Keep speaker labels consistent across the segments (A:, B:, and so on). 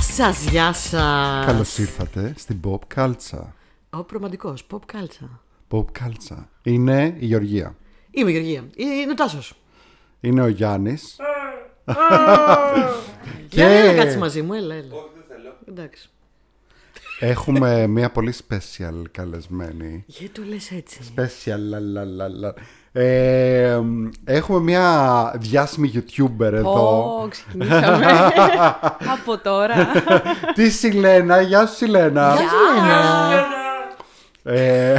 A: σας, γεια σας.
B: Καλώς ήρθατε στην Pop Κάλτσα.
A: Ο προμαντικός, pop κάλτσα.
B: Pop Κάλτσα. Είναι η Γεωργία.
A: Είμαι η Γεωργία. Ε, Είναι ο Τάσος.
B: Είναι ο Γιάννης.
A: Για έλα κάτσε μαζί μου, έλα, έλα.
C: Όχι, δεν θέλω.
A: Εντάξει.
B: Έχουμε μια πολύ special καλεσμένη.
A: Γιατί το λες έτσι.
B: Special, λα, λα, λα, λα. Ε, έχουμε μια διάσημη YouTuber εδώ.
D: Ω, ξεκινήσαμε. Από τώρα.
B: Τη Σιλένα, γεια σου Σιλένα.
A: Γεια σου, Λένα.
B: Ε,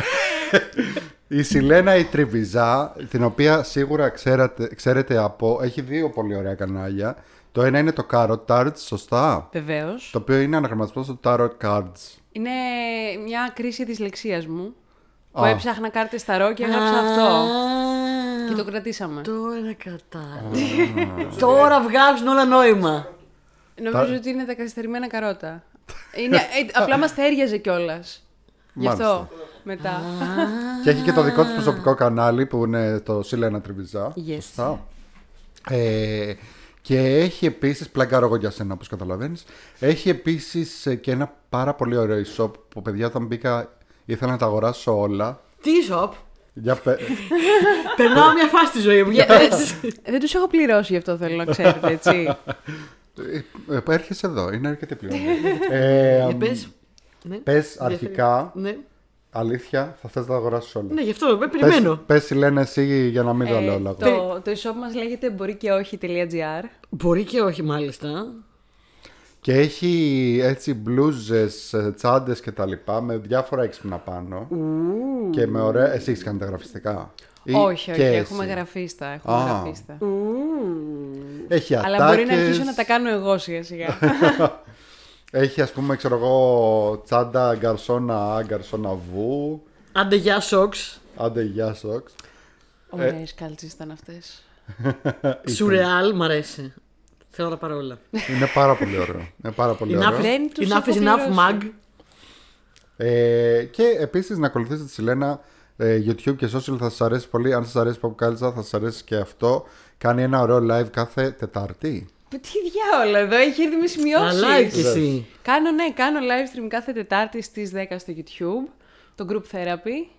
B: η Σιλένα η Τριβιζά, την οποία σίγουρα ξέρατε, ξέρετε από... Έχει δύο πολύ ωραία κανάλια. Το ένα είναι το Carrot Tarts, σωστά.
D: Βεβαίως.
B: Το οποίο είναι αναγραμματισμό στο Tarot Cards.
D: Είναι μια κρίση της λεξίας μου. Που
B: Α.
D: έψαχνα κάρτε στα ρο και έγραψα αυτό. Και το κρατήσαμε.
A: Τώρα κατά. Τώρα βγάζουν όλα νόημα.
D: Νομίζω ότι είναι τα καθυστερημένα καρότα. Είναι, ε, απλά μας τα έριαζε κιόλας. Γι'
B: Μάλιστα.
D: αυτό μετά.
B: Και έχει και το δικό της προσωπικό κανάλι που είναι το Σιλένα Τριβιζά.
D: Yes.
B: Σωστά. Ε, και έχει επίσης, πλαγκάρω εγώ για σένα όπως καταλαβαίνεις, έχει επίσης ε, και ένα πάρα πολύ ωραίο e-shop που παιδιά όταν μπήκα ήθελα να τα αγοράσω όλα.
A: Τι shop.
B: Για πε...
A: Περνάω μια φάση στη ζωή μου. Για πες.
D: Ε, Δεν τους έχω πληρώσει γι' αυτό θέλω να ξέρετε, έτσι.
B: Ε, ε, Έρχεσαι εδώ, είναι αρκετή πληρώνη. ε,
A: Για πες. Ναι.
B: πες αρχικά,
A: Ναι.
B: αλήθεια, θα θες να τα αγοράσεις όλα.
A: Ναι, γι' αυτό ε, περιμένω.
B: Πες, πες Σιλένα εσύ για να μην τα
D: Ε,
B: λέω όλα εγώ.
D: το, το e-shop μας λέγεται μπορεί και όχι.gr.
A: Μπορεί και όχι, μάλιστα.
B: Και έχει έτσι μπλούζες, ε, τσάντες και τα λοιπά με διάφορα έξυπνα πάνω. Και με ωραία... Εσύ έχεις κάνει τα γραφιστικά. Ή
D: Όχι, όχι,
B: και
D: έχουμε
B: εσύ.
D: γραφίστα. Έχουμε
B: Α.
D: γραφίστα.
B: Έχει ατάκες,
D: Αλλά μπορεί να αρχίσω να τα κάνω εγώ σιγά σιγά.
B: Ε. Έχει ας πούμε, ξέρω εγώ, τσάντα γκαρσόνα Α, γκαρσόνα Βου.
A: Άντε, γεια, σοξ.
B: Άντε γεια σοξ.
D: Ωραίες κάλτσες ήταν αυτές.
A: Σουρεάλ, μ' αρέσει. Θέλω να τα πάρω όλα.
B: Είναι πάρα πολύ ωραίο. Είναι πάρα πολύ
A: Enough,
B: ωραίο.
D: Βρε. Δεν τους
A: enough
D: έχω
A: is enough,
D: πληρώσει.
A: mug.
B: Ε, και επίσης να ακολουθήσετε τη Σιλένα ε, YouTube και social θα σας αρέσει πολύ. Αν σας αρέσει Pop Culture θα σας αρέσει και αυτό. Κάνει ένα ωραίο live κάθε Τετάρτη.
D: Πε, Ε, Τι διάολο εδώ, έχει έρθει με
A: Αλλά και
D: σημειώσει.
A: εσύ.
D: Κάνω, ναι, κάνω live stream κάθε Τετάρτη στις 10 στο YouTube. Το group therapy.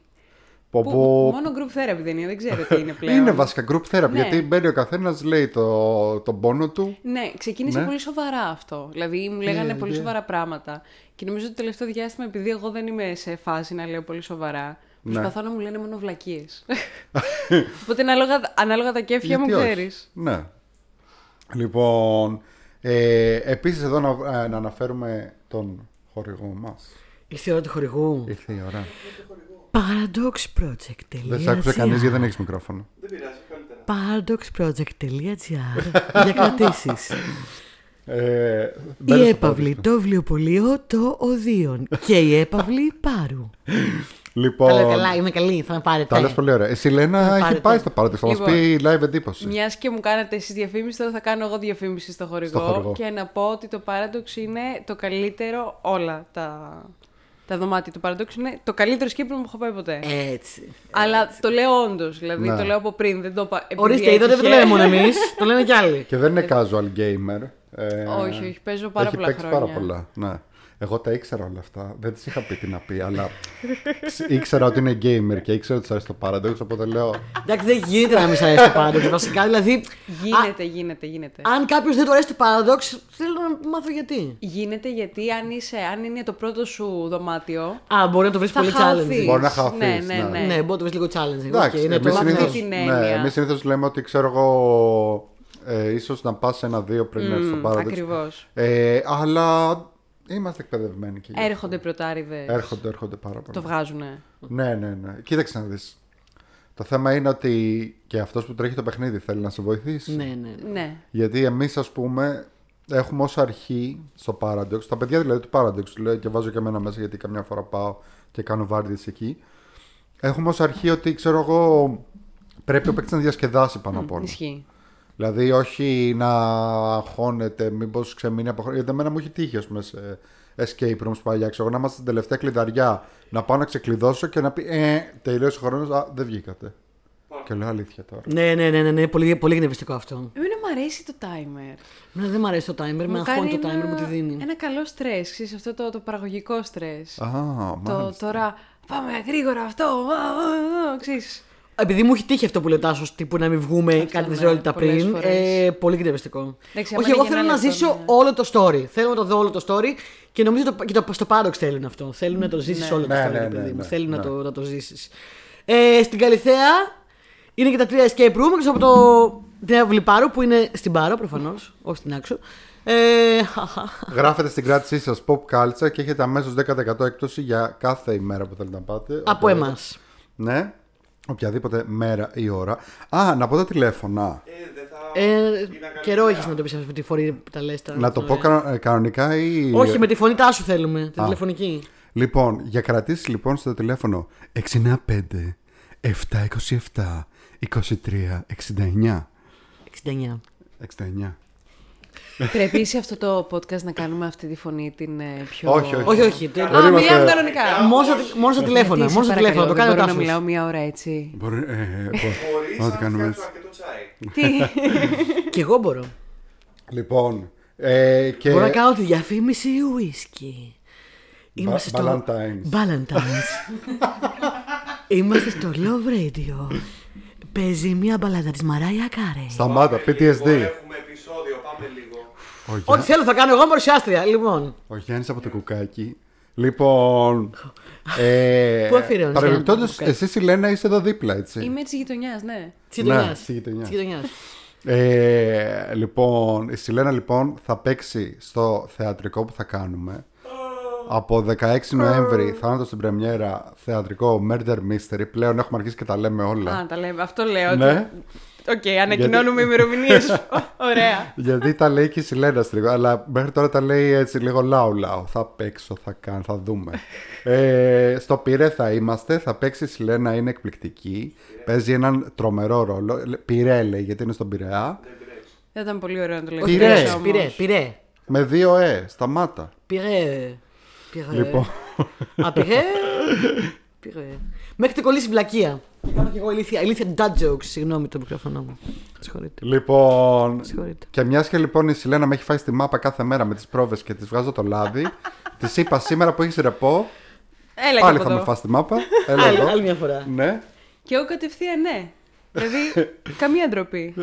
B: Πω,
D: Που,
B: πω,
D: Μόνο group therapy δεν είναι, δεν ξέρω τι είναι πλέον.
B: Είναι βασικά group therapy,
D: Ναι.
B: γιατί μπαίνει ο καθένας, λέει το, τον πόνο του.
D: Ναι, ξεκίνησε
B: Ναι.
D: πολύ σοβαρά αυτό. Δηλαδή μου λέγανε πολύ σοβαρά πράγματα. Και νομίζω ότι το τελευταίο διάστημα, επειδή εγώ δεν είμαι σε φάση να λέω πολύ σοβαρά,
B: Ναι.
D: προσπαθώ να μου λένε μόνο βλακίες. Οπότε ανάλογα, ανάλογα τα κέφια μου,
B: Γιατί όχι.
D: ξέρεις.
B: Ναι. Λοιπόν, ε, επίσης εδώ να, ε, να αναφέρουμε τον χορηγό μας.
A: Ήρθε η ώρα του χορηγού.
B: Ήρθε η ώρα. Δεν σ' άκουσε κανείς
A: paradoxproject.gr
B: γιατί δεν έχεις μικρόφωνο.
C: Δεν πειράζει, καλύτερα.
A: paradoxproject.gr για κρατήσεις.
B: Ε, μπαίνω
A: η
B: στο
A: έπαυλη το βιβλιοπωλείο το Οδείων και η έπαυλη Πάρου.
B: podcast. Λοιπόν,
A: Καλά, καλά, είμαι καλή, θα με πάρετε.
B: τα λες πολύ ωραία. Εσύ Λένα έχει
A: πάρετε.
B: πάει στο Paradise, θα μας
D: Ε.
B: πει
D: Λοιπόν.
B: live εντύπωση.
D: Μιας και μου κάνατε εσείς διαφήμιση, τώρα θα κάνω εγώ διαφήμιση στο χορηγό,
B: Στο χορηγό.
D: και να πω ότι το Paradox είναι το καλύτερο όλα τα, τα δωμάτια του Paradox είναι το καλύτερο σκύπρο που έχω πάει ποτέ.
A: Ε, Έτσι.
D: Αλλά το λέω όντως, δηλαδή
B: Ναι.
D: το λέω από πριν, δεν το είπα. επειδή
A: Ορίστε, είδατε, δεν το
D: έτυχε.
A: λέμε μόνο εμείς, το λένε κι άλλοι.
B: Και δεν είναι casual gamer. Ε,
D: Ε, Όχι, όχι, παίζω πάρα
B: έχει
D: πολλά
B: παίξει
D: χρόνια.
B: πάρα πολλά. Ναι. Εγώ τα ήξερα όλα αυτά. Δεν τη είχα πει τι να πει, αλλά ξ- ήξερα ότι είναι gamer και ήξερα ότι τη αρέσει το Paradox. Οπότε λέω.
A: Εντάξει, δεν γίνεται να μην σα αρέσει το Paradox. Βασικά, δηλαδή,
D: Γίνεται, γίνεται, γίνεται.
A: αν κάποιος δεν του αρέσει το Paradox, θέλω να μάθω γιατί.
D: Γίνεται γιατί αν, είσαι, αν είναι το πρώτο σου δωμάτιο,
A: Α, μπορεί να το βρεις
D: θα
A: πολύ
D: χαθεί.
A: challenging.
B: Μπορεί να χαθείς,
D: Ναι, ναι,
B: ναι.
D: ναι.
A: Ναι, μπορεί να το βρεις λίγο challenging.
B: Εντάξει,
A: Οκ, είναι το
B: εμείς
D: με αυτή
A: λάθος.
B: συνήθως-
D: την
B: ναι,
D: έννοια.
B: εμείς συνήθως λέμε ότι ξέρω εγώ. Ε, ίσως να πας ένα-δύο πριν έρθεις στο Paradox.
D: ακριβώς.
B: Ε, αλλά είμαστε εκπαιδευμένοι και γι' αυτό.
D: έρχονται πρωτάριδες.
B: Έρχονται, έρχονται πάρα πολύ.
D: Το βγάζουνε.
B: Ναι, ναι, ναι. Κοίταξε να δεις. Το θέμα είναι ότι και αυτός που τρέχει το παιχνίδι θέλει να σε βοηθήσει.
A: Ναι, ναι.
D: Ναι.
B: Γιατί εμείς, ας πούμε, έχουμε ως αρχή στο Paradox, τα παιδιά δηλαδή του Paradox, λέω και βάζω και εμένα μέσα γιατί καμιά φορά πάω και κάνω βάρδιε εκεί. Έχουμε ως αρχή ότι ξέρω εγώ πρέπει ο παίκτης να διασκεδάσει πάνω απ' όλα.
D: Ισχύει.
B: Δηλαδή, όχι να αγχώνεται, μήπως ξεμείνει από χρόνια. Γιατί εμένα μου έχει τύχει, ας πούμε, σε escape rooms παλιά. Ξέρω εγώ να είμαστε στην τελευταία κλειδαριά, να πάω να ξεκλειδώσω και να πει Ε, τελείωσε ο χρόνος, α, δεν βγήκατε.
C: Πάρα
B: Και λέω αλήθεια τώρα.
A: Ναι, ναι, ναι, ναι, ναι, πολύ, πολύ γνευριστικό αυτό.
D: Εμένα μου αρέσει το timer.
A: Εμένα δεν μου αρέσει το timer, με αγχώνει το timer, μου τη δίνει.
D: Ένα καλό στρε, ξέρεις αυτό το, το παραγωγικό στρε.
B: Α,
D: Το
B: μάλιστα.
D: τώρα πάμε γρήγορα αυτό. α, α, α, Ξέρεις.
A: Επειδή μου έχει τύχει αυτό που λέει ο Τάσος, τύπου να μην βγούμε κάτι
D: ναι,
A: δευτερόλεπτα
D: πολλές
A: πριν.
D: φορές.
A: Ε, πολύ κνευριστικό.
D: Εντάξει, άμα
A: Όχι,
D: είναι
A: εγώ
D: για
A: θέλω
D: ένα
A: να
D: λεπτό,
A: ζήσω
D: ναι.
A: όλο το story. Θέλω να το δω όλο το story και νομίζω το, και το, στο Paradox θέλουν αυτό. Θέλουν να το ζήσεις όλο το
B: Ναι,
A: story,
B: ναι,
A: ρε
B: ναι,
A: παιδί μου.
B: ναι,
A: Θέλουν να
B: ναι.
A: το, να το ζήσεις. Ε, στην Καλιθέα είναι και τα τρία escape room εκτό από το την Αυλή Πάρου που είναι στην Πάρο προφανώς, όχι στην Άξο. Ε, χαχα.
B: Γράφετε στην κράτησή σας pop culture και έχετε αμέσως 10% έκπτωση για κάθε ημέρα που θέλετε να πάτε.
A: από
B: Οπότε,
A: εμάς.
B: Ναι. Οποιαδήποτε μέρα ή ώρα. Α, να πω τα τηλέφωνα.
C: Ε, δεν θα.
A: Ε,
C: είναι καλή
A: καιρό
C: ιδέα.
A: έχεις να το πεις αυτή τη φορή που τα λες.
B: να
C: ναι.
B: το πω κανο- ε, κανονικά ή.
A: Όχι, με τη φωνή τάσου θέλουμε. Τη τηλεφωνική.
B: Λοιπόν, για κρατήσεις λοιπόν στο τηλέφωνο 695 727 23 69.
A: 69.
B: 69.
D: Πρέπει εσύ αυτό το podcast να κάνουμε αυτή τη φωνή την ε, πιο.
B: Όχι, όχι.
A: Όχι, όχι. τε-
B: Δεν
D: Α,
B: είμαστε- Ε,
D: μιλάμε κανονικά.
A: Μόνο στα- Μόνο στα τηλέφωνα.
D: Ε, Γιατί,
A: Μόνο
D: σε
A: στα τηλέφωνα. Το
D: παρακαλώ,
A: κάνει ο
D: δεν
A: Τάσος.
D: μπορώ να μιλάω μία ώρα έτσι.
B: Μπορεί. Ε, μπορεί.
C: Χωρίς
B: να το
C: να
B: κάνουμε έτσι.
C: φτιάξω αρκετό τσάι.
D: Τι.
A: Κι εγώ μπορώ.
B: Λοιπόν. Ε, και...
A: Μπορώ να κάνω τη διαφήμιση ουίσκι. Είμαστε στο
B: Valentine's.
A: Valentine's. Είμαστε στο Love Radio. Παίζει μια μπαλάντα της Μαράια Κάρε.
B: Σταμάτα,
C: Πάμε λίγο,
B: PTSD.
C: Λοιπόν, Έχουμε επεισόδιο, πάμε λίγο.
B: Ο, Γιά...
A: Ό,τι θέλω θα κάνω εγώ παρουσιάστρια. Λοιπόν,
B: ο Γιάννης από το κουκάκι. Λοιπόν. Ε,
A: Πού αφιερώνεις, Γιάννη,
B: Παρεμπιπτόντω,
A: το κουκάκι?
B: εσύ η Λένα είσαι εδώ δίπλα, έτσι.
D: Είμαι έτσι γειτονιάς, ναι.
A: της γειτονιάς.
B: της γειτονιάς.
A: Της γειτονιάς.
B: Ε, λοιπόν, η Σιλένα λοιπόν θα παίξει στο θεατρικό που θα κάνουμε. Από 16 Νοέμβρη θάνατο στην πρεμιέρα θεατρικό Murder Mystery. Πλέον έχουμε αρχίσει και τα λέμε όλα.
D: Α, τα λέμε. Αυτό λέω.
B: Ναι.
D: ότι- Οκ, ανακοινώνουμε ημερομηνίες. Ωραία.
B: Γιατί τα λέει και η Σιλένα λίγο, αλλά μέχρι τώρα τα λέει έτσι λίγο λαου λαου. Θα παίξω, θα κάνω, θα δούμε. ε, στο πυρέ θα είμαστε, θα παίξει η Σιλένα, είναι εκπληκτική. Παίζει έναν τρομερό ρόλο. Λε- Πυρέ λέει, γιατί είναι στον Πειραιά.
D: Θα ήταν πολύ ωραίο να το λέμε.
A: Όχι,
B: Πειρέ.
A: πειρέ, Πειρέ, πειρέ.
B: Με δύο ε, σταμάτα.
A: Πειρέ.
D: Ε.
A: Πειρέ.
B: Λοιπόν.
A: Α, πειρέ. Πειρέ. Μέχρι την κολλήσει η βλακεία. Κάνω κι εγώ ηλίθια, ηλίθια dad jokes. Συγγνώμη το μικρόφωνο μου. Συγχωρείτε.
B: Λοιπόν,
A: Συγχωρείτε.
B: και μιας και λοιπόν η Σιλένα με έχει φάει στη μάπα κάθε μέρα με τις πρόβες και τη βγάζω το λάδι, της είπα σήμερα που έχεις ρεπό,
D: Έλα και
B: πάλι
D: από
B: θα με
D: εδώ.
B: φάει στη μάπα. Έλα
A: Άλλη,
B: εδώ.
A: άλλη μια φορά.
B: Ναι.
D: Και εγώ κατευθείαν ναι. Δηλαδή, καμία ντροπή.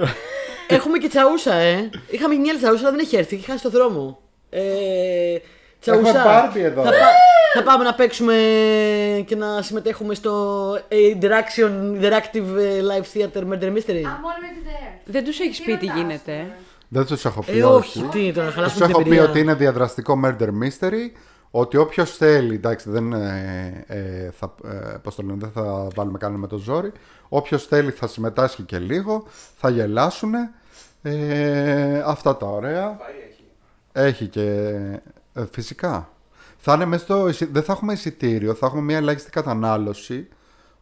A: Έχουμε και τσαούσα, ε. Είχαμε μια άλλη τσαούσα, αλλά δεν έχει έρθει. Έχει χάσει το δρόμο. Ε, τσαούσα.
B: Έχουμε πάρτι εδώ.
A: Θα, πά- θα πάμε να παίξουμε και να συμμετέχουμε στο Interaction Interactive ε, Live Theater Murder Mystery.
E: I'm already there.
D: Δεν τους έχεις πει τι
E: ρωτάς,
D: γίνεται.
B: Δεν τους έχω πει.
A: Ε, όχι, τι, τώρα
B: Του
A: χαλάσουμε την
B: έχω πει
A: εμπειρία.
B: ότι είναι διαδραστικό murder mystery. Ότι όποιος θέλει, εντάξει, δεν, ε, ε, θα, ε, πώς το λένε, δεν θα βάλουμε κανένα με το ζόρι. Όποιος θέλει θα συμμετάσχει και λίγο, θα γελάσουν. Ε, αυτά τα ωραία. Έχει και. ε, φυσικά. Θα είναι μες στο, εισι- δεν θα έχουμε εισιτήριο, θα έχουμε μια ελάχιστη κατανάλωση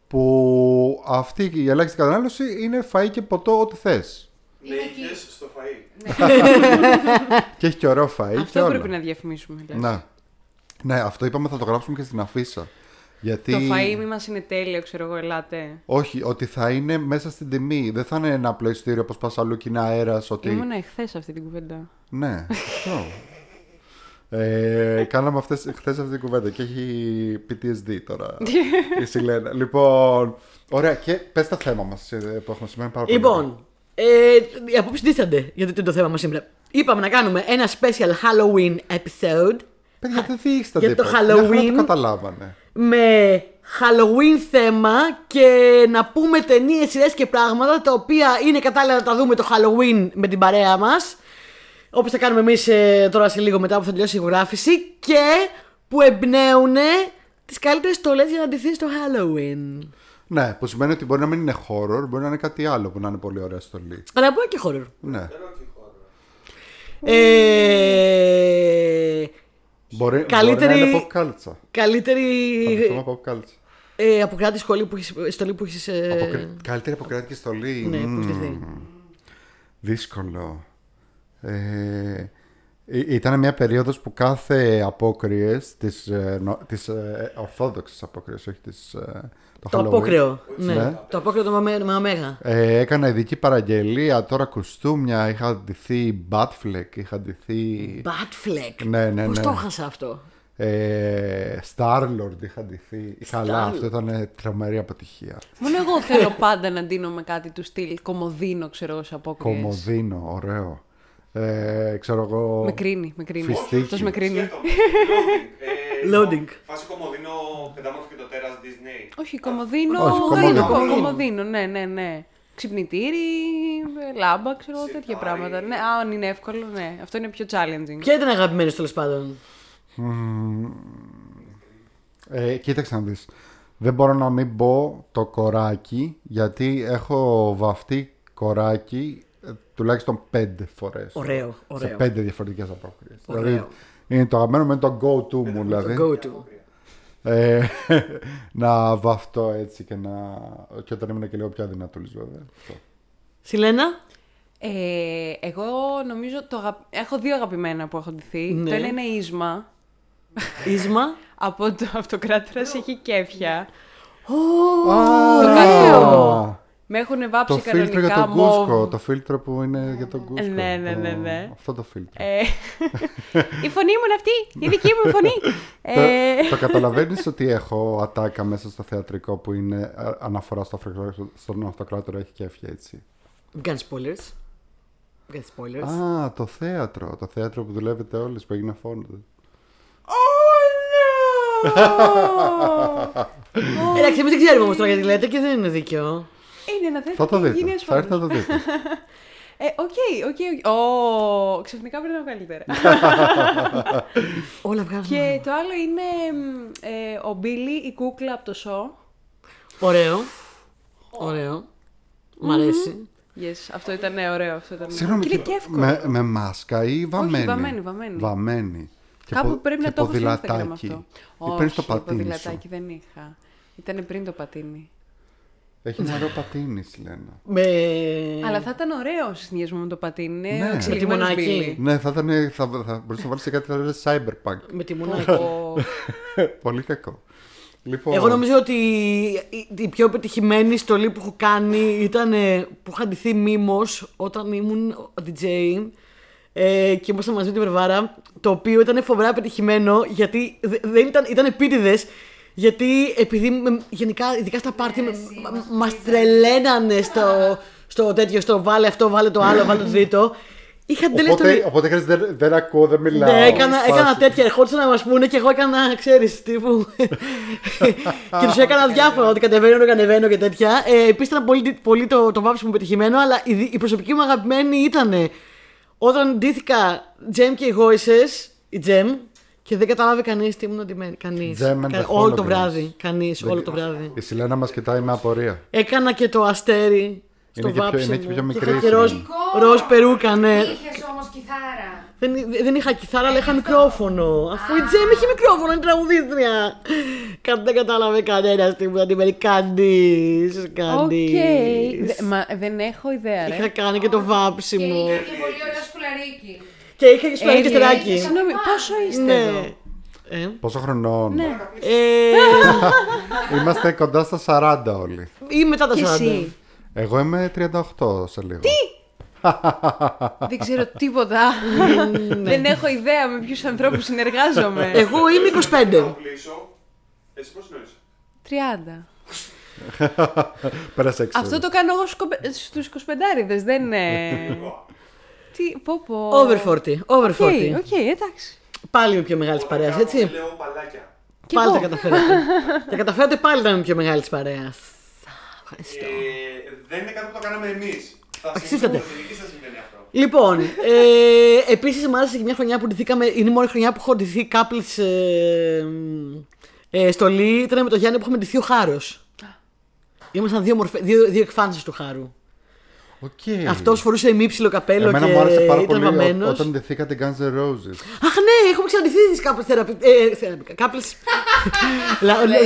B: που αυτή η ελάχιστη κατανάλωση είναι φαΐ και ποτό ό,τι θες.
E: Είναι
C: Νέικες
E: εκεί. Ναι.
C: στο φαΐ.
B: Και έχει και ωραίο φαΐ και
D: Αυτό
B: όλα.
D: πρέπει να διαφημίσουμε. λες.
B: Ναι. ναι, αυτό είπαμε θα το γράψουμε και στην αφίσα. Γιατί...
D: Το φαΐ μη μας είναι τέλειο, ξέρω εγώ, ελάτε.
B: Όχι, ότι θα είναι μέσα στην τιμή. Δεν θα είναι ένα απλό εισιτήριο όπως πας αλλού και είναι αέρας. Ότι...
D: Ήμουν εχθέ αυτή την κουβέντα.
B: Ναι, αυτό. ε, κάναμε αυτές, χθες αυτή την κουβέντα και έχει PTSD τώρα η Σιλένα. Λοιπόν, ωραία και πες τα θέμα μας ε, που έχουμε σήμερα πάρα πολύ.
A: Λοιπόν, ε, οι απόψεις δίστανται γιατί το είναι το θέμα μας σήμερα. Είπαμε να κάνουμε ένα special Halloween episode
B: Παιδιά, δεν δείξτε τα
A: για το
B: τίποτα. Μια χαρά
A: Halloween.
B: το καταλάβανε.
A: με Halloween θέμα και να πούμε ταινίες, σειρές και πράγματα τα οποία είναι κατάλληλα να τα δούμε το Halloween με την παρέα μας. Όπως θα κάνουμε εμείς τώρα σε λίγο μετά που θα τελειώσει η ηχογράφηση και που εμπνέουν τις καλύτερες στολές για να ντυθεί στο Halloween.
B: Ναι, που σημαίνει ότι μπορεί να μην είναι horror, μπορεί να είναι κάτι άλλο που να είναι πολύ ωραία στολή.
A: Αλλά μπορεί και horror.
B: Ναι.
C: Θέλω και χώρο.
A: Ε,
B: Μπορεί,
A: Καλύτερη-
B: μπορεί να είναι pop κάλτσα.
A: καλύτερη
B: Παρακολουθούμε pop κάλτσα.
A: ε, αποκράτηση σχολή που έχεις, στολή που έχεις... ε,
B: Αποκρι... Καλύτερη αποκράτικη στολή.
A: Ναι, που έχεις
B: Μμμ.
A: ντυθεί.
B: Δύσκολο. Ε, Ή- Ήταν μια περίοδος που κάθε απόκριες της, ε, νο- της ε, ορθόδοξης απόκριες, όχι της, ε, το,
A: Το
B: Halloween,
A: απόκρεο.
B: Ναι.
A: Ναι. Το απόκρεο το με με ωμέγα.
B: Ε, έκανα ειδική παραγγελία, τώρα κουστούμια, είχα ντυθεί μπάτφλεκ, είχα ντυθεί
A: Batfleck.
B: Ναι, ναι,
A: Πώς
B: ναι.
A: το έχασα αυτό.
B: ε, Starlord, είχα ντυθεί. Καλά, αυτό ήταν τρομερή αποτυχία.
D: Μόνο εγώ θέλω πάντα να ντύνω με κάτι του στυλ κομμωδίνο, ξέρω εγώ, σε απόκριες.
B: Κομοδίνο, ωραίο. Ε, ξέρω εγώ...
D: Με κρίνει, με κρίνει.
B: Φιστίκι.
D: Αυτός με κρίνει.
C: Σκέφτομαι. Loading. Ε,
A: Loading.
C: Φάση κομμωδίνο πενταμόρφη και το τέρας Disney.
D: Όχι, κομμωδίνο,
B: Όχι, κομμωδίνο.
D: γαλλικό, κομμωδίνο, ναι, ναι, ναι. Ξυπνητήρι, ε, λάμπα, ξέρω εγώ, τέτοια
C: Σιρτάρι.
D: πράγματα. Ναι, α, αν είναι εύκολο, ναι. Αυτό είναι πιο challenging.
A: Ποια ήταν αγαπημένη τέλος πάντων.
B: Ε, κοίταξε να δεις. Δεν μπορώ να μην πω το κοράκι, γιατί έχω βαφτεί κοράκι ε, τουλάχιστον πέντε φορές.
A: Ωραίο,
B: Σε
A: ωραίο.
B: πέντε διαφορετικές απόκριες. Δηλαδή,
A: Ωραίο.
B: είναι το αγαπημένο μου, είναι το go-to μου δηλαδή.
A: Go to.
B: Ε, να βαφτώ έτσι και να... Και όταν ήμουν και λίγο πιο αδυνατούλης βέβαια. Αυτό.
A: Σιλένα.
D: Ε, εγώ νομίζω το αγαπη- έχω δύο αγαπημένα που έχω ντυθεί.
A: Ναι.
D: Το ένα είναι ίσμα
A: Ίσμα.
D: από το αυτοκράτορας έχει κέφια.
B: Α,
D: ωραίο. Με έχουν βάψει
B: Το φίλτρο για
D: κανονικά
B: τον
D: μόβ.
B: Κούσκο. Το φίλτρο που είναι για τον Κούσκο.
D: Ναι, ναι, ναι, ναι.
B: Το- Αυτό το φίλτρο.
D: Ε, η φωνή μου είναι αυτή, η δική μου φωνή.
B: Το,
D: ε,
B: το καταλαβαίνεις ότι έχω ατάκα μέσα στο θεατρικό που είναι α, αναφορά στο αυτοκράτορα, στον αυτοκράτορα έχει κέφια έτσι.
A: Μην κάνεις spoilers. Μην κάνεις spoilers.
B: Α, το θέατρο. Το θέατρο που δουλεύετε όλες που έγινε φόνο.
D: ναι!
A: Ε, Εντάξει, εμείς δεν ξέρουμε όμως τώρα γιατί λέτε και δεν είναι δίκαιο.
D: είναι ένα τέτοιο.
B: Θα το
D: γίνει
B: δείτε.
D: ασφαλής.
B: Θα έρθει να το δείτε.
D: Ε, οκ, οκ, οκ. Ω, ξαφνικά περνάω καλύτερα.
B: Ναι.
A: Όλα βγάζουν.
D: και το άλλο είναι μ, ε, ο Μπίλι, η κούκλα από το σο.
A: Ωραίο. Ωραίο. Μ' αρέσει.
D: Yes, αυτό ήταν ναι, ωραίο. Αυτό ήταν...
B: Συγγνώμη,
D: και είναι
B: και-
D: και εύκολο.
B: με, με μάσκα ή βαμμένη.
D: βαμμένη, βαμμένη.
B: Βαμμένη. Και
D: Κάπου
B: πο-
D: πρέπει
B: και
D: να το έχω στο Instagram
B: ποδηλατάκι.
D: αυτό.
B: Ή παίρνεις το
D: Όχι,
B: πατίνι σου.
D: ποδηλατάκι δεν είχα. Ήταν πριν το πατίνι.
B: Έχει ένα ωραίο πατίνι, Σιλένα.
A: Με. Ε.
D: Αλλά θα ήταν ωραίο σε συνδυασμός με το πατίνι.
B: Ναι.
D: Ναι.
B: Με
A: τιμονάκι.
B: Ναι, θα, ήταν, θα, θα μπορούσε να βάλεις και κάτι άλλο cyberpunk.
A: Με τη
B: Ε.
A: μονάχη.
B: Πολύ κακό. Λοιπόν,
A: Εγώ νομίζω ότι η- η πιο πετυχημένη στολή που έχω κάνει ήταν ε, που είχα ντυθεί μήμος όταν ήμουν DJ ε, και ήμασταν μαζί με την Περβάρα. Το οποίο ήταν φοβερά πετυχημένο γιατί δε- δεν ήταν, ήταν επίτηδες. Γιατί επειδή με- γενικά, ειδικά στα πάρτι, μα τρελαίνανε στο, στο τέτοιο, στο βάλε αυτό, βάλε το άλλο, βάλε το τρίτο. Είχα τελείω
B: Οπότε, οπότε χρειάζεται- δεν, δεν ακούω, δεν μιλάω.
A: ναι, έκανα,
B: Φάση.
A: έκανα τέτοια. Ερχόντουσαν να μας πούνε και εγώ έκανα, ξέρεις, τύπου. και τους έκανα διάφορα. Ότι κατεβαίνω, κατεβαίνω και τέτοια. Ε, Επίσης ήταν πολύ, πολύ το, το βάψιμο πετυχημένο, αλλά η, δι- η προσωπική μου αγαπημένη ήταν όταν ντύθηκα Τζέμ και εγώ η Τζέμ, και δεν καταλάβει κανείς τι ήμουν ντυμένη. Κανεί.
B: Τζέμ and the
A: Όλο το
B: Holograms.
A: βράδυ. Κανείς, όλο το βράδυ.
B: Η Σιλένα μας κοιτάει με απορία.
A: Έκανα και το αστέρι. Στο
B: Είναι και πιο-
A: βάψιμο.
B: είναι και πιο μικρή
A: είχα
B: η
A: και ροζ,
E: Νικό!
A: ροζ περούκα, ναι.
E: Είχες όμως κιθάρα.
A: Δεν, δεν είχα κιθάρα, αλλά είχα μικρόφωνο. Αφού η Τζέμ είχε μικρόφωνο, είναι τραγουδίστρια. Κάτι δεν κατάλαβε κανένας τίποτα, την περί κανεί.
D: Οκ.
A: Κανεί.
D: Δε- Μα δεν έχω ιδέα, ρε.
A: Είχα κάνει και το
E: Και
A: βάψιμο.
E: είχε και πολύ ωραίο σκουλαρίκι.
A: Και είχα και σπουδάσει και
D: Ε,
A: στεράκι.
D: Συγγνώμη, πόσο είστε εδώ.
A: Ναι. Ε,
B: Πόσο χρονών.
A: ε,
B: Είμαστε κοντά στα 40 όλοι.
A: Ή μετά τα 40.
D: Και εσύ.
B: Εγώ είμαι 38 σε λίγο. Τι!
D: Δεν ξέρω τίποτα. Δεν έχω ιδέα με ποιους ανθρώπους συνεργάζομαι.
A: Ναι. Ε, Εγώ είμαι 25.
C: Θα πλήσω. Εσύ πώς νόησε.
D: 30.
B: Πέρασε 6.
D: Αυτό το κάνω εγώ στους 25 δεν
B: Ε,
D: είναι. Τι, πω πω.
A: Over 40. Over 40.
D: Οκ, οκ, εντάξει.
A: Πάλι είμαι πιο μεγάλης παρέα, έτσι.
C: Λέω παλάκια.
D: Κι
A: Πάλι τα
D: εγώ.
A: καταφέρατε. Τα καταφέρατε πάλι να είμαι πιο μεγάλης παρέας.
C: Ε, δεν είναι κάτι που το κάναμε εμείς. Θα
A: Αξίζεται.
C: συμβαίνει. Δεν θα συμβαίνει αυτό.
A: Λοιπόν, ε, επίσης μου άρεσε και μια χρονιά που ντυθήκαμε. Είναι η μόνη χρονιά που έχω ντυθεί couples ε, ε, στολή. Ήταν με τον Γιάννη που είχαμε ντυθεί ο Χάρος. Ήμασταν δύο, μορφε, δύο, δύο εκφάνσεις του Χάρου.
B: Οκ.
A: Αυτός φορούσε ημίψιλο καπέλο
B: Ε. Εμένα
A: και
B: μου άρεσε πάρα
A: ήταν
B: πολύ ο-
A: βαμμένος.
B: όταν ντεθήκατε Guns N' Roses.
A: Αχ, ναι, έχουμε ξαναντηθεί κάποιε θεραπευτικέ. Κάποιε.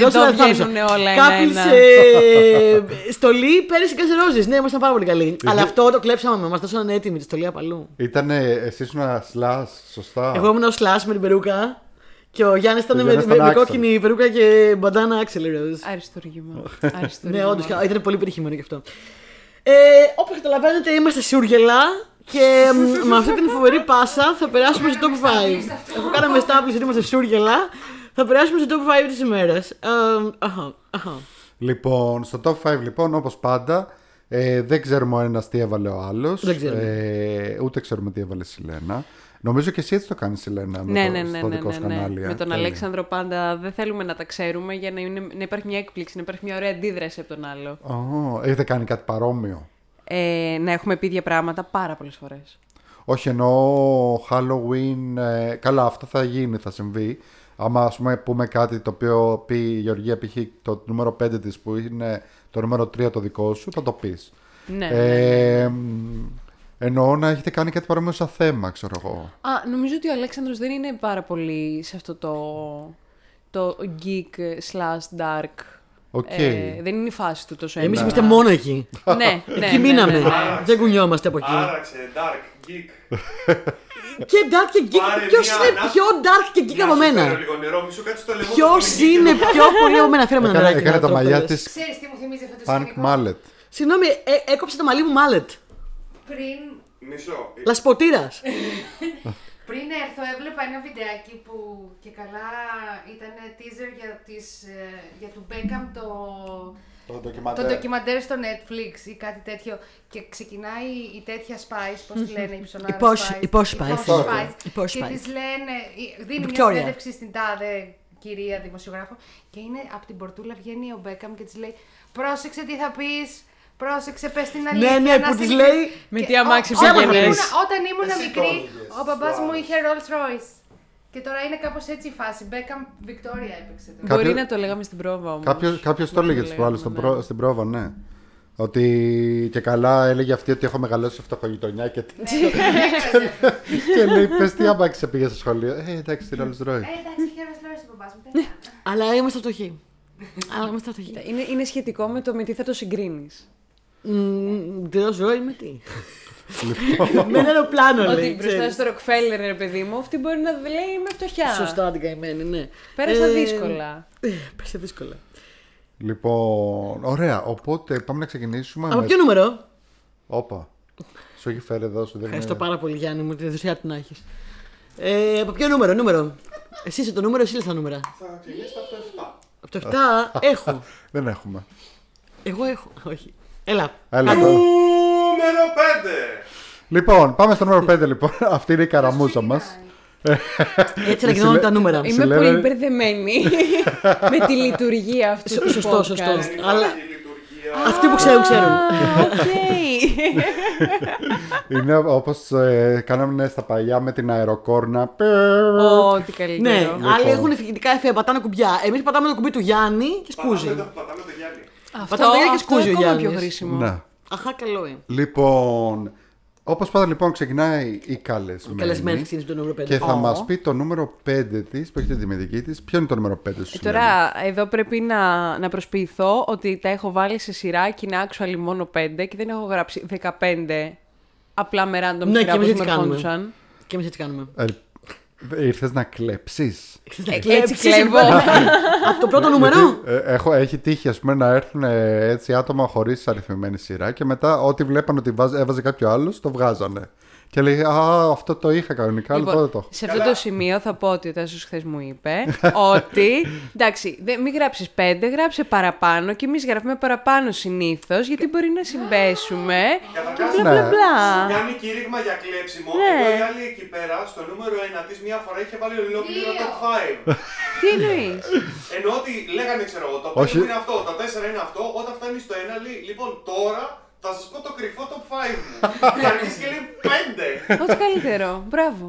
D: εδώ βγαίνουνε όλα ένα-ένα.
A: ε, Στολή πέρυσι και ρόζε. Ναι, ήμασταν πάρα πολύ καλοί.
B: Ε,
A: Αλλά αυτό το κλέψαμε. Μα δώσαν έτοιμη τη στολή απαλού.
B: Ήταν εσεί ένα slash, σωστά.
A: Εγώ ήμουν ο Σλά με την περούκα. Και ο Γιάννης ήταν
B: Ο
A: με,
B: Γιάννης
A: με,
B: ήταν
A: με
B: άξονα.
A: κόκκινη περούκα και μπαντάνα άξελ ρόζ.
D: Αριστούργημα.
A: Ναι,
D: Αριστούργημα.
A: όντως ήταν πολύ πετυχημένο γι' αυτό. Ε, Όπως καταλαβαίνετε, είμαστε σιούργελα και μ, με αυτή την φοβερή πάσα θα περάσουμε στο top 5. Αφού κάναμε establish ότι είμαστε σιούργελα, θα περάσουμε στο top 5 της ημέρας. Αχα, αχα.
B: Λοιπόν, στο top 5 λοιπόν, όπως πάντα, ε, δεν ξέρουμε ο ένας τι έβαλε ο άλλος.
A: Δεν ξέρουμε.
B: Ε, ούτε ξέρουμε τι έβαλε η Σιλένα. Νομίζω και εσύ έτσι το κάνεις Σιλένα με
D: Ναι,
B: το,
D: ναι, ναι,
B: στο
D: ναι,
B: δικό
D: ναι,
B: σου
D: ναι.
B: κανάλι. ε.
D: Με τον
B: Τέλεια.
D: Αλέξανδρο πάντα δεν θέλουμε να τα ξέρουμε για να, είναι, να υπάρχει μια έκπληξη, να υπάρχει μια ωραία αντίδραση από τον άλλο.
B: Ω, έχετε κάνει κάτι παρόμοιο.
D: Ε, να έχουμε πει ίδια πράγματα πάρα πολλές φορές.
B: Όχι εννοώ Halloween. ε, καλά, αυτό θα γίνει, θα συμβεί. Άμα ας πούμε πούμε κάτι το οποίο πει η Γεωργία π.χ. το νούμερο 5 της που είναι το νούμερο 3 το δικό σου, θα το πεις.
D: Ναι.
B: Ε, εννοώ να έχετε κάνει κάτι παρόμοιο σαν θέμα, ξέρω εγώ.
D: Α, νομίζω ότι ο Αλέξανδρος δεν είναι πάρα πολύ σε αυτό το, το geek slash dark.
B: Οκ.
D: Ε, δεν είναι η φάση του τόσο
A: Εμείς
D: έντονα.
A: είμαστε μόνο εκεί.
D: Ναι, ναι,
A: Εκεί
D: ναι, ναι,
A: μείναμε.
D: ναι.
A: Δεν κουνιόμαστε από εκεί.
C: Άραξε, dark, geek.
A: Και dark και geek.
C: Πάρε
A: Ποιος
C: μια
A: είναι
C: ανά-
A: πιο dark και geek
C: Να
A: από
C: σου φέρω
A: μένα.
C: λίγο νερό, μη σου κάτσει το λαιμό.
A: Ποιος
C: το πολύ
A: είναι
C: geek.
A: πιο πολύ από μένα. Φέρε με ένα
B: Έκανε,
A: νεράκι. να
B: έκανε τα
A: το
B: μαλλιά
A: πες.
B: της
E: Ξέρεις τι μου θυμίζει αυτό το
B: Punk
E: σκηνικό.
B: Mallet.
A: Συγγνώμη, ε, έκοψε το μαλλί μου μάλετ.
E: Πριν,
C: Μισό. Ε,
A: Λασποτήρας.
E: πριν έρθω έβλεπα ένα βιντεάκι που και καλά ήταν teaser για, τις, ε, για του Beckham το, το ντοκιμαντέρ στο Netflix ή κάτι τέτοιο και ξεκινάει η τέτοια Spice, πώς τη λένε, η ψωνάρα
A: Η Posh- η Posh Spice.
E: Η Posh Spice.
A: Η Posh
E: Και
A: Spice.
E: της λένε, η- δίνει μια
A: Victoria.
E: συνέντευξη στην τάδε κυρία δημοσιογράφο και είναι από την πορτούλα βγαίνει ο Μπέκαμ και της λέει «Πρόσεξε τι θα πεις, πρόσεξε πες την αλήθεια».
A: ναι,
E: να
A: που της
E: συγκρι-
A: λέει,
D: «Με
E: Και
D: τι αμάξι
E: ό- όταν
A: πήγαινες».
E: ήμουνα- Όταν ήμουν
C: Εσύ
E: μικρή,
C: το έλεγες,
E: ο μπαμπάς
C: το
E: μου
C: άλλο.
E: είχε Rolls Royce. Και τώρα είναι κάπως έτσι η φάση. Μπέκαμ Βικτόρια έπαιξε τώρα.
B: Κάποιο-
D: Μπορεί να το λέγαμε στην πρόβα όμως.
B: Κάποιο το
D: Μπορεί να
B: έλεγε τη
D: λέγαμε,
B: προάλλη στον
D: ναι.
B: προ- στην πρόβα, ναι. Ότι και καλά έλεγε αυτή ότι έχω μεγαλώσει σε φτωχογειτονιά και, τι- και λέει πες τι άμπαξε πήγε στο σχολείο. Ε, εντάξει, τι Rolls Royce.
E: Ε, εντάξει, είχε Rolls Royce ο μπαμπάς μου. δεν κάνω.
A: Αλλά είμαστε φτωχοί. Αλλά είμαστε φτωχοί.
D: Είναι, είναι σχετικό με το με τι θα το συγκρίνεις.
A: Τελειώ ζωή με τι.
B: Λοιπόν,
A: Με ένα αεροπλάνο
D: Ότι
A: λέει.
D: μπροστά
A: ξέρεις.
D: στο Rockefeller, ρε παιδί μου, αυτή μπορεί να λέει είμαι φτωχιά.
A: Σωστά την καημένη, ναι.
D: Πέρασα
A: Ε,
D: δύσκολα.
A: ε, Πέρασα δύσκολα.
B: Λοιπόν, ωραία. Οπότε πάμε να ξεκινήσουμε.
A: Από
B: με-
A: ποιο νούμερο.
B: Ναι. Όπα. Σου έχει φέρει εδώ, σου δίνει.
A: Ευχαριστώ πάρα πολύ Γιάννη μου, τη δοσιά την έχεις. Ε, από ποιο νούμερο, νούμερο. Εσύ είσαι το νούμερο, εσύ λες τα νούμερα.
C: Θα ξεκινήσει από το
A: Από το 7 έχω.
B: Δεν έχουμε.
A: Εγώ έχω. Όχι. Έλα.
B: Έλα
C: 7.
B: τώρα.
C: Νούμερο 5.
B: Λοιπόν, πάμε στο νούμερο 5 λοιπόν. Αυτή είναι η καραμούζα μα.
A: Έτσι ανακοινώνουν τα νούμερα.
D: Είμαι
B: Συλλέγω-
D: πολύ μπερδεμένη με τη λειτουργία αυτού του
A: Σωστό,
D: podcast.
A: σωστό.
C: Δεν
A: Αλλά-
C: υπάρχει λειτουργία.
A: Αυτοί που ξέρουν, ξέρουν.
D: Α, οκ.
B: Είναι όπως κάναμε στα παλιά με την αεροκόρνα.
D: Ω, τι
A: Ναι,
D: καλύτερο.
B: Λοιπόν.
A: άλλοι έχουν φοιτητικά εφέ, πατάνε κουμπιά. Εμείς πατάμε το κουμπί του Γιάννη και
C: Πατάμε
A: σκούζει.
C: το- Πατάμε το Γιάννη.
D: Αυτό,
A: Πατάμε και
D: αυτό
A: σκούζει ο
D: είναι ακόμα
A: Γιάννης.
D: πιο χρήσιμο.
B: Ναι.
A: Αχά, καλό είναι.
B: Λοιπόν, όπως πάντα λοιπόν ξεκινάει η καλεσμένη.
A: Καλεσμένη ξεκίνησε το νούμερο 5.
B: Και θα
D: Ω.
B: μας πει το νούμερο 5 της, που έχει την τιμητική της. Ποιο είναι το νούμερο 5 σου.
D: Ε, Τώρα, εδώ πρέπει να, να προσποιηθώ ότι τα έχω βάλει σε σειρά και είναι actually μόνο 5 και δεν έχω γράψει 15 απλά με random
A: Ναι,
D: σειρά
A: και εμείς
D: όπως μου
A: έτσι κάνουμε.
D: ερχόντουσαν.
A: Και εμείς έτσι κάνουμε.
B: Ήρθε Ε, να κλέψεις.
A: Να
D: Έτσι
A: κλέψεις,
D: κλέβω.
A: λοιπόν. Ε, Από το
B: Ναι,
A: πρώτο νούμερο.
B: Ε, έχω, έχει τύχει ας πούμε, να έρθουν ε, έτσι άτομα χωρίς αριθμημένη σειρά και μετά ό,τι βλέπαν ότι βάζ- έβαζε κάποιο άλλο, το βγάζανε. Και λέει Α, αυτό το είχα κανονικά, αλλά τώρα δεν το έχω.
D: Λοιπόν, σε αυτό το σημείο θα πω ότι ο Τάσος χθες μου είπε ότι. Εντάξει, δε, μην γράψεις πέντε, γράψε παραπάνω και εμείς γράφουμε παραπάνω συνήθως γιατί μπορεί να συμπέσουμε. και
C: Καταρχάς,
D: μπλα μπλα
B: Ναι.
D: μπλα.
C: Κάνει κήρυγμα για κλέψιμο.
D: Ναι.
C: Εδώ η άλλη εκεί πέρα, στο νούμερο 1 της, μία φορά είχε βάλει ολόκληρο
E: Δύο.
C: top 5.
D: Τι εννοείς.
C: Ενώ ότι λέγανε, ξέρω εγώ, το 5
B: Όχι.
C: είναι αυτό, το 4 είναι αυτό. Όταν φτάνει στο 1, λέει, λοιπόν, τώρα θα σας πω το κρυφό top 5 μου. Και αρχίζει και λέει 5.
D: Ό,τι καλύτερο. Μπρavo.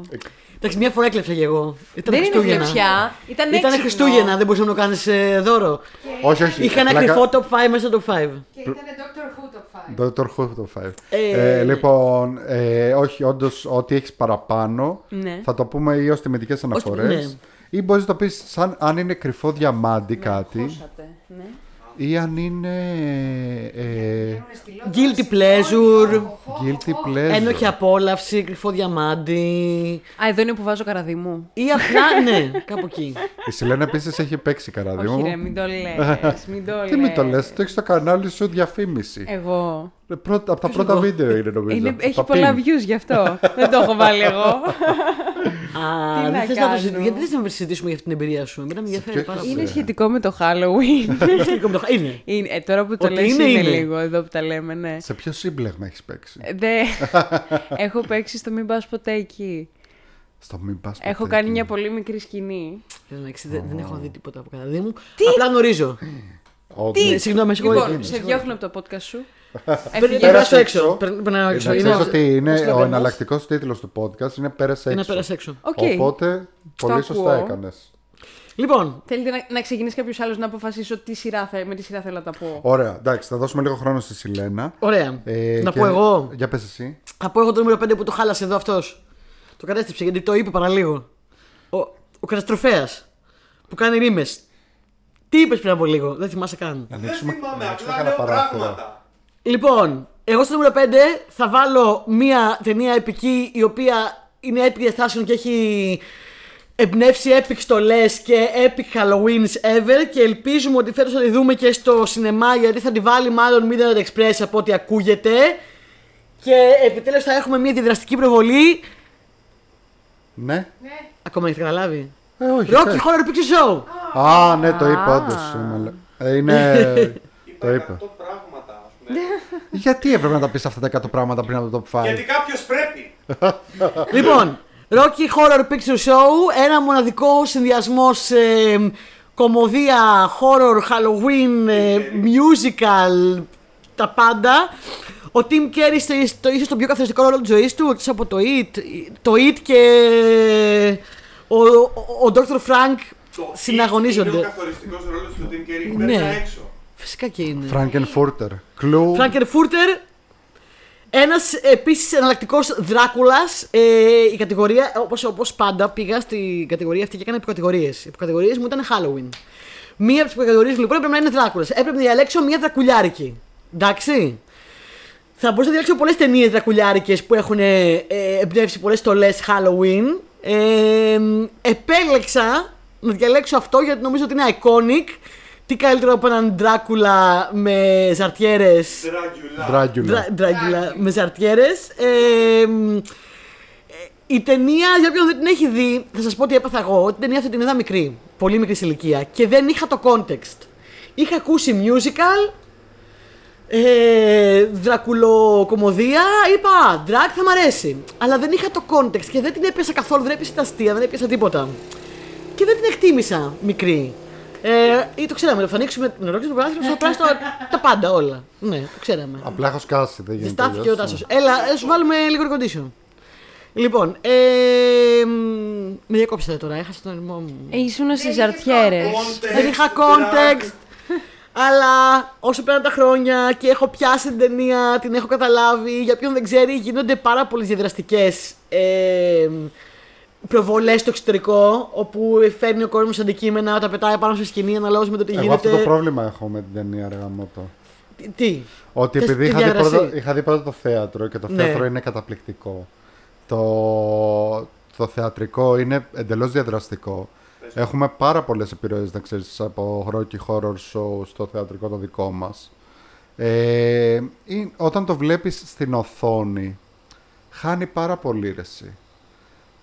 A: Εντάξει, μια φορά έκλεψα και εγώ. Ήταν
D: Δεν είναι
A: Χριστούγεννα.
D: γλεψιά. Ήταν
A: Ήταν
D: έξυπνο.
A: Χριστούγεννα, δεν μπορούσαμε να κάνεις ε, δώρο.
B: Όχι, όχι.
A: Είχα ένα
B: πλάκα-
A: κρυφό top 5 μέσα στο top 5.
E: Και ήταν Doctor Who το 5. Five.
B: Doctor Who το 5.
A: Ε,
B: Ε, λοιπόν, ε, όχι, όντως, ό,τι έχεις παραπάνω
D: Ναι.
B: θα το πούμε ή ως τιμητικές αναφορές.
A: ναι.
B: Ή μπορείς να το πεις σαν αν είναι κρυφό διαμάντι κάτι.
D: Ακούσατε, ναι.
B: Ή αν είναι. Ε,
E: Βγαίνουν στη λότα,
A: Guilty
E: σηκώνει,
A: pleasure.
E: οχ, οχ, οχ,
B: guilty
E: οχ.
B: pleasure.
A: Ένοχη απόλαυση, κρυφό διαμάντι.
D: Α, εδώ είναι που βάζω καραδί μου.
A: Ή απλά, ναι, κάπου εκεί.
B: Η Σιλένα επίσης έχει παίξει καράδι
D: Όχι
B: μου.
D: ρε, μην το λες, μην το λες.
B: Τι μην το λες, το έχεις στο κανάλι σου διαφήμιση.
D: Εγώ.
B: Ε, πρώτα, από τα πρώτα βίντεο είναι νομίζω.
D: Είναι,
B: Τα
D: έχει πολλά
B: pin.
D: views γι' αυτό. Δεν το έχω βάλει εγώ.
A: Α,
D: Τι
A: δεν
D: να
A: θες να το
D: κάνω.
A: συζητήσουμε. Γιατί δεν θες να συζητήσουμε για αυτή την εμπειρία σου. Εμένα με ενδιαφέρει
B: ποιο
A: πάρα πολύ.
D: είναι σχετικό με το Halloween.
A: Είναι.
D: είναι, ε, τώρα που το
A: Ότι
D: λες
A: είναι,
D: είναι,
A: είναι.
D: λίγο εδώ που τα λέμε, ναι.
B: Σε ποιο σύμπλεγμα έχεις παίξει.
D: Δε... έχω παίξει στο Μην Πας Ποτέ εκεί.
B: Στο μην πας
D: Έχω
B: ποτέ
D: κάνει μια
B: εκεί.
D: πολύ μικρή σκηνή.
A: Εντάξει, δεν, δεν έχω δει τίποτα από κανένα μου. Απλά γνωρίζω.
B: Όντως.
A: Ε, συγγνώμη, με συγχωρείτε.
D: Λοιπόν, σε διώχνω από το podcast σου.
A: Πρέπει να
D: Έφυγε.
A: περάσω
B: Πέρασε
A: έξω.
B: έξω.
A: Πρέπει να
B: Ε,
A: έξω.
B: Να
A: Είναι-
B: ξέρεις ότι
A: πώς το
B: είναι ο
A: λέγαμε?
B: εναλλακτικός τίτλος του podcast είναι Πέρασε
A: Είναι
B: έξω.
A: να Ναι, πέρασε έξω.
D: Οκ.
B: Οπότε πολύ σωστά
D: ακούω.
B: έκανες.
A: Λοιπόν,
D: Θέλετε να, να ξεκινήσει κάποιος άλλος να αποφασίσω τι σειρά θα, με τι σειρά θέλω να τα πω.
B: Ωραία, εντάξει, θα δώσουμε λίγο χρόνο στη Σιλένα.
A: ωραία.
B: Ε,
A: να
B: και-
A: πω εγώ.
B: Για πες εσύ.
A: Θα πω εγώ το νούμερο 5 που το χάλασε εδώ αυτός. Το κατέστρεψε γιατί το είπε παραλίγο. Ο, ο καταστροφέας που κάνει ρήμες. Τι είπες πριν από λίγο, δεν θυμάσαι καν.
C: Δεν θυμάμαι, απλά
B: κανένα
C: λέω
B: παράθυρο.
C: πράγματα.
A: Λοιπόν, εγώ στο νούμερο 5 θα βάλω μία ταινία επική η οποία είναι epic διαστάσεων και έχει εμπνεύσει epic στολές και epic Halloweens ever και ελπίζουμε ότι φέτος θα τη δούμε και στο σινεμά γιατί θα τη βάλει μάλλον Midnight Express από ό,τι ακούγεται και επιτέλους θα έχουμε μία αντιδραστική προβολή
B: Ναι.
E: Ναι,
A: Ακόμα έχετε καταλάβει
B: Ε, όχι.
A: Rocky
B: ξέρεις.
A: Horror Picture Show
B: Α, ναι, το είπα όντως. Ε, Είναι.
C: Είπα
B: το είπα.
C: 100 πράγματα, ας πούμε.
A: Ναι.
B: Γιατί έπρεπε να τα πεις αυτά τα 100 πράγματα πριν από το top 5.
C: Γιατί κάποιος πρέπει.
A: Λοιπόν, Rocky Horror Picture Show, ένα μοναδικό συνδυασμό ε, κομμωδία, horror, Halloween, ε, musical, τα πάντα. Ο Tim Carey στο, στο, ίσως τον πιο καθοριστικό ρόλο της ζωής του, εκτός από το It, το It και ε, ο, ο, ο Dr. Frank
C: Το Είναι ο
A: συναγωνίζονται.
C: καθοριστικός ρόλος του Tim Carey.
A: Ναι.
C: Πέρα έξω.
A: Φυσικά και είναι.
B: Φραγκενφούρτερ. Κλου.
A: Φραγκερφούρτερ. Ένας επίσης εναλλακτικός Δράκουλας. ε, η κατηγορία, όπως όπως πάντα, πήγα στην κατηγορία αυτή και έκανα υποκατηγορίες. Οι υποκατηγορίες μου ήταν Halloween. Μία από τις υποκατηγορίες μου λοιπόν έπρεπε να είναι Δράκουλας. Έπρεπε να διαλέξω μία δρακουλιάρικη. Εντάξει. Θα μπορούσα να διαλέξω πολλές ταινίες δρακουλιάρικες που έχουν ε, ε, εμπνεύσει πολλές στολές Halloween. Ε, επέλεξα να διαλέξω αυτό γιατί νομίζω ότι είναι iconic. Τι καλύτερο από έναν Δράκουλα με ζαρτιέρες
C: Dracula.
B: Ντράγκουλα.
A: Δρα- Ντράγκουλα με ζαρτιέρε. Ε, μ, ε, η ταινία, για όποιον δεν την έχει δει, θα σας πω ότι έπαθα εγώ. Την ταινία αυτή την είδα μικρή, πολύ μικρή σε ηλικία και δεν είχα το context. Είχα ακούσει musical, ε, δρακουλοκομωδία, είπα «Α, drag θα μ' αρέσει. Αλλά δεν είχα το context και δεν την έπιασα καθόλου, δεν έπιασα τα αστεία, δεν έπιασα τίποτα. Και δεν την εκτίμησα μικρή. Ε, ή το ξέραμε, να φανείξουμε την ορόξη του παράθυρου, θα πράσινο τα πάντα όλα. Ναι, το ξέραμε.
B: Απλά έχω σκάσει. Δεν γίνεται.
A: Διστάθηκε ο
B: αλλιώς.
A: Τάσος. Έλα, ε, σου βάλουμε λίγο air condition. Λοιπόν, ε, μ, με διακόψατε τώρα, έχασα τον αριθμό μου.
D: Ε, ήσουν στις
E: είχε
D: ζαρτιέρε.
C: Context,
A: Δεν είχα
C: drag.
A: context. Αλλά όσο πέραν τα χρόνια και έχω πιάσει την ταινία, την έχω καταλάβει. Για ποιον δεν ξέρει, γίνονται πάρα πολλές διαδραστικές ε, προβολές στο εξωτερικό. Όπου φέρνει ο κόσμος αντικείμενα, τα πετάει πάνω στη σκηνή αναλόγως με το τι
B: Εγώ
A: γίνεται.
B: αυτό το πρόβλημα έχω με την ταινία ρε γαμώτο.
A: Τι- Τι.
B: Ότι
A: Θες
B: επειδή
A: τη
B: είχα δει,
A: διαδρασή.
B: πρώτα, είχα δει πρώτα το θέατρο και το
A: Ναι.
B: θέατρο είναι καταπληκτικό. Το, το θεατρικό είναι εντελώς διαδραστικό. Έχουμε πάρα πολλές επιρροές, να ξέρεις, από Rocky Horror Show στο θεατρικό το δικό μας. Ε, είναι- όταν το βλέπεις στην οθόνη, χάνει πάρα πολύ ρεσί.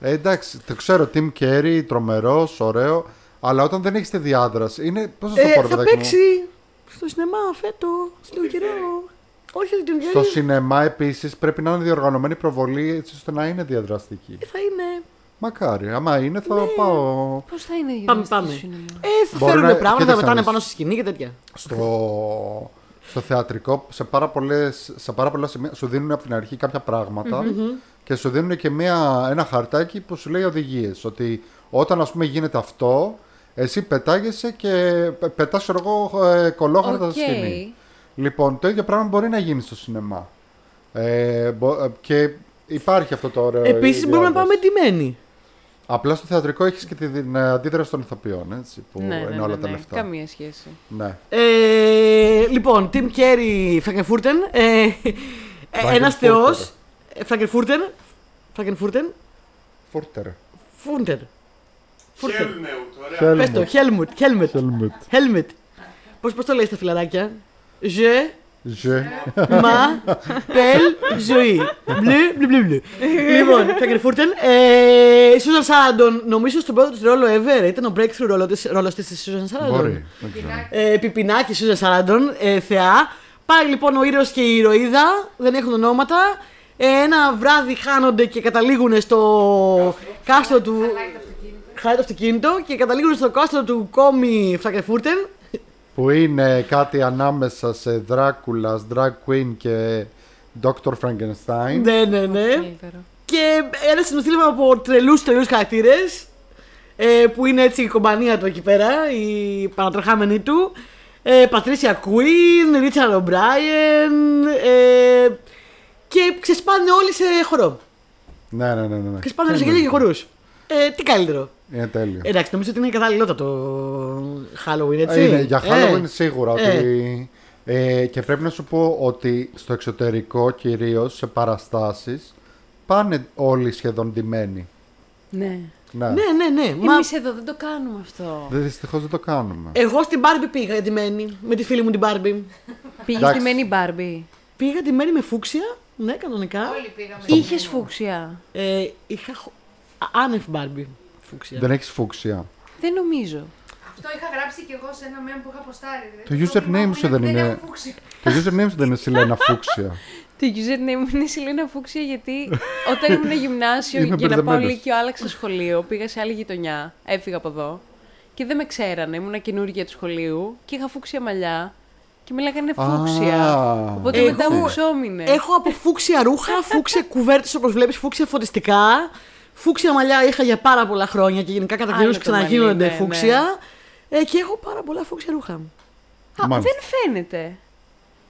B: Ε, εντάξει, το ξέρω, Tim Carey, τρομερός, ωραίο, αλλά όταν δεν έχεις τη διάδραση, είναι, πώς να σου το
A: Ε,
B: πω,
A: θα
B: ρε παιδάκι μου? Ε,
A: παίξει στο σινεμά φέτο, στο λίγο καιρό. Όχι, δεν την
B: Στο σινεμά επίσης πρέπει να είναι διοργανωμένη προβολή έτσι ώστε να είναι διαδραστική.
A: Ε, θα είναι.
B: Μακάρι. Άμα είναι, θα
A: Ναι.
B: πάω.
D: Πώς θα είναι η
A: Πάμε,
D: γυμναστική
A: πάμε.
D: σινεμά?
A: Ε, θα
B: Μπορεί
A: φέρουν
B: να-
A: πράγματα, θα
B: κοίταξε να
A: πετάνε
B: δεις.
A: πάνω στη σκηνή και τέτοια.
B: Στο, στο θεατρικό, σε πάρα, πολλές, σε πάρα πολλά σημεία σου δίνουν από την αρχή κάποια πράγματα και σου δίνουν και μια, ένα χαρτάκι που σου λέει οδηγίες. Ότι όταν ας πούμε γίνεται αυτό, εσύ πετάγεσαι και πετά εγώ ε, κολόχαρτα στη
D: Οκ.
B: σκηνή. Λοιπόν, το ίδιο πράγμα μπορεί να γίνει στο σινεμά. Ε, μπο- ε, και υπάρχει αυτό το ωραίο.
A: Επίσης μπορούμε να
B: ιδιόντως.
A: πάμε ντυμένοι.
B: Απλά στο θεατρικό έχεις και την αντίδραση των ηθοποιών, έτσι, που
D: ναι,
B: είναι
D: ναι,
B: όλα
D: ναι,
B: τα
D: ναι.
B: λεφτά.
D: Καμία σχέση.
B: Ναι.
A: Ε, λοιπόν, Τιμ Κέρι, Φραγκεφούρτεν. Ε, Ένας θεός. Φραγκεφούρτεν. Φραγκεφούρτεν.
B: Φούρτερ.
A: Φούρτερ. Φούρτερ.
C: Χέλνεουτ, ωραία.
A: Πες το, Χέλμουτ. Χέλμετ.
B: Χέλμουτ.
A: Χέλμετ. Πώς πώς το λέει στα φιλαράκια. Je
B: Ζε.
A: Μα, πελ, ζωή. Μπλε, μπλε, μπλε, μπλε. Λοιπόν, Φέγκερ Φούρτεν. ε, Η Σούζαν Σάραντον, νομίζω στον πρώτο της ρόλο ever ήταν ο breakthrough ρόλο της, ρόλος της της Σούζαν Σάραντον.
B: Μπορεί. δεν ξέρω.
E: Πινάκι.
A: Ε, Πιπινάκη Σούζαν Σάραντον, ε, θεά. Πάει λοιπόν ο ήρωας και η ηρωίδα, δεν έχουν ονόματα. Ε, ένα βράδυ χάνονται και καταλήγουν στο κάστρο του...
E: Χαλάει το αυτοκίνητο.
A: Χάρη το αυτοκίνητο και καταλήγουν στο κάστρο του κόμι Φραγκεφούρτεν.
B: Που είναι κάτι ανάμεσα σε Δράκουλας, Drag Queen και Dr. Frankenstein.
A: Ναι, ναι, ναι.
D: Καλύτερο.
A: Και ένα συνοθήλευμα από τρελούς τρελούς χαρακτήρες. Ε, που είναι έτσι η κομπανία του εκεί πέρα, η παρατρεχάμενη του. Ε, Πατρίσια Κουίν, Ρίτσαρντ Ομπράιεν. Ε, και ξεσπάνε όλοι σε χορό.
B: Ναι, ναι, ναι. ναι, ναι.
A: Ξεσπάνε όλοι σε γέλια και χορούς. Ε, τι καλύτερο.
B: Είναι τέλειο.
A: Εντάξει, νομίζω ότι είναι κατάλληλότατο Halloween, έτσι.
B: Είναι, ναι, για
A: Ε,
B: Halloween σίγουρα.
A: ε.
B: Ότι, ε, και πρέπει να σου πω ότι στο εξωτερικό κυρίως σε παραστάσεις πάνε όλοι σχεδόν ντυμένοι.
D: Ναι.
B: Ναι.
A: Ναι, ναι, ναι. Μα
D: Εμείς εδώ δεν το κάνουμε αυτό.
B: Δυστυχώς δεν το κάνουμε.
A: εγώ στην Barbie πήγα εντυμένη, με τη φίλη μου την Barbie.
D: Πήγες
B: Εντάξει.
D: στη Μένη Μπάρμπι.
A: Πήγα εντυμένη με φούξια, ναι, κανονικά.
E: Όλοι πήγαμε.
D: Είχες φούξια.
A: Ε, είχα χο- α- άνευ Μπάρμπι. Φούξια.
B: Δεν έχεις φούξια.
D: Δεν νομίζω.
E: Αυτό είχα γράψει κι εγώ σε ένα meme που είχα
B: Το
E: αποστάρει.
B: username σου δεν είναι-
E: έχω φούξει.
B: Το username σου δεν είναι Σιλένα Φούξια.
D: Το username είναι η Σιλίνα Φούξια γιατί όταν ήμουν γυμνάσιο
B: Είμαι
D: για να πάω
B: μπερδεμένος.
D: λύκειο άλλαξα σχολείο, πήγα σε άλλη γειτονιά, έφυγα από εδώ και δεν με ξέρανε, ήμουν καινούργια του σχολείου και είχα φούξια μαλλιά και με λέγανε φούξια.
B: Α,
D: Οπότε
A: Εγώ-
D: μετά μου ξόμινε.
A: Έχω από φούξια ρούχα, φούξια κουβέρτες όπως βλέπεις, φούξια φωτιστικά. Φούξια μαλλιά είχα για πάρα πολλά χρόνια και γενικά κατά
D: Άλλο
A: καιρού
D: το
A: ξαναγίνονται
D: μαλλί, ναι,
A: φούξια. Ε, και έχω πάρα πολλά φούξια ρούχα.
D: Α,
B: μάλιστα.
D: δεν φαίνεται.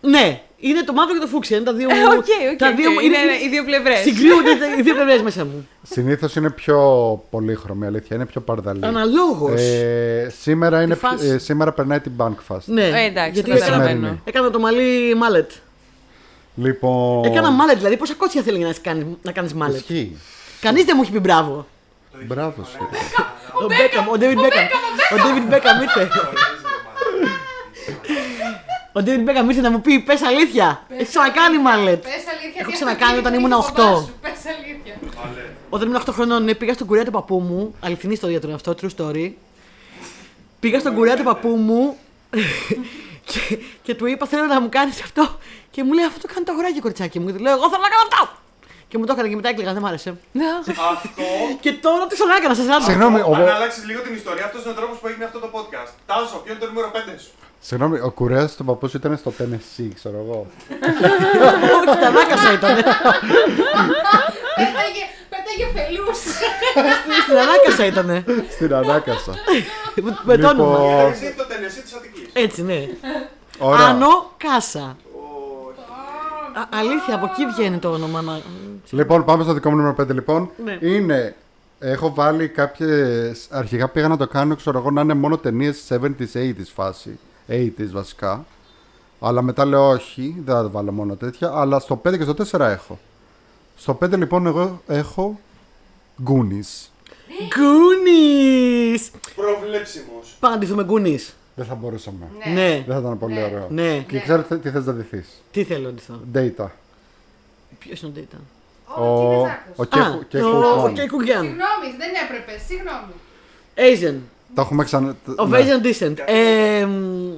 A: Ναι, είναι το μαύρο και το φούξια. Είναι τα δύο
D: Ε,
A: μου.
D: Οκ, οκ.
A: τα
D: οκ. ναι,
A: δύο μου
D: Είναι είναι οι δύο πλευρές.
A: Συγκρίνονται τα- οι δύο πλευρές μέσα μου.
B: Συνήθως είναι πιο πολύχρωμη, αλήθεια. Είναι πιο παρδαλή.
A: Αναλόγως.
B: Ε, σήμερα, είναι,
A: Τη φάση.
B: ε, σήμερα περνάει την Bankfast.
A: Ναι,
D: Ε, εντάξει,
A: γιατί
D: το
A: έκανα,
B: καταλαβαίνω.
A: έκανα το μαλλί μάλετ.
B: Λοιπόν.
A: Έκανα μάλετ, δηλαδή πόσα κότσια θέλει να κάνεις να κάνεις μάλετ.
B: Ισχύει.
A: Κανείς δεν μου έχει πει μπράβο.
B: Μπράβο σου.
A: Ο Μπέκαμ, ο Ντέβιν Μπέκαμ. Ο Ντέβιν Μπέκαμ ήρθε. Ο Ντέβιν Μπέκαμ ήρθε να μου πει: Πες αλήθεια. Έχεις ξανακάνει μάλετ.
E: Πες αλήθεια.
A: Έχω
E: τι
A: ξανακάνει όταν
E: αυτοκίνητο
A: ήμουν οκτώ.
E: είχε ο μπαμπάς σου, Πες αλήθεια.
A: Όταν ήμουν 8 χρονών, ναι, πήγα στον κουρέα του παππού μου. Αληθινή ιστορία του είναι αυτό, true story. Πήγα στον κουρέα του παππού μου και, και του είπα: Θέλω να μου κάνεις αυτό. Και μου λέει: Αυτό το κάνει το αγοράκι, κοριτσάκι μου. Και του λέω: Εγώ θέλω να κάνω αυτό. Και μου το έκανε και μετά έκλαιγα, δεν μ' άρεσε.
C: Αυτό.
A: Και τώρα το ξανά έκανα, σα άντρα.
B: Συγγνώμη, ο,
C: Αν αλλάξεις λίγο την ιστορία, αυτός είναι ο τρόπος που έγινε αυτό το podcast. Τάσο, ποιο είναι το νούμερο 5 σου.
B: συγγνώμη, ο κουρέας του παππού σου ήταν στο Tennessee, ξέρω εγώ.
A: Όχι, τα δάκασα ήταν.
E: Πέταγε, πέταγε φελούς.
A: Στην ανάκασα ήταν.
B: Στην Ανάκασα.
A: Με το όνομα.
B: Λοιπόν,
C: Εσύ είναι το Τενεσί της Αττικής.
A: Έτσι, ναι.
B: Ωραία.
A: Άνω Κάσα. Α, αλήθεια, από εκεί βγαίνει το όνομα. Να...
B: Λοιπόν, πάμε στο δικό μου νούμερο 5 λοιπόν.
A: Ναι.
B: Είναι. Έχω βάλει κάποιες. Αρχικά πήγα να το κάνω, ξέρω εγώ, να είναι μόνο ταινίες 70s, 80s φάση. 80s βασικά. Αλλά μετά λέω όχι, δεν θα βάλω μόνο τέτοια. Αλλά στο 5 και στο 4 έχω. Στο 5 λοιπόν εγώ έχω. Goonies.
A: Γκούνι!
C: Προβλέψιμο.
A: Πάμε να ντυθούμε γκούνι.
B: Δεν θα μπορούσαμε.
A: Ναι.
B: Δεν θα ήταν πολύ ωραίο.
A: Ναι.
B: Και ξέρω τι θες να ντυθείς.
A: Τι θέλω να ντυθώ.
B: Data.
A: Ποιος είναι ο Ντέιτα.
E: Ο
B: ο
A: Α,
E: Κινεζάκος.
B: Κέχου- Κέχου
A: ο- ο
B: Χουάν.
A: Κέικου Γκιάν.
E: Συγγνώμη, δεν έπρεπε. Συγγνώμη.
A: Asian.
B: Τα έχουμε ξανα.
A: Of
B: Ναι.
A: Asian descent. Ε, μ,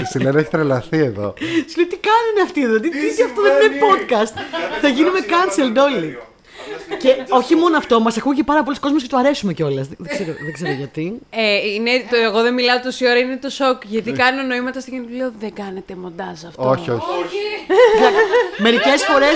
B: Η Σιλένα έχει τρελαθεί εδώ.
A: Σου λέει τι κάνουν αυτοί εδώ, τι, τι, τι αυτό δεν
C: συμβαίνει?
A: είναι podcast. Θα γίνουμε cancelled όλοι. Και όχι μόνο αυτό, μας ακούει και πάρα πολλοί κόσμοι και του αρέσουμε κιόλας. Δεν ξέρω, δεν ξέρω γιατί.
D: Ε, είναι το εγώ δεν μιλάω τόση ώρα, είναι το σοκ. Γιατί κάνω νοήματα στην κοινωνία. Λέω δεν κάνετε μοντάζ αυτό.
B: όχι, όχι.
E: Όχι.
A: Μερικές φορέ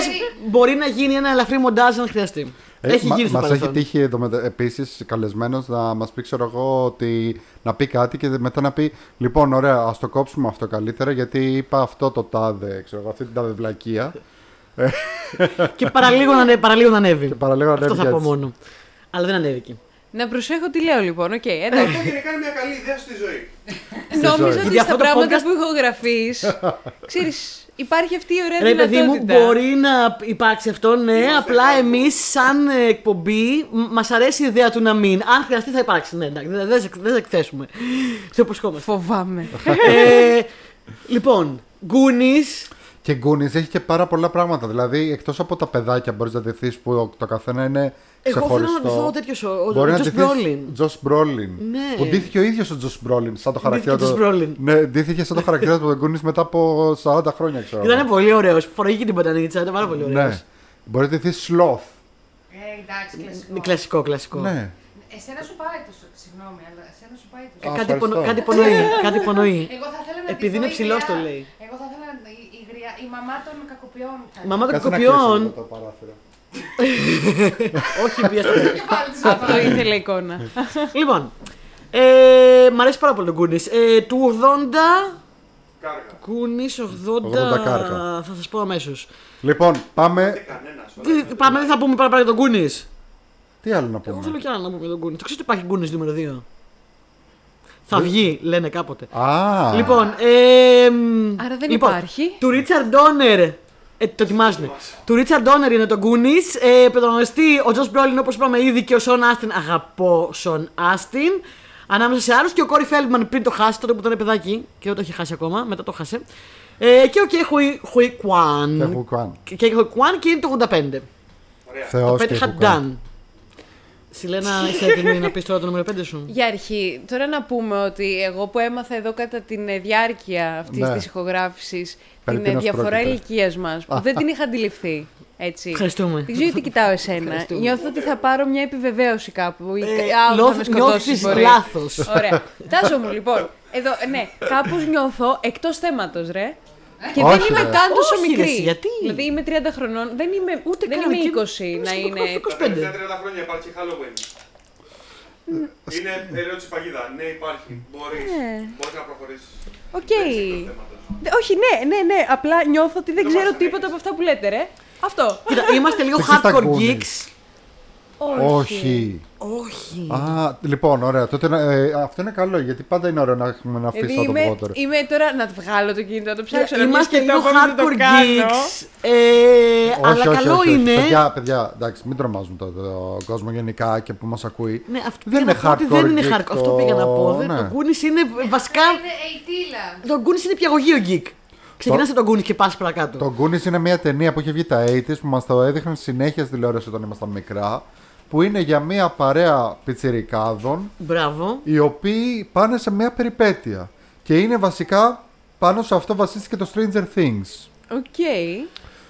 A: μπορεί να γίνει ένα ελαφρύ μοντάζ αν χρειαστεί. Έχει γίνει στο
B: Ε, Μα μας έχει
A: παρελθόν.
B: τύχει εδώ μετα... επίσης καλεσμένος να μας πει, ξέρω εγώ, ότι να πει κάτι και μετά να πει: Λοιπόν, ωραία, ας το κόψουμε αυτό καλύτερα, γιατί είπα αυτό το τάδε, ξέρω εγώ, αυτή την τάδε βλακεία.
A: Και παραλίγο να, ανε- παραλίγο να ανέβει. Και
B: παραλίγο να
A: Αυτό
B: ανέβει
A: θα πω
B: έτσι.
A: μόνο. Αλλά δεν ανέβηκε.
D: Να προσέχω τι λέω λοιπόν. Οκ, εντάξει.
C: Αυτό γενικά είναι μια καλή ιδέα στη ζωή.
D: Νόμιζα
B: ζωή.
D: ότι
A: Για
D: στα
A: αυτό το
D: πράγματα
A: podcast-
D: που ηχογραφείς. Ξέρεις, υπάρχει αυτή η ωραία
A: Ρε παιδί μου,
D: Ε, δυνατότητα.
A: μπορεί να υπάρξει αυτό, ναι, απλά εμείς σαν ε, εκπομπή μας αρέσει η ιδέα του να μην. Αν χρειαστεί θα υπάρξει, ναι, εντάξει, δεν- δεν σε- δεν σε εκθέσουμε. Σε υποσχόμαστε.
D: Φοβάμαι.
A: Ε, λοιπόν, Goonies,
B: Και Goonies έχει και πάρα πολλά πράγματα. Δηλαδή, εκτός από τα παιδάκια μπορείς να δει που το καθένα είναι
A: Εγώ θέλω
B: ξεχωριστό.
A: να ντυθώ τέτοιος, ο- ο- ο Josh Brolin.
B: Τζο Μπρόλιν.
A: Ναι.
B: Που ντύθηκε ο ίδιος ο Τζο Μπρόλιν σαν το χαρακτήρα
A: Ντύθηκε ο Josh Brolin.
B: Ναι, ντύθηκε σαν το χαρακτήρα του Goonies μετά από 40 χρόνια, ξέρω.
A: ήταν πολύ ωραίος. Φορήγηκε την πατανίτσα, ήταν πάρα πολύ ωραίο.
B: Ναι. Μπορείς να ντυθείς Sloth.
E: Ε, εντάξει, κλασικό.
A: Είναι Κλασικό, κλασικό.
B: Ναι.
E: Εσένα σου πάει το. σ- Συγγνώμη, αλλά εσένα σου πάει
A: Ε,
E: το.
B: Α,
A: κάτι,
B: ευχαριστώ.
A: πονο, κάτι υπονοεί. κάτι υπονοεί.
E: Εγώ θα θέλω να
A: Επειδή
E: ντυθώ
A: είναι
E: η
A: ψηλός
E: γριά-
A: το λέει.
E: Εγώ θα ήθελα να. Η, η, γριά- η μαμά των κακοποιών. θα-
A: Μαμά των
B: Κάτσε να κλείσω λίγο
A: κοπιών.
B: το παράθυρο.
A: Όχι, βία
E: Και πάλι της
D: Αυτό
E: μαμάς.
D: ήθελε εικόνα.
A: Λοιπόν. Ε, μ' αρέσει πάρα πολύ το Goonies. Ε, του 80.
C: Κάργα.
A: Goonies 80.
B: 80 κάρκα.
A: Θα σας πω αμέσως.
B: Λοιπόν, πάμε.
C: Κανένα.
A: Πάμε, δεν θα πούμε παραπάνω για τον Goonies.
B: Τι άλλο να
A: Εγώ θέλω
B: πούμε.
A: κι άλλα να πούμε για τον Goonies. Το ξέρω ότι υπάρχει Goonies νούμερο 2. Θα βγει, λένε κάποτε.
B: Α,
A: Λοιπόν, ε, μ,
D: Άρα δεν
A: λοιπόν,
D: υπάρχει.
A: Του Ρίτσαρντ Ντόνερ. Ε, το ετοιμάζουν. Του Ρίτσαρντ Ντόνερ είναι το Goonies. Ε, πρωταγωνιστή ο Τζος Μπρόλιν, όπως είπαμε ήδη, και ο Σον Άστιν. Αγαπώ Σον Άστιν. Ανάμεσα σε άλλους και ο Κόρι Φέλμαν πριν το χάσει, τότε που ήταν παιδάκι και δεν το είχε χάσει ακόμα, μετά το χάσε. Ε, και ο Κέι Χουι, Χουι Κουάν.
B: δεν έχω καν.
A: Και έχω Κουάν και είναι το 85.
C: Ωραία.
A: Το
B: Θεό
A: 5
B: και
A: είχα
B: έχω καν.
A: done. Σιλένα, είσαι έτοιμη να πεις τώρα το νούμερο 5 σου.
D: Για αρχή, τώρα να πούμε ότι εγώ που έμαθα εδώ κατά την ε, διάρκεια αυτής
B: Ναι.
D: της ηχογράφησης
B: Περί
D: την ε,
B: τίνος
D: διαφορά
B: πρόκειται.
D: ηλικίας μας, που δεν την είχα αντιληφθεί. Έτσι.
A: Ευχαριστούμε.
D: Δεν ξέρω γιατί κοιτάω εσένα.
A: Ευχαριστούμε.
D: Νιώθω ότι θα πάρω μια επιβεβαίωση κάπου. Ή...
A: Ε,
D: α, θα με
A: νιώθ-
D: σκοτώσεις,
A: νιώθεις
D: μπορεί.
A: λάθος.
D: Ωραία. Τάσο μου, λοιπόν. Εδώ, ναι, κάπως νιώθω εκτός θέματος, ρε. Και
B: Όχι,
D: δεν είμαι
B: ρε.
D: καν τόσο
A: Όχι, ρε,
D: μικρή.
A: εσύ, γιατί?
D: Δηλαδή είμαι 30 χρονών, δεν είμαι,
A: Ούτε
D: δεν
A: καν,
D: είμαι
A: και-
D: 20 να
A: είσαι
D: είναι.
C: Τα
A: 25.
C: τελευταία 30 χρόνια υπάρχει Halloween. Είναι ερώτηση παγίδα. Ναι, υπάρχει. Μπορείς.
A: Ναι.
C: Μπορείς να προχωρήσεις.
D: Οκ.
C: Θέματος.
D: Δε- Όχι, ναι, ναι, ναι. Απλά νιώθω ότι δεν
C: Δεν
D: ξέρω
C: μας
D: τίποτα
C: ανέχεις.
D: από αυτά που λέτε, ρε. Αυτό.
A: Κοίτα, είμαστε λίγο
B: Εσείς τα
A: hardcore
B: Goonies.
A: geeks.
B: Όχι.
A: Όχι.
B: Α, λοιπόν, ωραία. Τότε, να- ε, αυτό είναι καλό γιατί πάντα είναι ωραίο να έχουμε
A: Ε,
B: ένα
D: Δηλαδή
B: φύσο το
D: είμαι,
B: πότερο.
D: είμαι τώρα να το βγάλω το κινητό, να το ψάξω. να μην
A: Είμαστε
D: σκεφτώ
A: λίγο
D: πώς να το
A: hardcore
D: κάνω.
A: geeks. Ε, αλλά καλό είναι.
B: Παιδιά, παιδιά, εντάξει, μην τρομάζουν το, το κόσμο γενικά και που μας ακούει.
A: Ναι, αυτό
B: δεν
A: πήγα
B: είναι
A: να πω ότι
B: hardcore.
A: δεν είναι
B: geek
A: hardcore. Αυτό πήγα να πω. δεν-
B: ναι.
A: Το Goonies είναι βασικά.
E: Είναι ειτήλα.
A: Το Goonies είναι πιαγωγείο geek. Ξεκινάς από τον Goonies και πας παρακάτω.
B: Το Goonies είναι μια ταινία που είχε βγει τα 80s που μας το έδειχναν συνέχεια στη τηλεόραση όταν ήμασταν μικρά. Που είναι για μια παρέα πιτσιρικάδων
A: Μπράβο.
B: οι οποίοι πάνε σε μια περιπέτεια. Και είναι βασικά πάνω σε αυτό βασίστηκε το Stranger Things.
D: Οκ.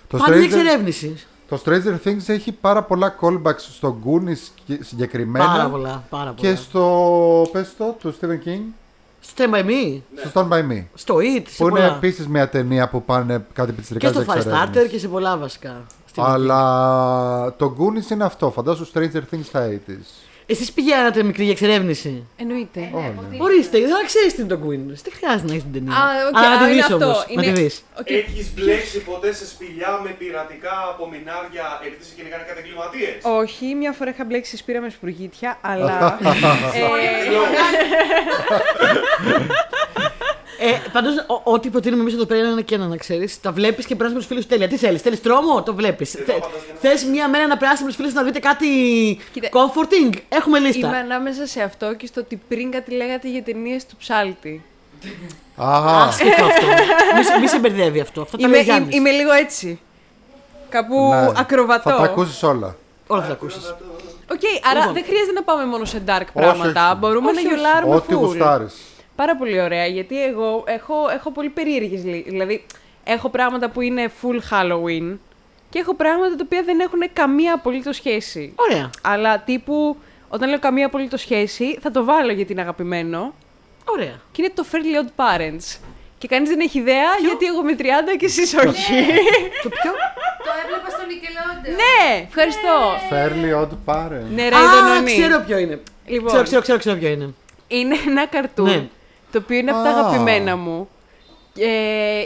B: Το
A: Πάντα είναι
B: Stranger,
A: εξερεύνηση.
B: το Stranger Things έχει πάρα πολλά callbacks στο Goonies και- συγκεκριμένα.
A: Πάρα πολλά. Πάρα πολλά.
B: Και στο. πες το, του Stephen King.
A: Στο Stand by Me,
B: Στο Stand By Me.
A: στο It, σε
B: Που είναι
A: πολλά.
B: επίσης μια ταινία που πάνε κάτι
A: Και
B: πιτσιρικάδες ναι.
A: στο
B: να εξερεύνουν.
A: Firestarter και σε πολλά βασικά. Στην-
B: Αλλά το Goonies είναι αυτό. Φαντάσου Stranger Things στα 80s.
A: Εσείς πηγαίνατε μικρή για εξερευνηση
D: Εννοείται.
A: Ε,
E: Ναι, ποτέ.
A: Ορίστε, δεν ξέρεις τι είναι το Queen. Δεν χρειάζεται να έχεις την ταινία.
D: Α, οκ,
A: Αλλά ναι. να
D: α,
A: τη
D: είναι
A: δεις
D: αυτό.
A: όμως. Να
D: Είναι-
A: τη δεις.
D: οκ.
C: Έχεις μπλέξει ποτέ σε σπηλιά με πειρατικά απομεινάρια επειδή σε κυνηγάνε κατεγκληματίε.
D: Όχι, μια φορά είχα μπλέξει σπήρα με σπουργίτια, αλλά. ε,
A: Ε, Πάντω, ό,τι προτείνουμε εμείς εδώ πέρα είναι ένα και ένα να ξέρεις. Τα βλέπεις και περάσει με του φίλους τέλεια. Τι θέλεις, θέλεις τρόμο, το βλέπεις.
C: θα φανταστώ.
A: Θες μία μέρα να περάσει με του φίλους να δείτε κάτι
D: Κοίτα,
A: comforting. Έχουμε λίστα.
D: είμαι ανάμεσα σε αυτό και στο ότι πριν κάτι λέγατε για ταινίες του ψάλτη.
B: Α,
A: Άσχετο αυτό. Μη σε- Μη σε μπερδεύει αυτό. Αυτό τα
D: Είμαι,
A: λέει ο
D: είμαι,
A: Γιάννης.
D: είμαι λίγο έτσι. Κάπου
B: ναι.
D: ακροβατό.
B: Θα τα ακούσεις όλα.
A: Όλα θα τα ακούσεις.
D: Οκ, άρα
A: Λοιπόν.
D: δεν χρειάζεται να πάμε μόνο σε dark πράγματα.
B: όχι.
D: Μπορούμε να γελάρουμε
B: Ό,τι
D: full.
B: γουστάρεις.
D: Πάρα πολύ ωραία, γιατί εγώ έχω, έχω πολύ περίεργες Δηλαδή, έχω πράγματα που είναι full Halloween και έχω πράγματα τα οποία δεν έχουν καμία απολύτως σχέση.
A: Ωραία.
D: Αλλά τύπου, όταν λέω καμία απολύτως σχέση, θα το βάλω γιατί είναι αγαπημένο
A: Ωραία.
D: και είναι το Fairly Odd Parents. Και κανείς δεν έχει ιδέα γιατί εγώ είμαι 30 και εσείς όχι.
A: Το πιο.
E: Το έβλεπα στο Nickelodeon. Nickelodeon.
D: Ναι, ευχαριστώ.
B: Φέρλι, ό,τι πάρε.
D: Ναι, ρε,
A: Α,
D: Ιδονονή.
A: ξέρω ποιο είναι.
D: Λοιπόν.
A: Ξέρω, ξέρω, ξέρω, ξέρω ποιο είναι.
D: Είναι ένα καρτούν
A: Ναι.
D: το οποίο είναι από τα
B: Α.
D: αγαπημένα μου. Ε,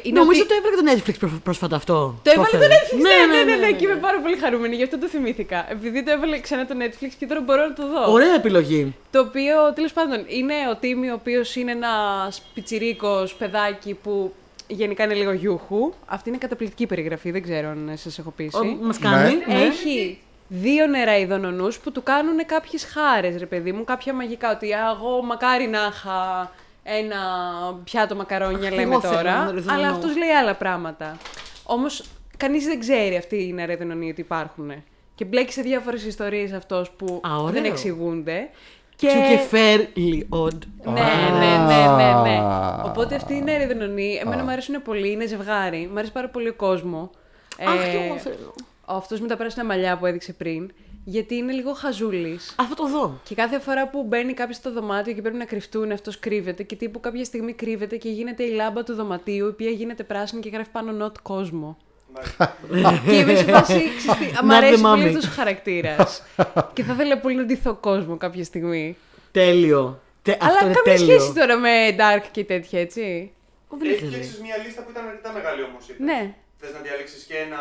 D: είναι
A: Νομίζω
D: ότι-
A: το έβαλε το Netflix προ- πρόσφατα αυτό.
D: Το έβαλε το
A: έφερε.
D: Netflix, ναι, ναι, ναι, ναι, και είμαι πάρα πολύ χαρούμενη, γι' αυτό το θυμήθηκα. Επειδή το έβαλε ξανά το Netflix και τώρα μπορώ να το δω.
A: Ωραία επιλογή.
D: Το οποίο, τέλος πάντων, είναι ο Τίμι, ο οποίος είναι ένας πιτσιρίκος παιδάκι που γενικά είναι λίγο γιούχου. Αυτή είναι καταπληκτική περιγραφή, δεν ξέρω αν σας έχω πείσει.
A: Μας κάνει. Ε,
B: Ναι.
D: Έχει δύο νεραϊδονονού που του κάνουν κάποιες χάρες, ρε παιδί μου, κάποια μαγικά. Ότι «Α, εγώ μακάρι να είχα ένα πιάτο μακαρόνια,
A: Αχ,
D: λέμε
A: εγώ θέλω
D: τώρα.
A: νεραϊδονονό.
D: Αλλά αυτός λέει άλλα πράγματα. Όμως κανείς δεν ξέρει αυτοί οι νεραϊδονονοί ότι υπάρχουν. Και μπλέκει σε διάφορες ιστορίες αυτός που
A: Α, ωραίο.
D: δεν εξηγούνται. Και...
A: Του και φέρλι, οντ.
D: Ναι, ναι, ναι, ναι, ναι.
B: Α.
D: Οπότε αυτή είναι ερεδινονή. Εμένα μου αρέσουν πολύ, είναι ζευγάρι. Μου αρέσει πάρα πολύ ο κόσμος.
A: Αχ, τι όμορφο.
D: Αυτός με τα πράσινα μαλλιά που έδειξε πριν. Γιατί είναι λίγο χαζούλης.
A: Αυτό το δω.
D: Και κάθε φορά που μπαίνει κάποιος στο δωμάτιο και πρέπει να κρυφτούν, αυτός κρύβεται. Και τύπου κάποια στιγμή κρύβεται και γίνεται η λάμπα του δωματίου, η οποία γίνεται πράσινη και γράφει πάνω not κόσμο. και είμαι σε φάση, «Ξέρεις τι, μ'
A: Not the
D: αρέσει πολύ
A: mummy.
D: αυτός ο χαρακτήρας. και θα ήθελα πολύ να ντυθώ κόσμο κάποια στιγμή.
A: Τέλειο. Τε, αυτό
D: Αλλά
A: είναι
D: καμία
A: τέλειο. Ε,
D: σχέση τώρα με dark και τέτοια, έτσι.
A: Δεν
C: Έχει
A: ήθελε.
C: φτιάξει μια λίστα που ήταν αρκετά μεγάλη όμως.
D: Ναι.
C: Θες να διαλέξεις και ένα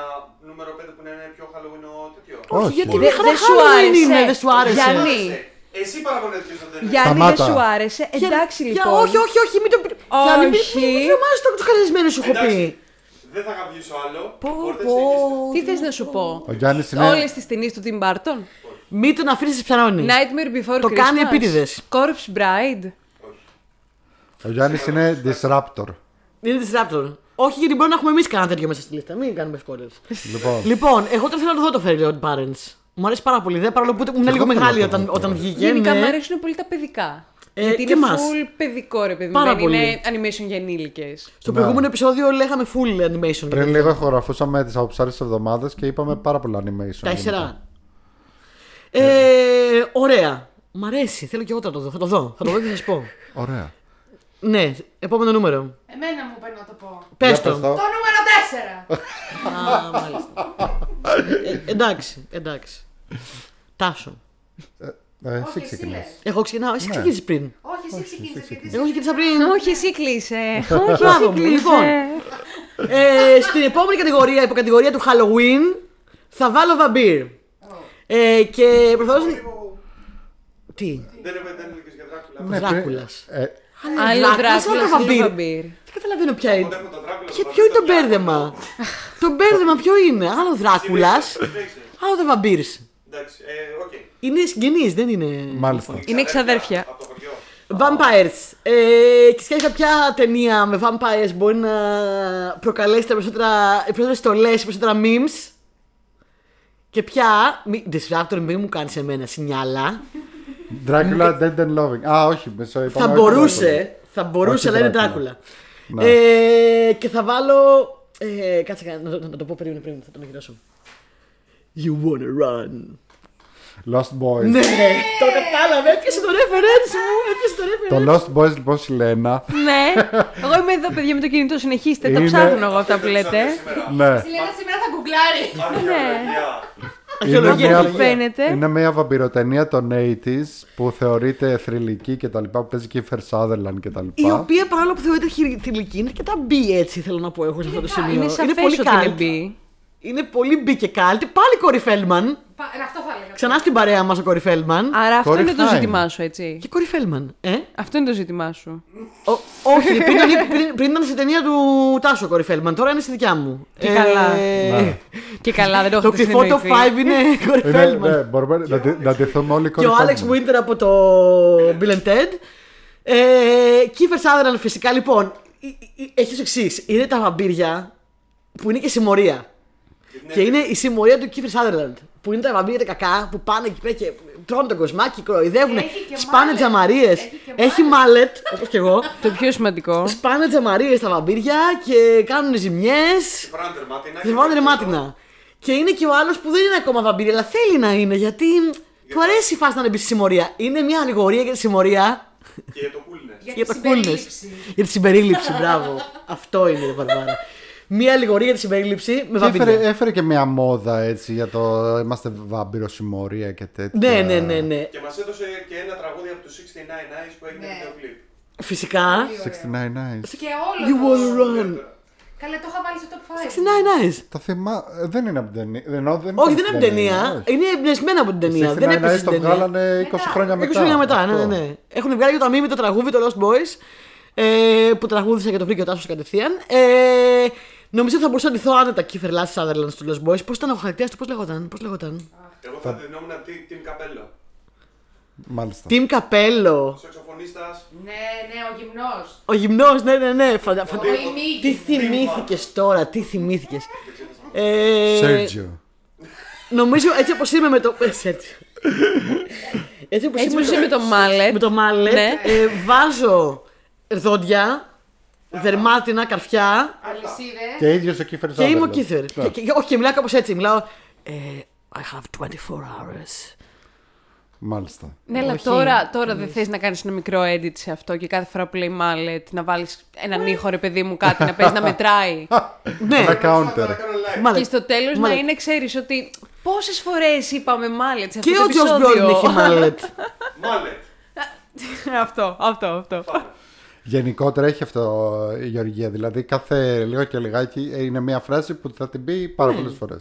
C: νούμερο 5 που να είναι πιο χαλογινό τέτοιο.
A: Όχι, γιατί
B: Μπορεί.
A: δεν χαρά
D: Δεν σου
A: Halloween
D: άρεσε.
A: είναι, δεν σου άρεσε.
C: Σου
D: Γιάννη.
C: άρεσε. Εσύ παραπονέθηκες όταν δεν
D: Γιάννη, δεν
B: Σταμάτα.
D: σου άρεσε.
A: Για-
D: Εντάξει
A: για-
D: λοιπόν.
A: Όχι, όχι, όχι, μην το πει. Γιάννη, μην
D: Όχι.
A: τρομάζεις το καλεσμένο σου, έχω πει.
C: Εντάξει, δεν θα γαμπιούσω άλλο.
A: Πω,
C: Μπορείτε να
A: πω.
C: συνεχίσετε.
D: Τι θες να σου πω.
B: Ο Γιάννης είναι.
D: Όλες τις ταινίες του Tim Burton.
A: Μην τον αφήσεις ψαρώνει.
B: Ναι.
D: Nightmare Before
A: Το
D: Christmas.
A: κάνει επίτηδες.
D: Corpse Bride.
B: Ο Γιάννης είναι disruptor.
A: Είναι τη Raptor. Όχι, γιατί μπορεί να έχουμε εμείς κανένα τέτοιο μέσα στη λίστα. Μην κάνουμε spoilers.
B: Λοιπόν.
A: λοιπόν, εγώ τώρα θέλω να το δω το Fairy Odd Parents. Μου αρέσει πάρα πολύ. Δεν παρόλο που ήμουν λίγο
B: θέλω να
A: μεγάλη
B: το
A: όταν,
B: δω
A: όταν
B: τώρα.
A: βγήκε.
D: Γενικά
A: ναι.
D: μου αρέσουν πολύ τα παιδικά.
A: Ε,
D: Γιατί
A: και
D: είναι
A: μας.
D: full παιδικό ρε παιδί μου.
A: Πάρα
D: Δεν είναι
A: πολύ.
D: animation για ενήλικες.
A: Στο
B: Ναι.
A: προηγούμενο επεισόδιο λέγαμε full animation.
B: Πριν λίγο ηχογραφούσαμε τι αποψάρε τη εβδομάδα και είπαμε πάρα πολλά animation. γενικά.
A: Τέσσερα. Ε, ωραία. Μ' αρέσει. Θέλω και εγώ τώρα να το δω. Θα το δω. Θα το δω και θα σας πω.
B: Ωραία.
A: Ναι, επόμενο νούμερο.
E: Εμένα μου είπε να το πω.
A: Πες
B: Για πες
A: το.
E: Το νούμερο 4.
A: Α, μάλιστα. Ε, εντάξει, εντάξει. Τάσο.
B: Ε, Εσύ
E: Όχι, εσύ
B: ξεκινάς.
E: λες.
A: Εγώ ξεκινάω.
B: Ναι.
A: Εσύ ξεκινήσει πριν.
E: Όχι, εσύ ξεκίνησε. γιατί
A: Εγώ
E: είσαι-
A: ξεκίνησα πριν.
D: Όχι, εσύ κλείσε. Όχι,
A: Ε, Μπράβο
D: εσύ
A: μου, λοιπόν.
D: κλείσε.
A: Ε, στην επόμενη κατηγορία, υποκατηγορία του Halloween, θα βάλω βαμπύρ. Ε, και προφανώ. Τι.
C: Δεν έπρεπε να έλεγες για Δράκουλα.
B: Ναι, πριν-
A: Δράκουλας.
B: ε,
D: Άλλο Δράκουλας, άλλο
A: βαμπύρ.
D: βαμπύρ.
A: Δεν καταλαβαίνω ποια είναι.
C: Κοντεύω τον Δράκουλα,
A: Ποιο,
C: τον
A: ποιο είναι το
C: Δράκουλα.
A: μπέρδεμα. το μπέρδεμα ποιο είναι. Άλλο Δράκουλα,
C: Συνέχισε.
A: άλλο τα βαμπύρ.
C: Εντάξει, ε, οκ.
A: Είναι συγγενεί, δεν είναι.
B: Μάλιστα.
C: Λοιπόν.
D: Είναι εξαδέρφια.
C: Από το χωριό.
A: Vampires. Ε, και σκέφτηκα ποια ταινία με vampires μπορεί να προκαλέσει τα περισσότερα, οι περισσότερες στολές, οι περισσότερα memes. Και ποια. Μη, disruptor, μην μου κάνεις εμένα συνιάλα.
B: Dracula Dead and Loving. Α, όχι, μισό.
A: Θα
B: είπαμε όχι, Dracula.
A: μπορούσε. Θα μπορούσε,
B: Όχι
A: αλλά είναι
B: Dracula.
A: Dracula. Ε, και θα βάλω. Ε, κάτσε κα- να, το- να το πω περίμενε πριν, θα το γυρώσω. You wanna run.
B: Lost Boys.
A: Ναι, το κατάλαβε. Έπιασε το reference μου. Έπιασε το
B: Το
A: reference.
B: Lost Boys λοιπόν στη Λένα.
D: Ναι. Εγώ είμαι εδώ, παιδιά, με το κινητό. Συνεχίστε. Τα
B: Είναι-
D: ψάχνω εγώ αυτά που
C: Ξέρεις
D: λέτε.
C: σήμερα.
B: Ναι.
E: Η Λένα σήμερα θα γκουγκλάρει.
C: Αρχαιολογία.
B: Είναι
A: Αρχαιολογία,
B: μια,
A: αρχαιολογία.
D: Φαίνεται.
B: είναι μια βαμπυροτενία των 80s που θεωρείται θρηλυκή και τα λοιπά, που παίζει και η Σάδερλαν και τα
A: Η
B: λοιπά.
A: οποία παρόλο που θεωρείται χειρι- θηλυκή είναι αρκετά μπι έτσι θέλω να πω εγώ σε αυτό το σημείο.
D: Είναι σαφές
A: πολύ
D: ότι
A: cult.
D: είναι B.
A: Είναι πολύ μπι και κάλτη. Πάλι Κόρι Φέλμαν.
E: Πα- ε, Αυτό θα έλεγα.
A: Ξανά στην παρέα μας ο Κόρι Φέλμαν.
D: Άρα αυτό
B: Corey
D: είναι το
B: Fein.
D: ζήτημά σου, έτσι.
A: Και Κόρι Φέλμαν. Ε?
D: Αυτό είναι το ζήτημά σου.
A: Ο- όχι, πριν, ήταν- πριν, πριν ήταν στην ταινία του Τάσο ο Κόρι Φέλμαν. Τώρα είναι στη δικιά μου. Ε,
D: Τι καλά.
B: Ναι.
D: Και καλά, δεν το
A: το
D: έχω
A: κρυφό το 5 είναι Κόρι
B: Είναι,
A: Φέλμαν.
B: ναι, μπορούμε να, τη- να ντυθούμε όλοι
A: Και ο
B: Corey
A: Άλεξ
B: Feldman.
A: Winter από το Bill and Ted. Κίφερ Σάδεραν φυσικά λοιπόν. Έχει εξής. Είναι τα βαμπύρια που είναι και συμμορία. Και είναι η συμμορία του Κίφερ Σάδερλαντ. Που είναι τα βαμπύρια τα κακά που πάνε εκεί πέρα και τρώνε τον κοσμάκι, κοροϊδεύουν,
E: Έχει και
A: σπάνε
E: μάλετ.
A: τζαμαρίες.
E: Έχει και
A: Έχει μάλετ, όπως και εγώ.
D: Το πιο σημαντικό.
A: Σπάνε τζαμαρίες τα βαμπύρια και κάνουν ζημιέ.
C: Βράνε τερμάτινα.
A: Δεν βάλουν ρεμάτινα. Και είναι και ο άλλος που δεν είναι ακόμα βαμπύρι, αλλά θέλει να είναι γιατί του αρέσει η φάση να είναι μπει στη συμμορία. Είναι μια αλληγορία για τη συμμορία
C: Και για το coolness.
E: Για
A: για
E: τη
A: τα coolness.
E: συμπερίληψη.
A: Για τη συμπερίληψη, μπράβο. Αυτό είναι η Βαρβάρα. Μία λιγορία για τη συμπερίληψη με
B: Και
A: βαμπύρια.
B: έφερε, ε? έφερε και μια μόδα έτσι για το είμαστε βάμπυρος συμμορία και τέτοια.
A: Ναι, ναι, ναι, ναι.
C: Και μας έδωσε και ένα τραγούδι από του 69 Eyes που έγινε
E: Ναι.
C: βίντεο κλιπ.
A: Φυσικά.
E: Πολύ
B: 69 Nights.
E: Και όλο.
A: You
E: το-
A: will run.
E: Καλά, το είχα βάλει στο top 5.
A: 69 nice.
B: Τα θυμά... Δεν είναι από την ταινία. Δεν, εννοώ, δεν
A: Όχι,
B: ήταν
A: δεν είναι από
B: στην
A: την ταινία.
B: όχι.
A: Είναι εμπνευσμένα από την ταινία. Δεν
B: 69
A: έπεσε
B: Nights
A: στην
B: ναι, το
A: ταινία.
B: βγάλανε 20
E: Μετά.
B: χρόνια
A: 20
B: μετά.
A: χρόνια μετά, ναι,
B: Αυτό.
A: ναι, ναι. Έχουν βγάλει και το μήνυμα το τραγούδι το Lost Boys ε, που τραγούδισε και το βρήκε ο Τάσος κατευθείαν. Ε, νομίζω ότι θα μπορούσα να ντυθώ άνετα Kiefer Last Sutherland του Lost Boys. Πώς ήταν ο χαρακτήρας του, πώς λεγόταν. Πώς λεγόταν.
C: Εγώ θα δινόμουν Τιμ Καπέλο.
B: Μάλιστα.
A: Τιμ Καπέλο.
C: Σαξοφωνίστα.
E: Ναι, ναι, ο γυμνός.
A: Ο γυμνός, ναι, ναι, ναι. Φαντα, φαντα...
E: Ο ημίγυμνος.
A: Τι θυμήθηκες τώρα, τι θυμήθηκες. Ε,
B: Σέργιο.
A: νομίζω έτσι όπως είμαι με το. Έτσι, έτσι. έτσι όπως
D: Έτσι
A: είμαι,
D: μου με το μάλετ.
A: με το μάλετ,
D: Ναι.
A: ε, βάζω δόντια, δερμάτινα, καρφιά,
E: Αλυσίδες.
B: Και ίδιος ο Κίφερ
A: Και είμαι ο
B: Sutherland.
A: Κίθερ.
B: Ναι.
A: Και- και- Όχι, και μιλάω κάπως έτσι. Μιλάω. ε, I have 24 hours.
B: Μάλιστα.
D: Ναι, αλλά
A: Όχι.
D: τώρα, τώρα δεν θες να κάνεις ένα μικρό edit σε αυτό και κάθε φορά που λέει μάλετ να βάλεις
A: Ε.
D: έναν ήχο, ρε παιδί μου, κάτι να παίζει να μετράει.
A: Ναι,
B: Ένα counter.
A: μάλιστα.
D: και στο τέλος να
A: Μάλετ.
D: είναι, ξέρεις ότι πόσες φορές είπαμε μάλετ σε αυτό
A: Και
D: το
A: ο Τζο
D: επεισόδιο.
A: Μπρόλιν έχει μάλετ.
C: Μάλετ.
D: αυτό, αυτό, αυτό.
B: Γενικότερα έχει αυτό η Γεωργία. Δηλαδή κάθε λίγο και λιγάκι ε, είναι μια φράση που θα την πει πάρα
A: Ναι.
B: Ε, πολλέ φορέ.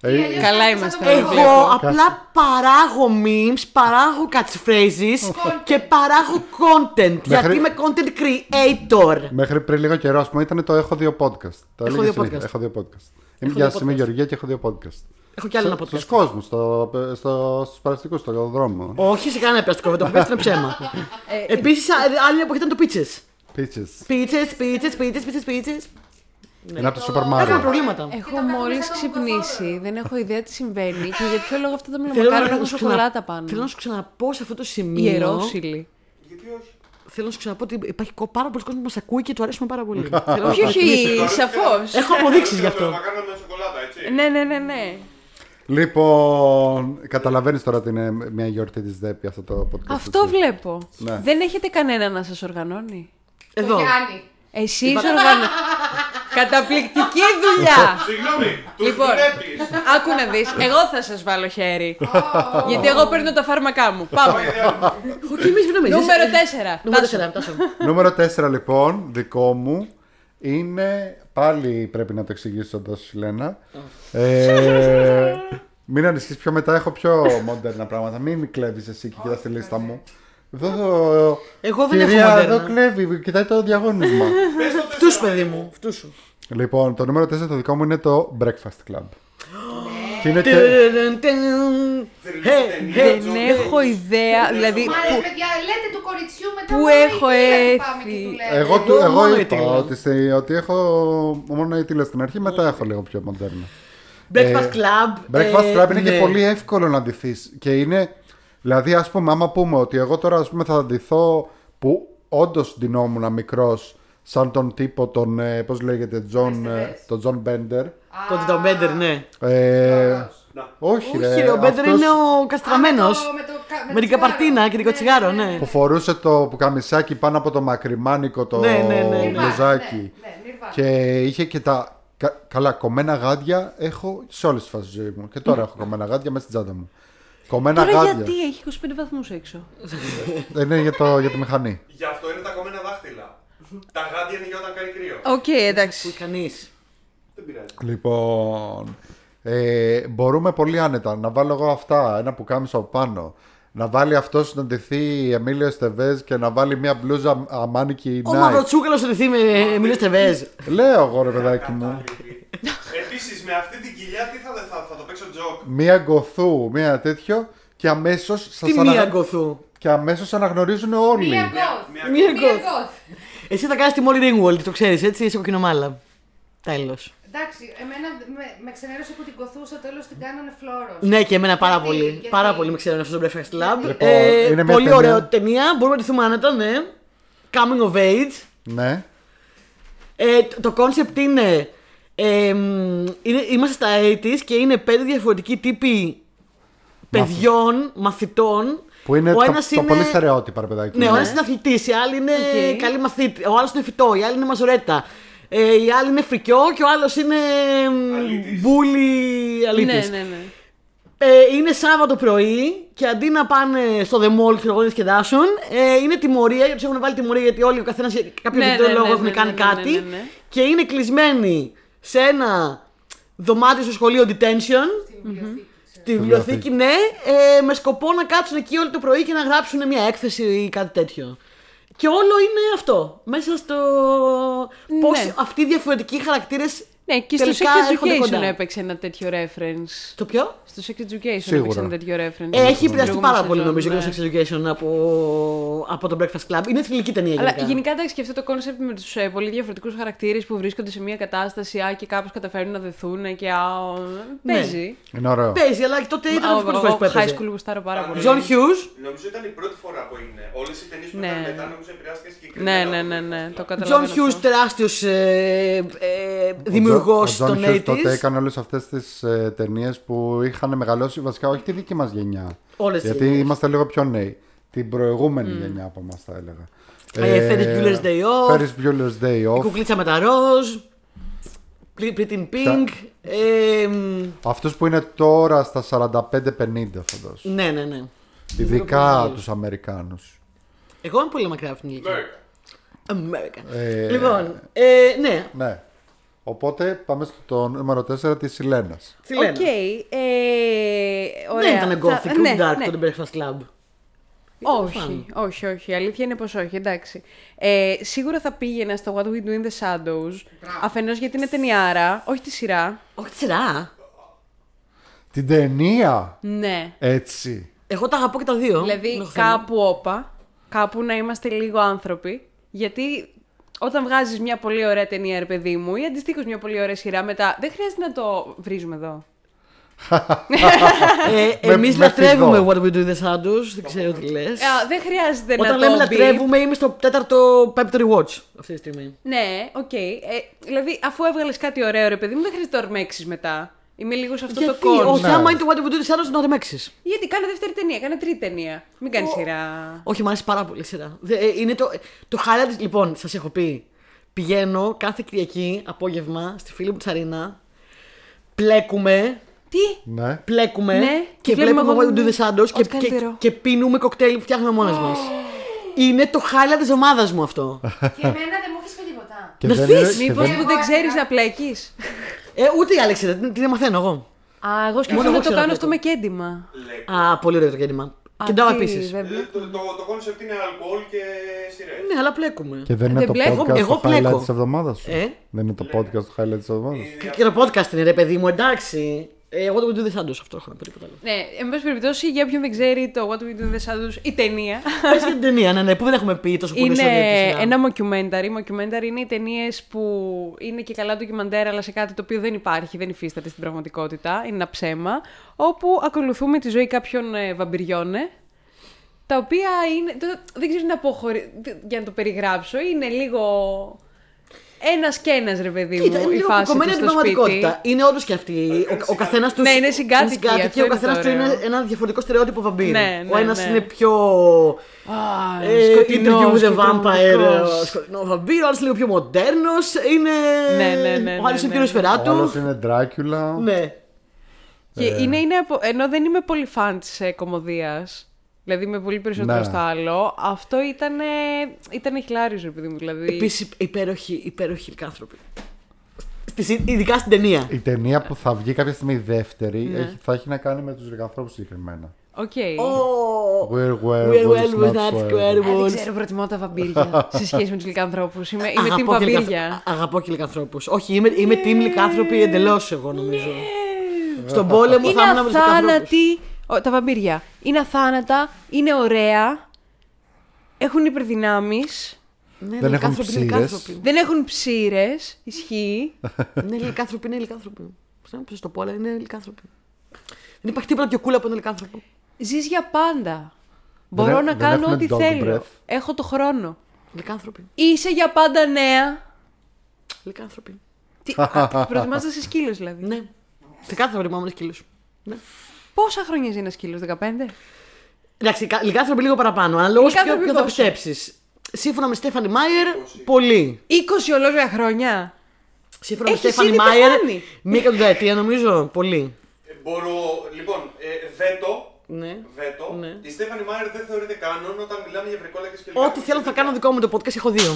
E: Ή αλλιώς
D: Καλά
E: θα το
D: είμαστε,
E: βλέπω.
D: δεν βλέπω.
A: Εγώ απλά παράγω memes, παράγω catchphrases και παράγω content. Γιατί είμαι content creator.
B: Μέχρι πριν λίγο καιρό, ας πούμε, ήταν το Έχω δύο podcast. Το έλεγε
A: δύο
B: συνέχεια.
A: podcast.
B: Έχω δύο podcast.
A: δύο
B: Είμαι γεια σας, είμαι
A: podcast.
B: Γεωργία και έχω δύο podcast.
A: Έχω κι άλλο ένα
B: Στου
A: podcast.
B: κόσμους, στο, στο, στους παραστικούς, στον δρόμο.
A: Όχι, σιγά να πιάσει το κόβετο, πέσει είναι ψέμα. Επίση, άλλη εποχή ήταν το Pitches.
B: Pitches.
A: Pitches, pitches, pitches, pitches, pitches. Ναι.
B: Είναι από το Super
A: Έκανα
B: Mario.
A: προβλήματα.
D: Έχω
E: καθόμουν
D: μόλι
E: σαν τον
D: ξυπνήσει,
E: κοκκόδωρο.
D: δεν έχω ιδέα τι συμβαίνει και για ποιο λόγο αυτά τα
A: Θέλω να,
D: μελομακάρονα έχουν
A: σου ξανα-
D: σοκολάτα πάνω.
A: θέλω να σου ξαναπώ σε αυτό το σημείο.
D: Ιερόσιλη.
C: Γιατί όχι.
A: Θέλω να σου ξαναπώ ότι υπάρχει κο- πάρα πολλοί κόσμοι που μας ακούει και του αρέσουμε πάρα πολύ. Θέλω να
D: Όχι,
A: σου θυμίσω.
D: όχι, σαφώς.
A: Έχω αποδείξεις γι' αυτό.
C: Να κάνω με σοκολάτα, έτσι.
D: Ναι, ναι, ναι, ναι.
B: Λοιπόν, καταλαβαίνεις τώρα ότι είναι μια γιορτή της ΔΕΠΗ αυτό το podcast.
D: Αυτό
B: έτσι.
D: βλέπω.
B: Ναι.
D: Δεν έχετε κανένα να σας οργανώνει.
A: Εδώ.
E: Το Γιάννη.
D: Εσείς οργανώ. Καταπληκτική δουλειά!
C: Συγγνώμη, τους
D: Λοιπόν.
C: δουλεύει.
D: Άκου να δεις, εγώ θα σας βάλω χέρι. Γιατί εγώ παίρνω τα φάρμακά μου. Πάμε.
A: Όχι, εμείς μην νομίζεις.
D: Νούμερο 4.
A: Νούμερο 4. Τάσο.
B: Νούμερο 4 λοιπόν, δικό μου, είναι. Πάλι πρέπει να το εξηγήσω εδώ, Σιλένα. ε, μην ανησυχείς πιο μετά, έχω πιο μοντέρνα πράγματα. Μην με κλέβεις εσύ και κοιτάς τη λίστα μου. Εδώ το...
A: Εγώ δεν έχω
B: Κυρία,
A: μοντέρνα.
B: εδώ κλέβει, κοιτάει το διαγώνισμα.
A: Φτού σου, παιδί μου. Φτούς σου.
B: λοιπόν, το νούμερο 4 το δικό μου είναι το Breakfast Club. και είναι και...
A: Τιρρρρρρρρρρρρ. Ε, ε,
D: Δεν έχω ιδέα, δηλαδή.
E: Μα ρε
D: που-
E: παιδιά, λέτε του κοριτσιού μετά.
D: Πού
E: μόνο η
D: έχω
E: κυρία
D: έρθει.
E: Πάμε και του λέμε.
B: Εγώ, του,
A: Εγώ μόνο
B: εγώ
A: η
B: είπα
A: Τίλα.
B: ότι, στη- ότι έχω μόνο η τίλα στην αρχή, μετά έχω λίγο πιο μοντέρνα.
A: Breakfast Club.
B: Breakfast
A: ε,
B: Club είναι και
A: ναι.
B: πολύ εύκολο να ντυθείς. Και είναι. Δηλαδή, ας πούμε, άμα πούμε ότι εγώ τώρα ας πούμε, θα ντυθώ που όντως ντυνόμουν μικρός σαν τον τύπο τον. Πώς λέγεται, John, ε,
E: Πες.
B: τον John Bender.
A: Το Τιτο Μπέντερ, ναι.
B: Ε,
C: Να.
B: όχι,
A: Όχι, ρε, ο Μπέντερ
B: αυτός
A: είναι ο
E: Α,
A: καστραμένο.
E: με το- με το κα- με
A: Με την
E: το
A: καπαρτίνα
E: τσιγάρο.
A: και την κοτσιγάρο, ναι.
B: Που φορούσε το καμισάκι πάνω από το μακριμάνικο το
A: Ναι, ναι, ναι, ναι.
B: μπλουζάκι.
E: Ναι, ναι, Nirvana.
B: Και είχε και τα κα- καλά κομμένα γάντια έχω σε όλες τις φάσεις ζωής μου. Και τώρα έχω κομμένα γάντια μέσα στην τσάντα μου. Κομμένα
D: Τώρα
B: γάντια.
D: γιατί έχει 25 βαθμούς έξω.
B: Ε, Είναι για, το, για τη μηχανή.
C: Γι' αυτό είναι τα κομμένα δάχτυλα. Τα γάντια είναι για όταν κάνει κρύο.
D: Οκ, εντάξει.
A: Κανείς.
C: Δεν πειράζει.
B: Λοιπόν, ε, μπορούμε πολύ άνετα να βάλω εγώ αυτά, ένα πουκάμισο από πάνω. Να βάλει αυτός να ντυθεί Εμίλιο Στεβέ και να βάλει μια μπλούζα αμάνικη
A: Ο
B: Nike.
A: Μαυροτσούκαλο ρυθμί με
B: ε,
A: μιλέ τεβέ.
B: Λέω εγώ ρε παιδάκι μου.
C: Επίσης, με αυτή την κοιλιά τι θα, θα, θα το παίξω τζοκ.
B: Μία γκοθού, μία τέτοιο και αμέσως σα
A: Τι μία γκοθού.
B: Και αμέσως αναγνωρίζουν όλοι.
E: Μία γκοθ.
C: Μία-
A: μία γκοθ.
E: γκοθ.
A: Εσύ θα κάνεις τη Molly Ringwald, το ξέρεις έτσι, είσαι κοκκινομάλα. Τέλος.
E: Εντάξει, εμένα με, με ξενέρωσε που την κοθούσα τέλος την κάνανε φλόρος.
A: Ναι, και εμένα πάρα
E: Γιατί,
A: πολύ.
E: γιατί.
A: Πάρα πολύ με ξέρουν αυτό το Breakfast Lab.
B: Λοιπόν,
A: ε,
B: είναι μια
A: πολύ
B: ταινία.
A: ωραία ταινία. Μπορούμε να τη δούμε άνετα, ναι. Coming of age.
B: Ναι.
A: Ε, το- το κόνσεπτ είναι, ε, μ, είναι. Είμαστε στα 80s και είναι πέντε διαφορετικοί τύποι παιδιών, μαθητών.
B: Που είναι
A: ο
B: το,
A: ένας
B: το
A: είναι...
B: πολύ στερεότυπα, ρε παιδάκι.
A: Ναι, ο
B: μου.
A: ένας είναι αθλητής, η άλλη είναι
D: Οκ.
A: καλή μαθήτη, ο άλλος είναι φυτό, η άλλη είναι μαζορέτα. Ε, η άλλη είναι φρικιό και ο άλλος είναι. μ,
C: Αλήτης.
A: Μπούλι αλήτης.
D: Ναι, ναι, ναι.
A: Ε, είναι Σάββατο πρωί και αντί να πάνε στο The Mall και να διασκεδάσουν, ε, είναι τιμωρία γιατί τους έχουν βάλει τιμωρία γιατί όλοι ο καθένας για κάποιο
D: Ναι,
A: δυτικό
D: ναι,
A: λόγο
D: ναι,
A: έχουν
D: ναι,
A: κάνει
D: ναι, ναι,
A: κάτι.
D: ναι, ναι, ναι.
A: Και είναι κλεισμένοι σε ένα δωμάτιο στο σχολείο detention,
E: Στη βιβλιοθήκη.
A: στη βιβλιοθήκη, ναι, ε, με σκοπό να κάτσουν εκεί όλο το πρωί και να γράψουν μια έκθεση ή κάτι τέτοιο. Και όλο είναι αυτό. Μέσα στο.
D: Ναι.
A: Πώς αυτοί οι διαφορετικοί χαρακτήρες.
D: Ναι, και στο
A: Τελικά
D: Sex
A: έρχονται
D: Education
A: κοντά.
D: έπαιξε ένα τέτοιο reference.
A: Το ποιο?
D: Στο Sex Education
B: Σίγουρα.
D: έπαιξε ένα τέτοιο reference.
A: Έχει επηρεαστεί
D: Στην προηγούμενη
A: πάρα πολύ
D: σεζόν,
A: νομίζω και
D: ναι.
A: το Sex Education από, από το Breakfast Club. Είναι θρηλυκή ταινία
D: Αλλά
A: γενικά.
D: γενικά εντάξει και αυτό το κόνσεπτ με τους ε, πολύ διαφορετικούς χαρακτήρες που βρίσκονται σε μια κατάσταση α, και κάπως καταφέρνουν να δεθούν ε, και α. ο,
A: Ναι.
D: Παίζει.
B: Είναι ωραίο.
A: Παίζει, αλλά και τότε ήταν από τις πρώτες φορές που
D: high
A: έπαιζε.
D: school γουστάρω πάρα πολύ.
A: John Hughes,
C: Νομίζω ήταν η πρώτη φορά που έγινε. Όλες οι ταινίες που
D: Ναι.
C: ήταν μετά νομίζω επηρεάστηκαν
D: Ναι,
C: συγκεκριμένα.
D: ναι,
C: από
D: ναι, ναι, το
C: το Fast Lap.
A: John
D: καταλαβαίνω.
A: Hughes,
D: αυτό.
A: τεράστιος ε, ε, δημιουργός
B: Ο Τζον- ο
A: των
B: Τζον Χιούς
A: 80s.
B: τότε έκανε όλες αυτές τις ε, ταινίες που είχαν μεγαλώσει βασικά όχι τη δική μας γενιά.
A: Όλες τις
B: Γιατί
A: γενιές.
B: είμαστε λίγο πιο νέοι. Την προηγούμενη γενιά από εμάς, θα έλεγα.
A: Ε, Ferris Bueller's Day Off.
B: Ferris Bueller's Day
A: Η
B: Off.
A: κουκλίτσα με τα ροζ, Pretty in Pink, ε, μ,
B: Αυτούς που είναι τώρα στα 45-50 φαντάζομαι.
A: ναι, ναι, ναι.
B: Ειδικά τους Αμερικάνους.
A: Εγώ είμαι πολύ μακριά από την ηλικία.
C: America.
A: America.
B: Ναι. Ε,
A: Λοιπόν, ε, ναι,
B: Ναι. Οπότε πάμε στο νούμερο 4 της Σιλένας.
A: τι λένε.
D: Οκ. ε, ωραία.
A: Δεν ήταν
D: Θα-
A: gothic, ούτε
D: ναι,
A: dark
D: ναι.
A: το The Breakfast Club.
D: Όχι, όχι, όχι. Η αλήθεια είναι πως όχι, εντάξει. Ε, σίγουρα θα πήγαινα στο What We Do in the Shadows. Αφενός γιατί είναι ταινιάρα, όχι τη σειρά.
A: Όχι τη σειρά.
B: Την ταινία!
D: Ναι.
B: Έτσι.
A: Εγώ τα αγαπώ και τα δύο.
D: Δηλαδή
A: Δεν έχω θέμα.
D: κάπου όπα, κάπου να είμαστε λίγο άνθρωποι. Γιατί όταν βγάζεις μια πολύ ωραία ταινία, ρε παιδί μου, ή αντιστοίχως μια πολύ ωραία σειρά μετά, δεν χρειάζεται να το βρίζουμε εδώ.
A: Ε,
B: Με-
A: Εμείς
B: με
A: λατρεύουμε
B: φιδό.
A: What We Do in the Shadows, δεν ξέρω τι λες.
D: Ε, δεν χρειάζεται να
A: Όταν
D: το
A: λέμε
D: beep.
A: λατρεύουμε, είμαι στο τέταρτο πέμπτο rewatch αυτή τη στιγμή.
D: Ναι, οκ. Ε, δηλαδή, αφού έβγαλες κάτι ωραίο, ρε παιδί μου, δεν χρειάζεται να το ορμέξει μετά. Είμαι λίγος σε αυτό
A: Γιατί,
D: το κόμμα.
A: όχι,
B: Ναι.
A: άμα είναι το What We Do in the Shadows, να ρεμέξει.
D: Γιατί κάνε δεύτερη ταινία, κάνε τρίτη ταινία. Μην κάνει σειρά.
A: Όχι, μου αρέσει πάρα πολύ η σειρά. Δε- ε, Είναι το, το highlight, λοιπόν, σας έχω πει. Πηγαίνω κάθε Κυριακή απόγευμα στη φίλη μου Τσαρίνα. Πλέκουμε,
D: Τι!
B: Ναι.
A: πλέκουμε
D: Ναι,
A: και
D: και
A: βλέπουμε
D: βλέπουμε
A: What We Do in the Shadows και, και,
D: Ό,τι καλύτερο.
A: και πίνουμε κοκτέιλ που φτιάχνουμε μόνες μας. Είναι το highlight της ομάδας μου αυτό.
E: Και εμένα δεν μου έχεις πει τίποτα.
B: Και
A: Να
B: δεν, είναι,
A: δεις,
B: και
D: Μήπως
B: δεν,
D: που δεν ξέρεις να πλέκει.
A: Ε, ούτε η Άλεξ την, την μαθαίνω εγώ.
D: Α, εγώ
A: Μόνο
D: σκέφτομαι
A: εγώ
D: να το
A: ξέρω
D: κάνω
A: να
D: αυτό με
A: πλέκω.
D: κέντημα.
C: Λέει.
A: Α, πολύ ωραίο το κέντημα. Κεντάω
D: Α, τι,
A: επίσης.
D: δεν
C: Ε,
D: βλέπω.
C: Το, το, το κόνσεπτ είναι αλκοόλ και σειρές.
A: Ναι, αλλά πλέκουμε.
B: και δεν είναι
D: Δεν
B: το
D: πλέκω.
B: podcast
A: Εγώ
B: το highlight
A: πλέκω.
B: της εβδομάδας σου.
A: Ε?
B: Δεν είναι το podcast το highlight της εβδομάδας σου.
A: Και, και το podcast είναι ρε παιδί μου, εντάξει. Ε, εγώ το δεν θα ντώσω αυτό, έχω να πω τίποτα άλλο.
D: Ναι, εν πάση περιπτώσει, για όποιον δεν ξέρει το What We Do in the Shadows, η ταινία.
A: Πες για την ταινία, ναι, ναι, που δεν έχουμε πει τόσο πολύ
D: είναι
A: σε όλη τη σειρά.
D: ένα mockumentary. Mockumentary είναι οι ταινίες που είναι και καλά ντοκιμαντέρ, αλλά σε κάτι το οποίο δεν υπάρχει, δεν υφίσταται στην πραγματικότητα. Είναι ένα ψέμα. Όπου ακολουθούμε τη ζωή κάποιων ε, βαμπυριών. ε, Τα οποία είναι. το- Δεν ξέρω τι να πω χωρι- για να το περιγράψω. Είναι λίγο. Ένας και ένας, ρε παιδί μου.
A: Κοίτα, είναι
D: η
A: λίγο
D: φάση
A: κομμένα
D: του
A: την
D: στο σπίτι.
A: πραγματικότητα. Είναι όντως και αυτή. Ο, ο καθένας τους.
D: Ναι, είναι συγκάτοικοι, αυτό
A: και ο
D: είναι
A: καθένα
D: το
A: του είναι
D: ωραίο.
A: ένα διαφορετικό στερεότυπο βαμπύρι.
D: Ναι,
A: ο
D: ναι,
A: ένας
D: ναι.
A: είναι πιο.
D: Α,
A: Ε,
D: σκοτεινός
A: interview
D: και
A: with a vampire. ε,
D: τρομακτικός.
A: Σκοτεινό βαμπύρο, ο άλλος λίγο πιο μοντέρνος. Είναι.
D: Ναι, ναι, ναι,
A: Ο άλλος είναι
D: ναι,
A: πιο
D: ναι.
B: Ο άλλος
A: σφαιράτο.
B: είναι Ντράκιουλα.
A: Ναι.
D: Και
B: Ε.
D: είναι, είναι απο- ενώ δεν είμαι πολύ φαν της ε, κομμωδίας, Δηλαδή είμαι πολύ περισσότερο
B: Ναι.
D: στο άλλο. Αυτό ήταν. ήταν χιλάριος, ρε παιδί μου. Δηλαδή.
A: Επίσης υπέροχοι, υπέροχοι άνθρωποι. Στις, ειδικά στην ταινία.
B: Η ταινία που θα βγει κάποια στιγμή η δεύτερη έχει, θα έχει να κάνει με τους ρηγανθρώπους συγκεκριμένα.
A: Ω,
D: Οκ.
B: We're well,
A: We're well
B: we're
A: with
B: not
A: that
B: square.
A: square
D: Α, δεν
A: words.
D: ξέρω, προτιμώ τα βαμπύρια σε σχέση με τους λικάνθρωπου. Είμαι, είμαι team
A: και
D: βαμπύρια.
A: λικανθ- Αγαπώ και λικανθρώπου. Όχι, είμαι, είμαι team λικάνθρωποι εντελώς εγώ νομίζω. Στον πόλεμο
D: Είναι
A: θα ήμουν από του λικανθρώπου.
D: αθάνατη. Ω, τα βαμπύρια. Είναι αθάνατα, είναι ωραία. Έχουν υπερδυνάμεις.
A: Ναι,
B: Δεν έχουν ψήρες.
D: Δεν έχουν ψήρες. Ισχύει.
A: Είναι λικάνθρωποι, είναι λικάνθρωποι. Δεν ξέρω το πω, αλλά είναι λικάνθρωποι. ναι, Δεν υπάρχει τίποτα πιο cool από έναν λικάνθρωπο.
D: Ζεις για πάντα. Μπορώ
B: έ-
D: να
B: δεν
D: κάνω
B: έχουμε
D: ό,τι
B: dog
D: θέλω.
B: breath.
D: Έχω το χρόνο.
A: Λικάνθρωποι.
D: Είσαι για πάντα νέα.
A: Λικάνθρωποι.
D: Τι, α, προετοιμάζεσαι σε σκύλος δηλαδή.
A: Ναι. Σε κάθε θα προτιμάμε ένα σκύλος. Ναι.
D: Πόσα χρόνια ζει ένας σκύλος, 15?
A: Εντάξει, κα- λικάνθρωποι λίγο παραπάνω, αλλά λόγω ποιο,
D: Λικάνθρωποι
A: ποιο θα
D: πόσο?
A: πιστέψεις. σύμφωνα με Στέφανη Μάιερ, πολύ.
D: 20 ολόκληρα χρόνια.
A: Σύμφωνα με
D: Έχεις
A: Στέφανη
D: ήδη
A: Μάιερ,
D: πεθάνει.
A: μία εκατονταετία νομίζω, πολύ.
D: Ναι.
C: Ε, Μπορώ. Λοιπόν, ε, βέτο.
A: Ναι.
C: Βέτο.
A: Ναι.
C: Η Στέφανη Μάιερ δεν θεωρείται κανόν όταν μιλάμε για βρικόλακες και
A: Ό,τι θέλω θα κάνω δικό μου το podcast, έχω δύο.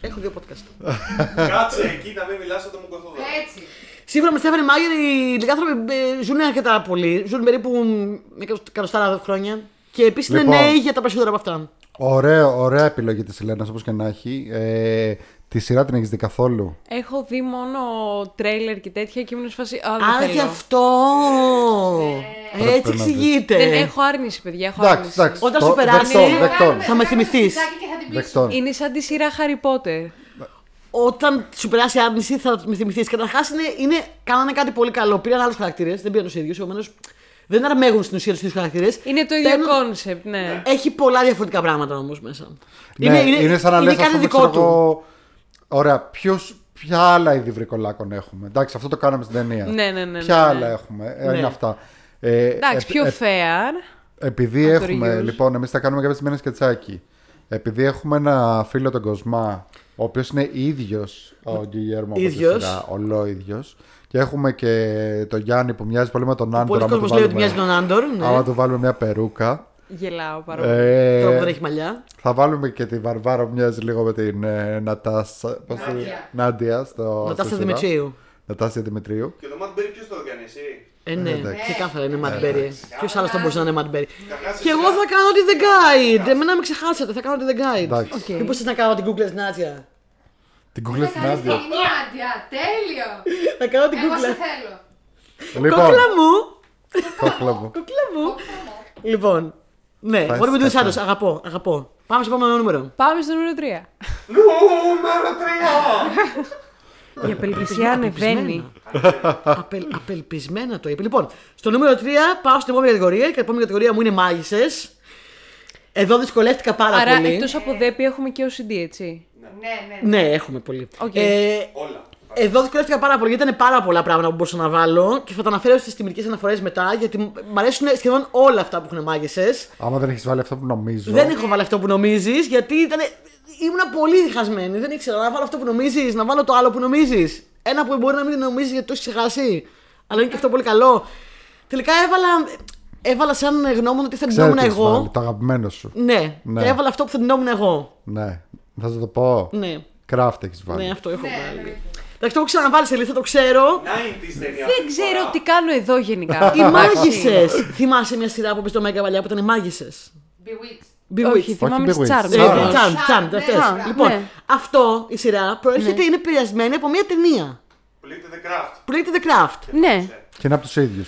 A: Έχω δύο podcast.
C: Κάτσε εκεί να μην μιλάς όταν μου κοθώ
D: Ναι.
C: δω.
E: Έτσι.
A: Σύμφωνα με Στέφανη Μάγερ, οι λιγάνθρωποι ε, ζουν αρκετά πολύ. Ζουν περίπου εκατο- εκατοστάρα χρόνια. Και επίσης είναι
B: Λοιπόν.
A: νέοι για τα περισσότερα από αυτά.
B: Ωραίο, ωραία επιλογή της Ελένας, όπως και να έχει. Ε, τη σειρά την έχεις δει καθόλου.
D: Έχω δει μόνο τρέιλερ και τέτοια και ήμουν σε φάση. Α, δεν
A: Άρα
D: θέλω».
A: και αυτό!
B: Ε, Πρέπει
A: Έτσι
B: να δεις.
A: εξηγείται.
D: Δεν έχω άρνηση, παιδιά. Έχω
B: Εντάξει,
D: άρνηση.
B: εντάξει.
A: Όταν
B: το-
A: σου περάσει-
E: Ε,
B: δεκτό,
A: Ναι,
B: Δεκτών.
A: Θα με θυμηθείς.
E: Δεκτών.
B: Δεκτών.
D: Είναι σαν τη σειρά Harry Potter.
A: Όταν σου περάσει η άρνηση, θα με θυμηθείς. Καταρχάς, είναι, είναι, κάνανε κάτι πολύ καλό. Πήραν άλλους χαρακτήρες, δεν πήραν τους ίδιους. Επομένως, δεν αρμέγουν στην ουσία τους ίδιους χαρακτήρες.
D: Είναι το ίδιο κόνσεπτ, ναι.
A: Έχει πολλά διαφορετικά πράγματα όμως μέσα.
B: Ναι, είναι, σαν να
A: είναι
B: λες, ας
A: κάτι
B: πούμε,
A: δικό
B: ξέρω
A: του.
B: εγώ, Ωραία, ποιος, ποια άλλα είδη βρικολάκων έχουμε. Εντάξει, αυτό το κάναμε στην ταινία.
D: Ναι, ναι, ναι, ναι,
B: Ποια
D: ναι.
B: άλλα έχουμε. Ε,
A: Ναι.
B: Είναι αυτά. Ε,
D: Εντάξει,
B: επ-
D: πιο
B: επ-
D: fair.
B: Επειδή
D: Autorius.
B: έχουμε, λοιπόν, εμείς θα κάνουμε κάποια στιγμή ένα σκετσάκι. Επειδή έχουμε ένα φίλο τον Κοσμά, ο οποίος είναι ίδιος ο Γκυγέρμο.
A: Ίδιος.
B: Ολό ίδιο. Και έχουμε και τον Γιάννη που μοιάζει πολύ με τον Άντορ.
A: Πολλοί
B: άμα του
A: κόσμος λέει ότι
B: βάλουμε-
A: μοιάζει με τον Άντορ. Ναι.
B: Άμα του βάλουμε μια περούκα.
D: Γελάω πάρα πολύ.
B: Ε,
A: Τώρα που δεν έχει μαλλιά.
B: θα βάλουμε και τη Βαρβάρα που μοιάζει λίγο με την ε, Νατάσα. πώς τη-
E: Νάντια.
B: Νάντια. Στο,
A: Νατάσα
B: στη σειρά.
A: Δημητρίου.
B: Νατάσα Δημητρίου.
C: Και το Matt Berry ποιος το έκανε, εσύ.
A: Ε, ναι,
B: εντάξει. Ε,
A: ξεκάθαρα είναι Matt Berry. Ποιος άλλος θα μπορούσε να είναι Matt Berry.
C: Καταρχάς,
A: Και
C: εσύ-
A: εγώ θα κάνω τη The Guide. Εμένα με ξεχάσατε, θα κάνω τη The Guide.
B: Εντάξει.
D: Οκ.
A: Μήπως θες να κάνω την Google Snatcher.
B: Την κούκλα στην
E: Είναι
B: Νάντια.
E: η Άντια, τέλειο.
A: Θα κάνω την
E: Εγώ σε
A: Google.
E: θέλω.
B: Λοιπόν,
A: Κόκλα μου.
B: κόκλα μου.
A: Κόκλα μου. Λοιπόν. Ναι,
B: Πες,
A: What we do
B: πες,
A: is others. Αγαπώ, αγαπώ. Πάμε στο επόμενο νούμερο.
D: Πάμε στο νούμερο 3.
C: Νούμερο 3!
D: Η απελπισία ανεβαίνει.
A: Απελπισμένα. Απελ, απελπισμένα το είπε. Λοιπόν, στο νούμερο 3 πάω στην επόμενη κατηγορία και η επόμενη κατηγορία μου είναι μάγισσε. Εδώ δυσκολεύτηκα πάρα
D: Άρα
A: πολύ.
D: εκτός από δέπη έχουμε και OCD, έτσι.
E: Ναι, ναι.
A: Ναι, έχουμε πολύ.
D: Οκ.
A: Ε,
C: Όλα.
A: Εδώ δυσκολεύτηκα πάρα πολύ γιατί ήταν πάρα πολλά πράγματα που μπορούσα να βάλω και θα τα αναφέρω στις τιμητικές αναφορές μετά γιατί μου αρέσουν σχεδόν όλα αυτά που έχουν μάγισσες.
B: Άμα δεν έχεις βάλει αυτό που νομίζω.
A: Δεν έχω βάλει αυτό που νομίζεις γιατί ήταν. Ήμουνα πολύ διχασμένη. Δεν ήξερα να βάλω αυτό που νομίζεις, να βάλω το άλλο που νομίζεις. Ένα που μπορεί να μην νομίζεις γιατί το έχεις ξεχάσει. Αλλά είναι και αυτό πολύ καλό. Τελικά έβαλα, έβαλα σαν γνώμονα ότι θα την
B: Ξέρω
A: νόμουν
B: τι έχεις
A: εγώ.
B: βάλει, Το αγαπημένο σου.
A: Ναι,
B: Ναι.
A: και έβαλα αυτό που θα την νόμουν εγώ.
B: Ναι. Θα σου το πω.
A: Ναι,
B: Κράφτ έχει βάλει.
A: ναι, αυτό έχω
E: Ναι,
A: βάλει.
E: περίπου.
A: Εντάξει, το έχω ξαναβάλει σε λίστα, το ξέρω.
C: 90s ταινία.
D: Δεν ξέρω τι κάνω εδώ γενικά.
E: Ναι.
A: Οι μάγισσε! Θυμάσαι μια σειρά που πεις στο Μέγκα παλιά που ήταν οι μάγισσε.
E: Bewitched.
D: Όχι, θυμάμαι
B: Bewitched.
D: τι τσάρμε.
B: Ε, Charmed.
A: Τσάντ, τσάντ,
E: ναι,
A: αυτέ.
E: ναι.
A: Λοιπόν,
D: Ναι.
A: αυτό η σειρά προέρχεται, είναι επηρεασμένη από μια ταινία
C: Που λέγεται The Craft.
A: που λέγεται The Craft.
D: Ναι.
B: Και είναι από τους ίδιους.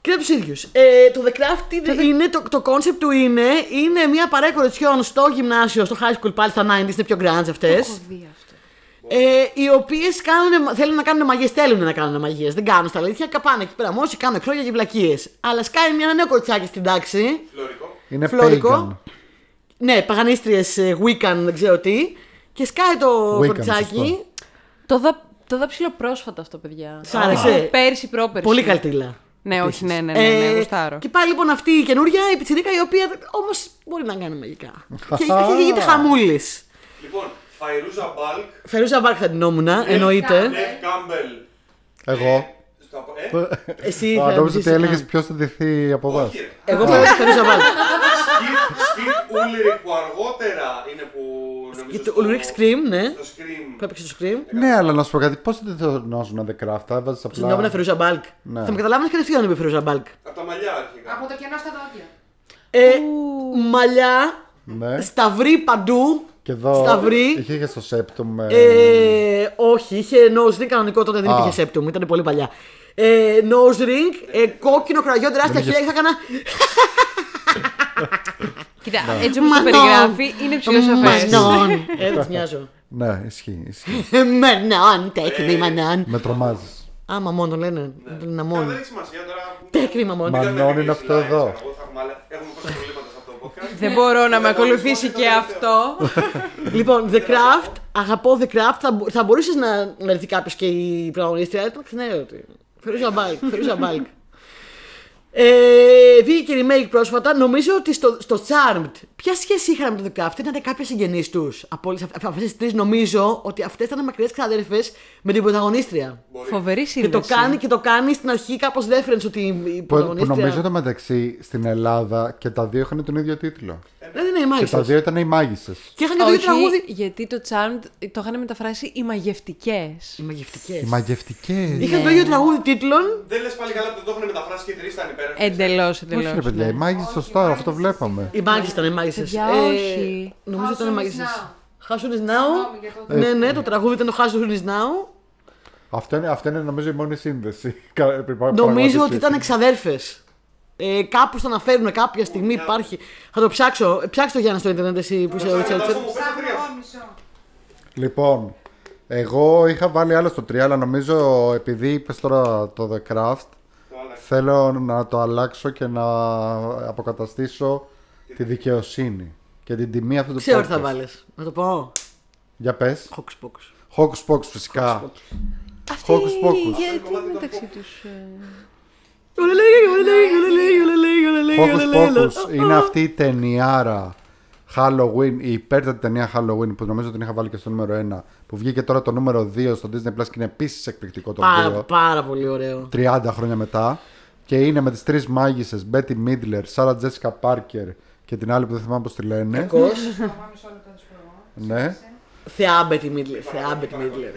A: Και είναι από τους ίδιους. Ε, το The Craft είναι, είναι- το, το concept του είναι, είναι μια παρέα κοριτσιών στο γυμνάσιο, στο high school πάλι στα 90s, είναι πιο grunge αυτέ.
D: Έχω δει αυτό.
A: Ε, οι οποίες θέλουν να κάνουν μαγείε, θέλουν να κάνουν μαγείες. Δεν κάνουν στα αλήθεια. Καπάνε εκεί πέρα μόνοι, κάνουν χρόνια και βλακίες. Αλλά σκάει μια νέο κοριτσάκι στην τάξη,
C: Φλωρικό.
B: Είναι
A: Φλωρικό.
B: Φλωρικό.
A: Ναι, παγανίστριες Wiccan, δεν ξέρω τι. Και σκάει το
B: Wiccan,
A: κοριτσάκι.
B: σωστό.
D: Το δα, το δα ψηλοπρόσφατα αυτό, παιδιά.
A: Σ' άρεσε.
D: Πέρσι, πρόπερσι.
A: Πολύ καλή τρίλα.
D: Ναι, όχι, ναι, ναι, ναι,
A: Ε,
D: ναι, γουστάρω.
A: και πάει λοιπόν αυτή η καινούρια, η πιτσιρίκα, η οποία όμως μπορεί να κάνει μαγικά. και και γίνεται χαμούλης.
C: Λοιπόν, Φαϊρούζα Μπάλκ,
A: Φερούσα Μπάρκ θα την νόμουν,
C: Ε,
A: εννοείται.
E: καλά.
C: Νεβ Κάμπελ.
B: Εγώ.
C: Στο- ε,
A: Εσύ
B: Α,
A: θα
B: νόμιζα ότι
A: φυσικά.
B: έλεγες ποιος θα ντυθεί από εμάς.
C: Όχι, ρε.
A: Εγώ θα Φερούσα Μπάρκ.
C: Σκιτ- Σκιτ Ούλρικ που αργότερα είναι που νομίζω.
A: Σκιτ
C: στο-
A: Ούλρικ Scream, ναι.
C: Στο Scream.
A: Που έπαιξε στο Scream.
B: Ναι, αλλά να σου πω κάτι. Πώς θα ντυθούν The Craft. Έβαζε
A: Την νόμουν
B: απλά.
A: Φερούσα Μπάλκ.
B: Ναι.
A: Θα με καταλάβαινες κατευθείαν να πει Φερούσα Μπάλκ.
C: Από τα μαλλιά αρχικά.
E: Από το κενό στα δόντια.
A: Ε, Μαλλιά,
B: Ναι.
A: σταυρί παντού.
B: Και εδώ.
A: Σταυρί.
B: Είχε και στο Σέπτουμ. ε,
A: Ε, όχι, είχε nose ring κανονικό τότε, δεν
B: Α.
A: υπήρχε septum, ήταν πολύ παλιά. Ε, nose ring, ε, κόκκινο κραγιό, τεράστια
B: Δεν
A: χέρια,
B: είχες.
A: είχα κανένα.
D: Κοίτα,
B: Ναι.
D: έτσι όπως το
A: Μανών.
D: περιγράφει, είναι ψηλό σαφέ.
A: Μανών. Ε, δεν μοιάζω.
B: Ναι, ισχύει. ισχύει.
A: Μανών, τέκνη, μανών.
B: Με τρομάζεις.
A: Α, μαμόν το λένε. Είναι να
C: Καλά,
A: μόν.
C: Δεν έχει σημασία τώρα.
A: Τέκνη, μαμόν.
B: Μα-
C: Μην
B: Μανών είναι
C: κατεβείς
B: αυτό
C: live,
B: εδώ.
C: ξέρω εγώ, θαυμαλά. Έχουμε πόσα προβλήματα σε αυτό το podcast.
D: Δεν μπορώ να με
C: Ο
D: ακολουθήσει και
C: διαγωνισμός είναι το
D: αυτό.
A: Λοιπόν, The Craft, αγαπώ The Craft. Θα, μπο- θα μπορούσες να να έρθει κάποιος και η πρωταγωνίστρια. Ε, ναι, Ήταν ξενέρωτη. Φερούσα Μπάλκ. Φερούζα Μπάλκ. Ε, βγήκε και remake πρόσφατα. Νομίζω ότι στο, στο Charmed Ποια σχέση είχαν με τον Δουκάφτη, ήταν κάποιε συγγενεί τους. Από αυτέ τις τρεις, νομίζω ότι αυτές ήταν μακριέ ξαδέρφε με την πρωταγωνίστρια.
C: Μπορεί.
D: Φοβερή
A: Και
D: σύνδεση.
A: το, κάνει, και το κάνει στην αρχή κάπως reference ότι η
B: Που, που
A: πρωταγωνίστρια.
B: νομίζω το μεταξύ στην Ελλάδα και τα δύο είχαν τον ίδιο τίτλο.
A: Δεν είναι η
B: Και τα
A: μάγισσα.
B: δύο ήταν οι μάγισσες.
A: Δηλαδή, ναι, Και είχαν και το
D: Όχι,
A: ίδιο τραγούδι.
D: γιατί το Charmed το είχαν μεταφράσει οι μαγευτικές.
A: Οι μαγευτικές.
B: Οι μαγευτικές.
A: Είχαν
D: Ναι.
A: το ίδιο τραγούδι τίτλων.
C: Δεν λες πάλι καλά που δεν το έχουν μεταφράσει και οι τρεις ήταν υπέροχοι.
D: Εντελώ,
B: Όχι, ρε
D: εντελώ.
B: παιδιά,
A: ναι.
B: οι μάγισσες στο Star, αυτό βλέπαμε.
A: Οι μάγισσες ήταν οι μάγισσε.
D: Παιδιά, όχι.
A: Νομίζω ότι
E: House
A: ήταν οι
E: on
A: μάγισσε.
E: is Now.
A: Χάσουν is
E: Συγγνώμη
A: now.
E: για το-
A: Ναι,
B: Ε,
A: ναι, το τραγούδι ήταν το Χάσουν is now.
B: Αυτό είναι, αυτό είναι νομίζω η μόνη σύνδεση. Κα- πραγματική.
A: Νομίζω ότι ήταν εξαδέρφες. Ε, κάπου στο αναφέρουν, κάποια στιγμή υπάρχει. Θα το ψάξω. Ε, Ψάξτε το Γιάννα στο Ιντερνετ, εσύ που είσαι ο
C: Μετά
A: Ριτσέλτσερ.
C: σου μου πες τα
E: Ψάχνω
C: τρία
E: εγώ
C: σου.
E: μισό.
B: Λοιπόν, εγώ είχα βάλει άλλο στο 3, αλλά νομίζω επειδή είπες τώρα το The Craft,
C: Άλλαξε.
B: θέλω να το αλλάξω και να αποκαταστήσω τη δικαιοσύνη και την τιμή αυτού του
A: Ξέρω τι θα
B: podcast.
A: βάλεις. Να το πω.
B: Για πες.
A: Hocus Pocus.
B: Hocus Pocus φυσικά.
D: Αυτή
B: Hocus Pocus.
D: γιατί μεταξύ τους.
A: Ουλελέγε, ουλελέγε, ουλελέγε, ουλελέγε, ουλελέγε,
B: Hocus
A: ουλελέγε.
B: Pocus είναι αυτή η ταινιάρα Halloween, η υπέρτατη ταινία Halloween που νομίζω την είχα βάλει και στο νούμερο 1 που βγήκε τώρα το νούμερο 2 στο Disney Plus και είναι επίσης εκπληκτικό το
A: Πάρα,
B: δύο.
A: πάρα πολύ ωραίο.
B: 30 χρόνια μετά. Και είναι με τις τρεις μάγισσες, Betty Midler, Sarah Jessica Parker και την άλλη που δεν θυμάμαι πώς τη λένε.
A: Κακός.
E: Συγγνώμη, μισό λεπτό να σου πω εγώ.
B: Ναι.
A: Θεάμπετη Μίτλερ. Θεάμπετη Μίτλερ.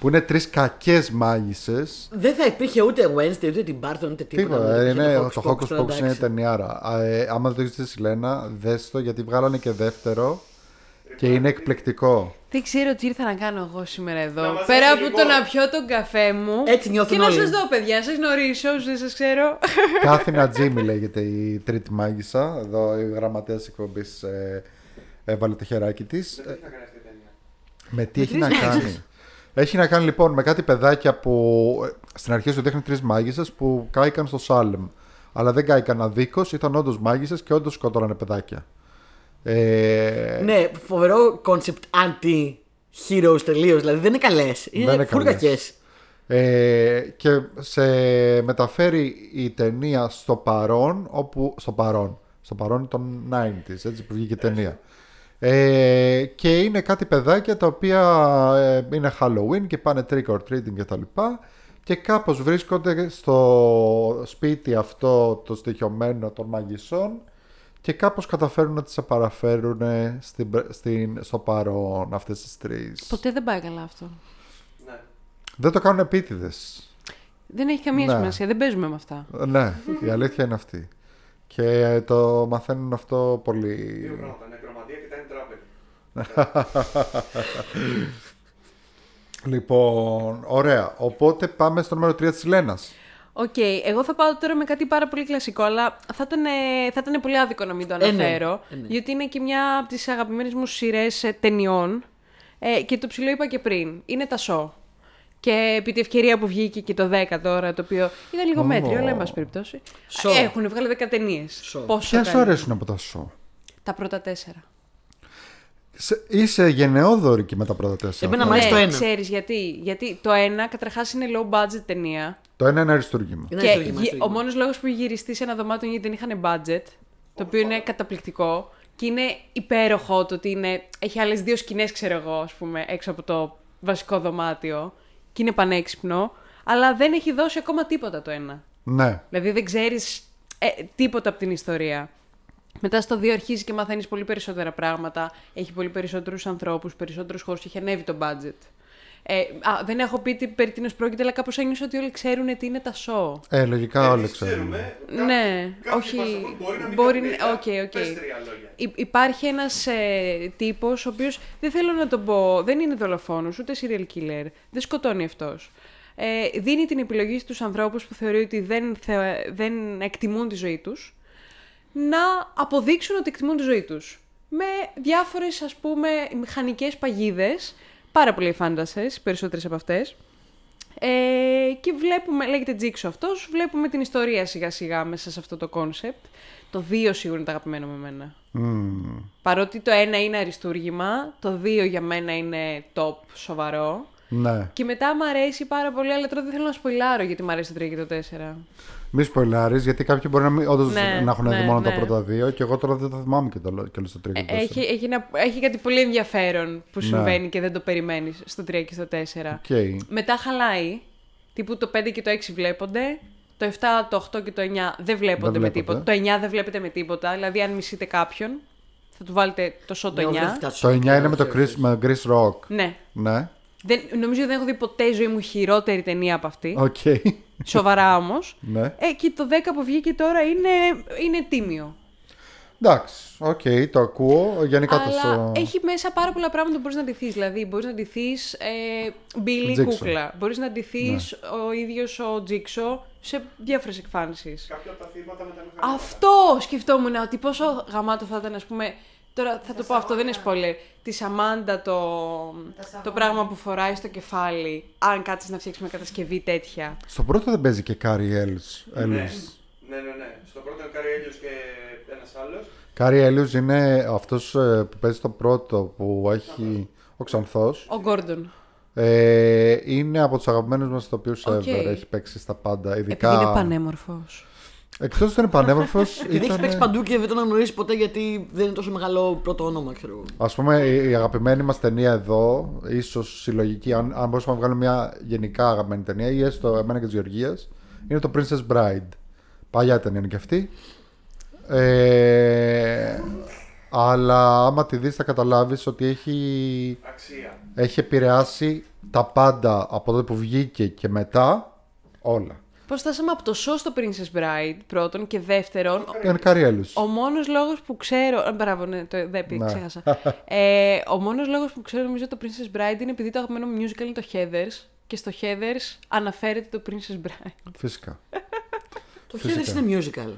B: Που είναι τρεις κακές μάγισσες.
A: Δεν θα υπήρχε ούτε Wednesday, ούτε την Barton, ούτε τίποτα.
B: Τίποτα,
A: ούτε
B: είναι,
A: τέτοιο
B: το Hocus Pocus είναι
A: εντάξει.
B: ταινιάρα. Α, ε, άμα δεν το έχεις δει Σιλένα, δες το γιατί βγάλανε και δεύτερο και είναι εκπληκτικό.
D: Δεν ξέρω τι ήρθα να κάνω εγώ σήμερα
C: Να
D: εδώ.
C: μαζέψω
D: Πέρα από
C: λίγο.
D: το να πιω τον καφέ μου.
A: Έτσι νιώθουν
D: Και να
A: όλοι.
D: σας δω, παιδιά, να σας γνωρίσω, όσου δεν σας ξέρω.
B: Κάθινα Τζίμι λέγεται η τρίτη μάγισσα. Εδώ η γραμματέας τη εκπομπής ε, έβαλε το χεράκι της.
C: Δεν θα κάνει αυτή η ταινία.
B: Με τι έχει να κάνει. Έχει να κάνει λοιπόν με κάτι παιδάκια που ε, στην αρχή σου δείχνει τρεις μάγισσες που κάηκαν στο Σάλεμ. Αλλά δεν κάηκαν αδίκως, ήταν όντως μάγισσες και όντως σκότωναν παιδάκια. Ε,
A: Ναι, φοβερό concept anti-heroes τελείως. Δηλαδή δεν είναι καλές.
B: είναι
A: Είναι φουλ
B: καλές.
A: κακές.
B: ε, και σε μεταφέρει η ταινία στο παρόν, όπου, στο παρόν, στο παρόν των 90s, έτσι που βγήκε η ταινία. Ε, και είναι κάτι παιδάκια τα οποία ε, είναι Halloween και πάνε trick or treating και τα λοιπά και κάπως βρίσκονται στο σπίτι αυτό το στοιχειωμένο των μαγισσών και κάπως καταφέρουν να τις απαραφέρουν στην, πρε- στην, στο παρόν αυτές τις τρεις.
D: Ποτέ δεν πάει καλά αυτό.
C: Ναι.
B: Δεν το κάνουν επίτηδες.
D: Δεν έχει καμία
B: Ναι.
D: σημασία, δεν παίζουμε με αυτά.
B: Ναι, η αλήθεια είναι αυτή. Και ε, το μαθαίνουν αυτό
C: Δύο
B: πολύ.
C: πράγματα. Νεκρομαντία και time travel.
B: λοιπόν, ωραία. Οπότε πάμε στο νούμερο 3 της Λένας.
D: Οκ, εγώ θα πάω τώρα με κάτι πάρα πολύ κλασικό, αλλά θα ήταν, ε, θα ήταν πολύ άδικο να μην το
A: ναι.
D: αναφέρω.
A: Ε, ναι.
D: Γιατί είναι και μια από τις αγαπημένες μου σειρές ε, ταινιών. Ε, και το ψηλό είπα και πριν. Είναι τα σο. Και επί τη ευκαιρία που βγήκε και το 10 τώρα, το οποίο ήταν λίγο μέτριο, αλλά εν πάση περιπτώσει.
A: Saw.
D: Έχουν βγάλει 10 ταινίε.
A: Saw.
D: Πόσο
B: Ποια σου
D: καλή.
B: αρέσουν από τα σου.
D: Τα πρώτα τέσσερα.
B: Σε- Είσαι γενναιόδορη και με τα πρώτα τέσσερα.
A: Εμένα μου αρέσει το ένα.
D: ξέρεις Ναι, γιατί. Γιατί το ένα καταρχάς είναι low budget ταινία.
B: Το ένα είναι αριστούργημα.
A: Είναι
D: Και
A: αριστούργημα,
D: γυ-
A: αριστούργημα.
D: ο μόνος λόγος που έχει γυριστεί σε ένα δωμάτιο είναι γιατί δεν είχαν budget, το οποίο είναι καταπληκτικό. Και είναι υπέροχο το ότι είναι, έχει άλλες δύο σκηνές, ξέρω εγώ, ας πούμε, έξω από το βασικό δωμάτιο. Και είναι πανέξυπνο, αλλά δεν έχει δώσει ακόμα τίποτα το ένα.
B: Ναι.
D: Δηλαδή δεν ξέρεις τίποτα από την ιστορία. Μετά στο 2 αρχίζει και μαθαίνεις πολύ περισσότερα πράγματα. Έχει πολύ περισσότερους ανθρώπους, περισσότερους χώρους. Έχει ανέβει το budget. Ε, α, δεν έχω πει τι περί τίνος πρόκειται, αλλά κάπως ένιωσα ότι όλοι ξέρουν τι είναι τα show.
B: Ε, λογικά όλοι
C: Εμείς
B: ξέρουν.
C: ξέρουμε, κάποιοι-
D: Ναι,
C: κάποιοι
D: όχι.
C: μας ακούν, Μπορεί να μην
D: Μπορεί
C: κάνουν
D: να. Οκ,
C: ιδέα.
D: οκ.
C: Πες τρία λόγια.
D: Υ- Υπάρχει ένας ε, τύπος, ο οποίος δεν θέλω να τον πω, δεν είναι δολοφόνος ούτε serial killer. Δεν σκοτώνει αυτός. Ε, δίνει την επιλογή στους ανθρώπους που θεωρεί ότι δεν, θε- δεν εκτιμούν τη ζωή τους να αποδείξουν ότι εκτιμούν τη ζωή τους. Με διάφορες, ας πούμε, μηχανικές παγίδες, πάρα πολύ φάντασες, περισσότερες από αυτές. Ε, και βλέπουμε, λέγεται Τζίξο αυτός, βλέπουμε την ιστορία σιγά σιγά μέσα σε αυτό το κόνσεπτ. Το δύο σίγουρα είναι το αγαπημένο με εμένα. Παρότι το ένα είναι αριστούργημα, το δύο για μένα είναι top, σοβαρό.
B: Ναι.
D: Και μετά μ' αρέσει πάρα πολύ, αλλά τώρα δεν θέλω να σπολάρω γιατί μ' αρέσει το 3 και το 4.
B: Μη σποϊλάρει, γιατί κάποιοι μπορεί να, μην, όντως,
D: Ναι,
B: να έχουν
D: ναι,
B: δει μόνο τα
D: ναι. Ε,
B: πρώτα δύο και εγώ τώρα δεν τα θυμάμαι και το, και το τρίτο.
D: Έχει, έχει, ένα- έχει κάτι πολύ ενδιαφέρον που
B: Ναι.
D: συμβαίνει και δεν το περιμένεις στο 3 και στο 4.
B: Οκ.
D: Μετά χαλάει. Τύπου το 5 και το 6 βλέπονται. Το 7, το 8 και το 9 δεν βλέπονται
B: Δεν βλέπονται.
D: με τίποτα. Το 9 δεν βλέπετε με τίποτα. Δηλαδή, αν μισείτε κάποιον, θα του βάλετε το σο
A: Ναι,
D: το 9.
B: Το 9 είναι με το Chris, με τον Chris Rock.
D: Ναι.
B: Ναι.
D: Δεν, νομίζω δεν έχω δει ποτέ ζωή μου χειρότερη ταινία από αυτή.
B: Οκ.
D: Σοβαρά όμως.
B: Ναι.
D: Ε, και το 10 που βγήκε τώρα είναι, είναι τίμιο.
B: Εντάξει. Οκ, το ακούω. Γενικά το
D: Αλλά
B: στο.
D: έχει μέσα πάρα πολλά πράγματα που μπορείς να ντυθείς. Δηλαδή, μπορείς να ντυθείς ε, Billy
B: Jackson.
D: κούκλα. Μπορείς να ντυθείς
B: Ναι.
D: ο ίδιος ο Τζίξο σε διάφορες εκφάνσεις.
C: Κάποια από τα θύματα με τα μηχανήματα.
D: Αυτό σκεφτόμουν ότι πόσο γαμάτο θα ήταν, ας πούμε. Τώρα θα το πω αυτό, δεν είναι spoiler. Τη Σαμάντα το, το πράγμα που φοράει στο κεφάλι, αν κάτσεις να φτιάξεις μια κατασκευή τέτοια.
B: Στον πρώτο δεν παίζει και Κάρι Έλλους.
C: Ναι. Ναι, ναι, ναι. Στο πρώτο είναι ο Κάρι Έλιος και ένας άλλος.
B: Κάρι Έλλους είναι αυτός ε, που παίζει το πρώτο που έχει ο Ξανθός.
D: Ο Γκόρντον.
B: Ε, είναι από τους αγαπημένους μας ηθοποιούς
D: Οκ.
B: ever. Έχει παίξει στα πάντα. Ειδικά...
D: Επειδή είναι πανέμορφος.
B: Εκτός ότι είναι πανέμορφος,
A: Γιατί έχεις
B: ήταν-
A: παίξει παντού και δεν τον αναγνωρίζει ποτέ γιατί δεν είναι τόσο μεγάλο πρώτο όνομα, ξέρω εγώ.
B: Ας πούμε, η η αγαπημένη μας ταινία εδώ, ίσως συλλογική, αν, αν μπορούσαμε να βγάλουμε μια γενικά αγαπημένη ταινία, ή έστω εμένα και της Γεωργίας, είναι το Princess Bride. Παλιά ταινία είναι και αυτή. Ε, αλλά άμα τη δεις θα καταλάβεις ότι έχει,
C: Αξία.
B: έχει επηρεάσει τα πάντα από τότε που βγήκε και μετά όλα.
D: Πώς φτάσαμε από το show στο Princess Bride, πρώτον, και δεύτερον,
B: Είναι καριέλους.
D: Ο μόνος λόγος που ξέρω. Α, Μπράβο, ναι, το δεν πει,
B: Ναι.
D: ξέχασα. ε, ο μόνος λόγος που ξέρω νομίζω το Princess Bride είναι επειδή το αγαπημένο μου musical είναι το Heathers και στο Heathers αναφέρεται το Princess Bride.
B: Φυσικά.
A: Το
B: Φυσικά.
A: Heathers είναι musical.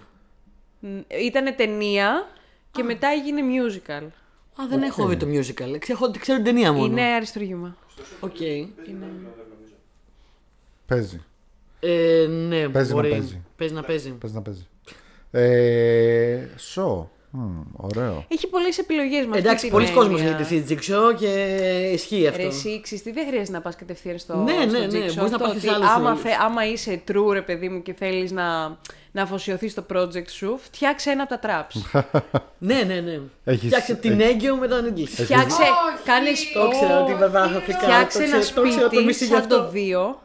D: Ήταν ταινία και μετά έγινε musical.
A: Α,
B: Ε,
A: δεν έχω δει το musical. Ξέρω, ξέρω την ταινία μόνο.
D: Είναι αριστούργημα.
A: Οκ.
B: Παίζει.
A: Ε, ναι,
B: Παίζει να
A: μπορεί.
B: παίζει.
A: Παίζει να παίζει.
B: Παίζει να παίζει. Ε, so. Μμμ, ωραίο.
D: Έχει πολλές επιλογές μα.
A: Εντάξει, πολλοί κόσμοι έχουν ζητηθεί Τζίξο και ισχύει αυτό.
D: Ρε εσύ, ξέρεις τι, δεν χρειάζεται να πας κατευθείαν στο
A: Ναι,
D: στο
A: ναι, ναι,
D: Jigsaw,
A: μπορείς να
D: το
A: πάρεις
D: ότι
A: άλλους
D: άμα,
A: ρόλους.
D: θε- άμα είσαι true ρε παιδί μου και θέλεις να, να αφοσιωθείς στο project σου, φτιάξε ένα από τα traps.
A: Ναι, ναι, ναι.
B: Έχεις-
A: Φτιάξε την έγκαιο με τον English.
D: φτιάξε,
E: Όχι.
D: κάνε
A: Το ξέρω ότι
E: Ω,
A: βεβαίω
E: φίλο.
A: αφρικά.
D: Φτιάξε
A: το
D: ένα
A: ξέρω, το ξέρω, το
D: σπίτι
A: μισή γι'
D: σαν το
A: αυτό.
D: δύο,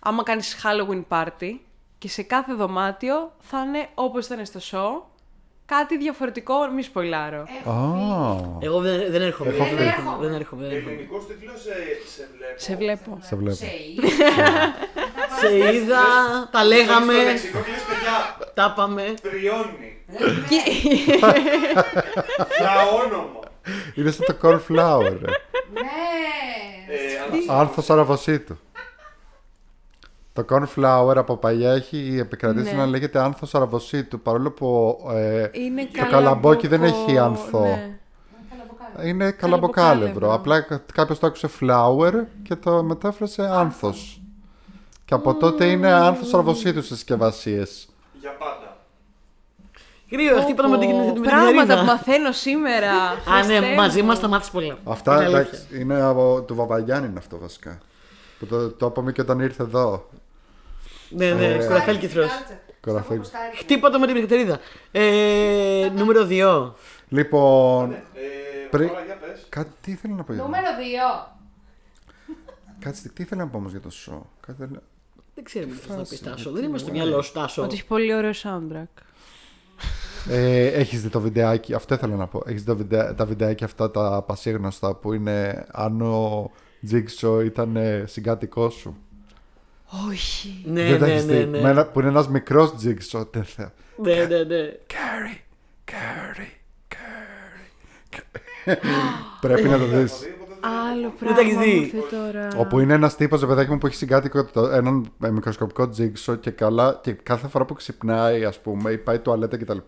D: άμα κάνεις Halloween party και σε κάθε δωμάτιο θα είναι όπως ήταν στο show, κάτι διαφορετικό, μη σποιλάρω.
A: Ε,
B: Α,
A: Εγώ δεν, δεν έρχομαι.
B: Έχω
A: δεν
B: φύγει.
A: έρχομαι, Δεν έρχομαι. δεν έρχομαι.
C: Ελληνικός τίτλος σε, Ε, σε βλέπω.
D: Σε βλέπω.
A: ναι.
B: σε βλέπω.
E: Shade.
A: Σε είδα, τα
C: Στο
A: λέγαμε,
C: λεξικό και λες, παιδιά,
A: τα πάμε.
C: πριώνει.
D: Και-
C: Για όνομα.
B: Είναι σαν το Cornflower. ρε.
E: Ναι.
C: Ε, αναψυκτικό.
B: Άρθος Αραβοσίτου. Το Cornflower από παλιά έχει επικρατήσει
D: Ναι.
B: να λέγεται Άνθος Αραβοσίτου, παρόλο που ε,
D: Είναι
B: το καλαμπόκι δεν έχει άνθο.
D: ναι.
B: Είναι
D: Καλαμποκάλευρο.
B: καλαμποκάλευρο. Απλά κάποιος το άκουσε flower και το μετάφρασε άνθος. Και από τότε είναι Άνθος Αραβοσίτου στις συσκευασίες.
C: Για πάντα.
A: Γρήγορα, αυτή
D: Πω,
A: είπαμε ότι γίνεται
D: πω,
A: με την
D: Πράγματα που
A: Ειρήνα.
D: μαθαίνω σήμερα.
A: Α, ναι,
D: Χριστέ
A: μαζί
D: μου.
A: μας τα μάθεις πολλά.
B: Αυτά
A: Είναι αλήθεια.
B: εντάξει, είναι από του Βαβαγιάννη είναι αυτό βασικά. Που το, το είπαμε και όταν ήρθε εδώ.
A: Ναι,
B: Ε,
A: ναι, σκουραφέλ κυθρό.
B: Κοραφέλ.
A: Χτύπα το με την πικτερίδα. Ε, νούμερο 2.
B: Λοιπόν,
C: Ε,
B: Πρι-
C: Τώρα για πες.
B: κάτι τι ήθελα να πω. για το-
E: Νούμερο 2.
B: Κάτσε, τι ήθελα να πω όμως για το σο. Κάτι δεν...
A: Δεν ξέρουμε τι θες να πει, Τάσο. Δεν είμαστε στο μυαλό σου, Τάσο.
D: Ότι έχει πολύ ωραίο soundtrack.
B: Ε, έχεις δει το βιντεάκι, αυτό ήθελα να πω. Έχεις δει το βιντεα- τα βιντεάκια αυτά τα πασίγνωστα που είναι αν ο Τζίξο ήταν ε, συγκάτοικός σου.
D: Όχι.
A: Ναι,
B: τα
A: ναι,
B: έχεις
A: ναι.
B: δει. Με
A: ναι.
B: ένα- που είναι ένας μικρός Τζίξο.
A: Ναι, ναι, ναι.
B: Κάρι, Κάρι, Κάρι. Πρέπει να το δεις.
D: Άλλο
A: Δεν τα έχεις
D: πράγμα
A: δει.
D: μου ήρθε τώρα.
B: Όπου είναι ένας τύπος, ρε παιδάκι μου, που έχει συγκάτοικο το- έναν ε, μικροσκοπικό τζίξο και, καλά, και κάθε φορά που ξυπνάει, ας πούμε, ή πάει τουαλέτα κτλ.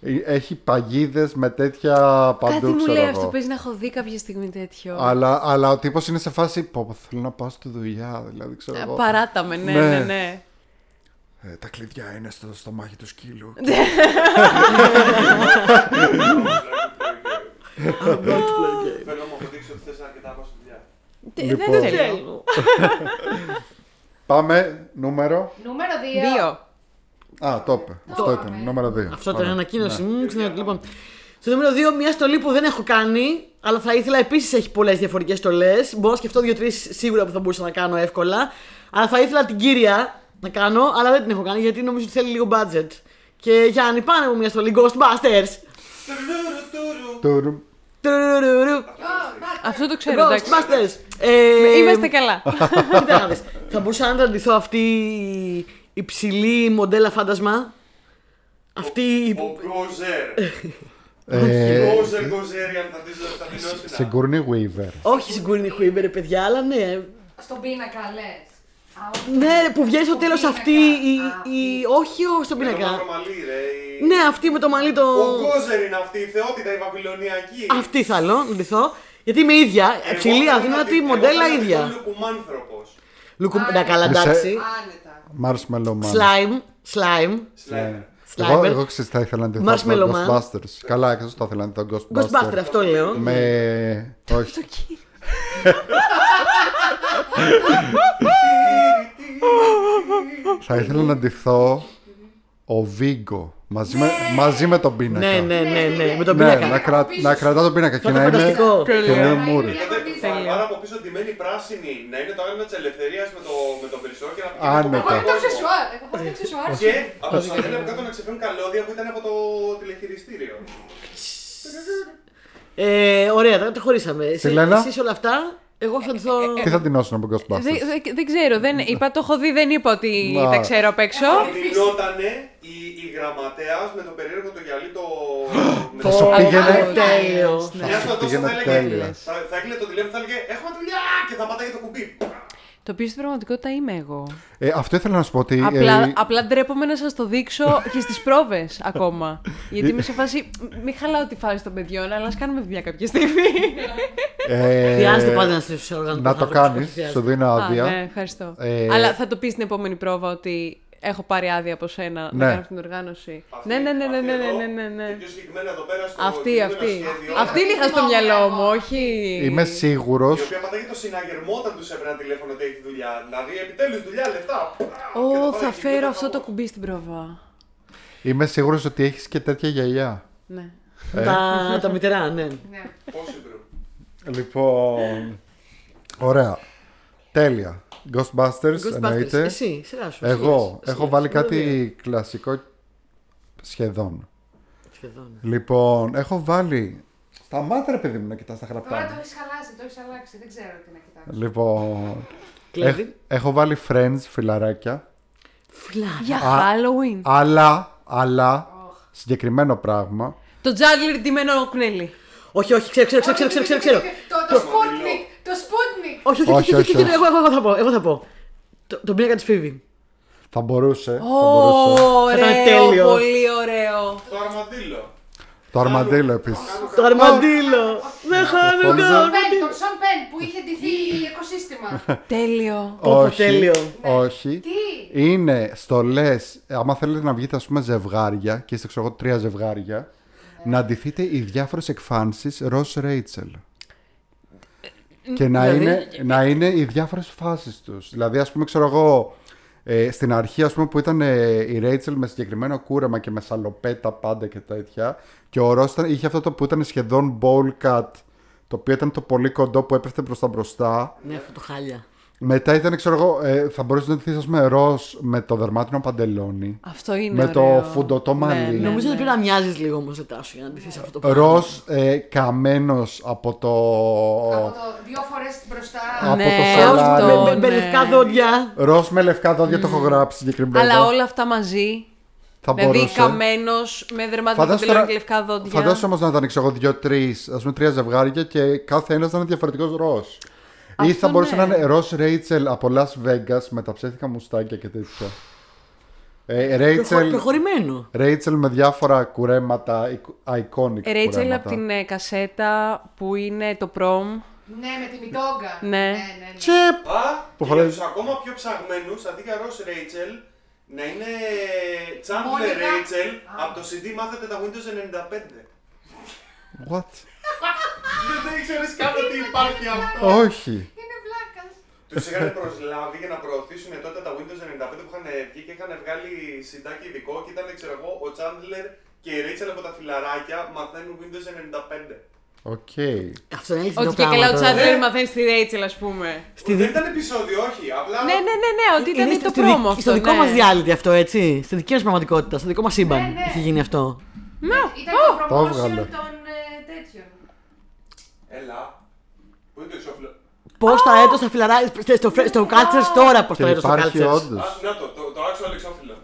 B: ε, Έχει παγίδες με τέτοια παντού,
D: Κάτι μου
B: ξέρω
D: λέει
B: εγώ.
D: αυτό. Παίζει να έχω δει κάποια στιγμή τέτοιο.
B: Αλλά, αλλά ο τύπος είναι σε φάση. Πω, πω, θέλω να πάω στη δουλειά, δηλαδή ξέρω
D: Ε,
B: εγώ.
D: Παράταμε, ναι,
B: Ναι.
D: ναι, ναι.
B: «Ε, τα κλειδιά είναι στο στομάχι του σκύλου.
A: Don't play game.
C: Θέλω να μου αποδείξεις ότι θες αρκετά να πάω στη δουλειά.
D: Τε-
B: Λοιπόν.
D: Δεν θέλω.
B: Πάμε νούμερο.
E: Νούμερο 2.
D: Δύο.
B: Α, το είπε. Αυτό
E: είπαμε.
B: ήταν. Νούμερο 2.
A: Αυτό ήταν η
D: Ναι.
A: ανακοίνωση μου. Ξέρω, λοιπόν. Στο νούμερο 2, μια στολή που δεν έχω κάνει, αλλά θα ήθελα επίσης έχει πολλές διαφορετικές στολές. Μπορώ να σκεφτώ δύο-τρει σίγουρα που θα μπορούσα να κάνω εύκολα. Αλλά θα ήθελα την κύρια να κάνω, αλλά δεν την έχω κάνει γιατί νομίζω ότι θέλει λίγο budget. Και Γιάννη, πάνε μου μια στολή Ghostbusters.
C: Τουρουρου, τουρου.
B: Ναι.
A: Τουρουρουρου.
D: Αυτό το ξέρω, εντάξει.
A: Ghostbusters. Ε,
D: Είμαστε καλά.
A: Κοίτα να δεις. Θα μπορούσα να τραντηθώ αυτή η υψηλή μοντέλα φάντασμα. Αυτή η.
C: Ο Γκοζέρ.
B: Ε,
C: Γκοζέρ, Γκοζέριαν θα τη θα τη λέω
B: σε
C: στην άλλη.
B: Γκουρνί Weaver.
A: Όχι συγκούρνη χουίμπερ, παιδιά, αλλά ναι.
E: Στον πίνακα λες.
A: Ναι, ρε, που βγαίνει στο τέλο αυτή η. η- Όχι, όχι στον
C: Με το
A: πίνακα.
C: μαύρο μαλλί, ρε. η-
A: Ναι, αυτή με το μαλλί το.
C: Ο Γκοζέρ είναι αυτή η θεότητα, η βαβυλωνιακή.
A: Αυτή θέλω, να ντυθώ. Γιατί είμαι ίδια.
C: Εγώ
A: Υψηλή,
C: θέλω να τη-
A: αδύνατη,
C: εγώ
A: μοντέλα
C: θέλω να τη
A: ίδια.
C: πω Λουκουμάνθρωπος.
A: Λουκου...
C: ε,
A: Να καλά,
B: Εσέ-
A: εντάξει.
E: Άνετα.
B: Marshmallow Man.
A: Σλάιμ, σλάιμ.
B: Ναι,
C: Σλάιμ.
B: Εγώ,
A: Slimer.
B: εγώ ξέρεις, θα ήθελα να τη
A: Marshmallow
B: δω
A: Man.
B: Ghostbusters. Καλά, εκτός θα ήθελα να τη δω
A: Ghostbuster,
B: Ghostbusters.
A: αυτό λέω.
B: Με... Όχι. θα ήθελα να ντυθώ ο Βίγκο μαζί, με, μαζί με τον πίνακα.
A: Ναι, ναι, ναι, ναι, με τον
B: Ναι,
A: πίνακα.
B: να, κρα,
E: Πίσω.
B: να κρατά τον πίνακα και
A: Αυτό
B: να
A: είναι
B: είναι,
A: φανταστικό.
B: και να είναι μούρι.
C: Τότε
D: Τέλεια.
C: Άρα από πίσω ντυμένη πράσινη να είναι το άλμα τη ελευθερίας με το, με το περισσό και να πηγαίνει
B: Άνετα.
C: από
E: Εγώ είναι το
C: πάνω στον κόσμο.
E: αξεσουάρ. Εγώ έχω αξεσουάρ.
C: Και από τα σανδέλια από κάτω να ξεφεύγουν καλώδια που ήταν από το τηλεχειριστήριο.
A: Ε, ωραία, τώρα το χωρίσαμε. Εσύ,
B: Λένα.
A: εσείς όλα αυτά, εγώ θα ντυθώ.
B: Τι θα την όσουν από
D: Δεν
B: Ghostbusters.
D: δεν- δεν ξέρω, δεν, είπα το έχω δει, δεν είπα ότι
B: Μα.
D: τα ξέρω απ' έξω.
C: Αντιλότανε η, η γραμματέας με το περίεργο το γυαλί το. με
B: Θα σου
C: το-
B: πήγαινε-
A: Τέλειο.
D: Ναι.
C: Μια
B: σου
C: στο τόσο
B: πήγαινε
C: θα έλεγε.
B: τέλεια.
C: Θα, θα έκλεινε το τηλέφωνο, θα έλεγε Έχουμε δουλειά! Και θα πατάει το κουμπί.
D: Το οποίο στην πραγματικότητα είμαι εγώ.
B: Ε, αυτό ήθελα να σου πω ότι...
D: Απλά,
B: ε,
D: απλά ντρέπομαι να σας το δείξω και στις πρόβες ακόμα. Γιατί είμαι σε φάση. Μην χαλάω τη φάση των παιδιών, αλλά ας κάνουμε δουλειά κάποια στιγμή.
B: ε,
A: Χρειάζεται πάντα να στρέψει όργανο.
B: να το
A: άνθρωπος,
B: κάνεις,
A: χρειάζεται.
B: σου δίνω
D: Α,
B: άδεια.
D: ναι, ευχαριστώ.
B: Ε,
D: Αλλά θα το πεις στην επόμενη πρόβα ότι έχω πάρει άδεια από σένα
B: Ναι.
D: να κάνω αυτή την οργάνωση. Ναι, ναι, ναι, ναι, ναι, ναι, ναι, ναι, ναι.
C: Και πιο συγκεκριμένα εδώ πέρα στο.
D: Αυτή,
C: κείμενο
D: αυτή.
C: σχέδιο,
D: Αυτή την είχα στο μυαλό μου, όχι.
B: Είμαι
C: Η
B: σίγουρος
C: οποία πατάει το συναγερμό όταν τους έπαιρνε τηλέφωνο ότι έχει δουλειά. Δηλαδή, επιτέλους δουλειά, λεφτά. Και
D: Ω,
C: το πάει
D: θα
C: εκεί
D: φέρω
C: και
D: αυτό το
C: χαμός.
D: κουμπί στην πρόβα.
B: Είμαι σίγουρος ότι έχεις και τέτοια γυαλιά.
D: Ναι.
B: Ε.
A: Τα, τα μητερά, ναι.
E: Ναι.
C: Possible.
B: Λοιπόν. Ωραία. Τέλεια. Ghostbusters,
A: Ghostbusters,
B: εννοείται.
A: εσύ, σειρά σου.
B: Εγώ
A: σειρά σου,
B: έχω
A: σειρά
B: βάλει
A: σου, νούμερο δύο.
B: κάτι κλασικό σχεδόν.
A: Σχεδόν.
B: Λοιπόν, έχω βάλει. Σταμάτα ρε παιδί μου να κοιτάς τα
E: Τώρα το
B: χαρτιά.
E: έχεις χαλάσει, το έχεις αλλάξει. Δεν ξέρω τι να κοιτάξω.
B: Λοιπόν.
A: Δηλαδή?
B: έχ- έχω βάλει friends φιλαράκια.
A: Φιλά.
D: Για Halloween.
B: Αλλά, αλλά, συγκεκριμένο πράγμα.
D: Το τζάντλερ ντυμένο κουνέλι.
A: Όχι, όχι, ξέρω, ξέρω, ξέρω, ξέρω, ξέρω, ξέρω, ξέρω.
E: Το- Το Sputnik! Το Sputnik!
A: Όχι, όχι, όχι,
B: Όχι,
A: όχι,
B: όχι,
A: όχι, εγώ, εγώ, εγώ θα πω, εγώ θα πω. Το, τον πίνακα της Φίβη.
B: Θα μπορούσε. θα μπορούσε.
A: Ήταν
D: Ωραίο,
A: τέλειο.
D: πολύ ωραίο.
C: Το αρμαντήλο.
B: Το αρμαντέλο επίσης.
A: Το αρμαντήλο. Δεν χάνω
B: Πολύ
A: το
B: ωραίο.
E: Πεν,
A: αρμαντήλο.
E: Τον Σον Πεν που είχε ντυθεί οικοσύστημα.
D: Τέλειο.
A: Πω, πω, τέλειο.
B: Όχι.
E: Τι?
B: Είναι στολέ. Άμα θέλετε να βγείτε, ας πούμε, ζευγάρια και είστε, ξέρω εγώ, τρία ζευγάρια, να ντυθείτε οι διάφορες εκφάνσεις Ρο Ρέιτσελ. Και να, είναι, να είναι οι διάφορες φάσεις τους. Δηλαδή, ας πούμε, ξέρω εγώ, ε, στην αρχή, ας πούμε, που ήταν ε, η Ρέιτσελ με συγκεκριμένο κούρεμα και με σαλοπέτα πάντα και τέτοια. Και ο Ρο είχε αυτό το που ήταν σχεδόν bowl cut. Το οποίο ήταν το πολύ κοντό που έπεφτε προς τα μπροστά.
A: Ναι, αυτό το χάλια.
B: Μετά ήταν, ξέρω εγώ, ε, θα μπορούσε να ντυθεί, ας πούμε, ροζ με το δερμάτινο παντελόνι.
D: Αυτό είναι
B: Με το
D: ωραίο.
B: φουντωτό μαλλί.
D: Ναι,
A: Νομίζω
D: ναι.
A: ότι πρέπει να μοιάζεις λίγο όμως μετά σου για να ντυθείς αυτό το πράγμα.
B: Ροζ ε, καμένος από το.
E: Από το δύο φορές μπροστά.
B: από
D: Ναι,
B: το
A: Ροζ με-
B: σαλάρι.
A: με- με- Με
D: ναι.
A: λευκά δόντια.
B: Ροζ με λευκά δόντια το έχω γράψει συγκεκριμένα.
D: Αλλά όλα αυτά μαζί.
B: θα
D: Δηλαδή
B: μπορούσε.
D: καμένος με δερματικό πυλόν και λευκά δόντια.
B: Φαντάσου όμως να ήταν ξέρω εγώ δύο-τρει, ας πούμε τρία ζευγάρια και κάθε ένας να είναι διαφορετικό ροζ. Ή
D: Αυτό
B: θα μπορούσε
D: ναι.
B: να είναι ροζ Ρέιτσελ από Las Vegas με τα ψεύτικα μουστάκια και τέτοια. Ε,
A: Προχω-
B: Ρέιτσελ,
A: Προχωρημένο.
B: Ρέιτσελ με διάφορα κουρέματα, εικ- iconic
D: Ρέιτσελ
B: κουρέματα.
D: Ε, από την ε, κασέτα που είναι το προμ.
E: Ναι, με τη μητόγκα.
D: Ναι.
E: ναι, ναι.
B: Τσιπ!
C: Α,
B: Που
C: και
B: φοράει-
C: για τους ακόμα πιο ψαγμένους, αντί για Ross Rachel, να είναι Chandler
E: Μόνικα.
C: Rachel από το CD μάθετε τα Windows 95.
B: What?
C: Δεν ήξερες καν ότι υπάρχει αυτό.
B: Όχι.
E: Είναι
C: Τους είχαν προσλάβει για να προωθήσουν τότε τα Windows 95 που είχαν βγει και είχαν βγάλει συντάκι ειδικό και ήταν, ξέρω εγώ, ο Chandler και η Rachel από τα φιλαράκια μαθαίνουν Windows 95.
B: Οκ.
A: Αυτό είναι αλήθεια.
D: Ότι
A: το ναι.
D: και καλά
A: πράγμα
D: ο
A: τώρα.
D: Τσάντλερ μαθαίνει στη Ρέιτσελ, ας πούμε.
A: Στη
C: Δεν
A: δι-
C: ήταν επεισόδιο, όχι. Απλά.
D: Ναι, ναι, ναι, ναι, ότι
A: είναι
D: ήταν
A: στη-
D: το
A: στη δική-
D: πρόμο αυτό.
A: Στο δικό
D: ναι.
A: μας reality αυτό, έτσι. Στη δική μας πραγματικότητα, στο δικό μας σύμπαν
E: Ναι, ναι.
A: έχει γίνει αυτό.
E: Ήταν το
B: Το
E: promotion
B: έβγαλε.
E: των ε, τέτοιων.
C: Έλα. Πού είναι το εξώφυλλο.
A: Πώ τα έτω στα φιλαράκια. στο- Στο, φρε-
D: Ναι.
A: στο Cultures τώρα, πώ
B: Και
A: τα έτω στο
B: υπάρχει
A: Cultures.
B: όντω.
C: Α, να το, το, το actual εξώφυλλο.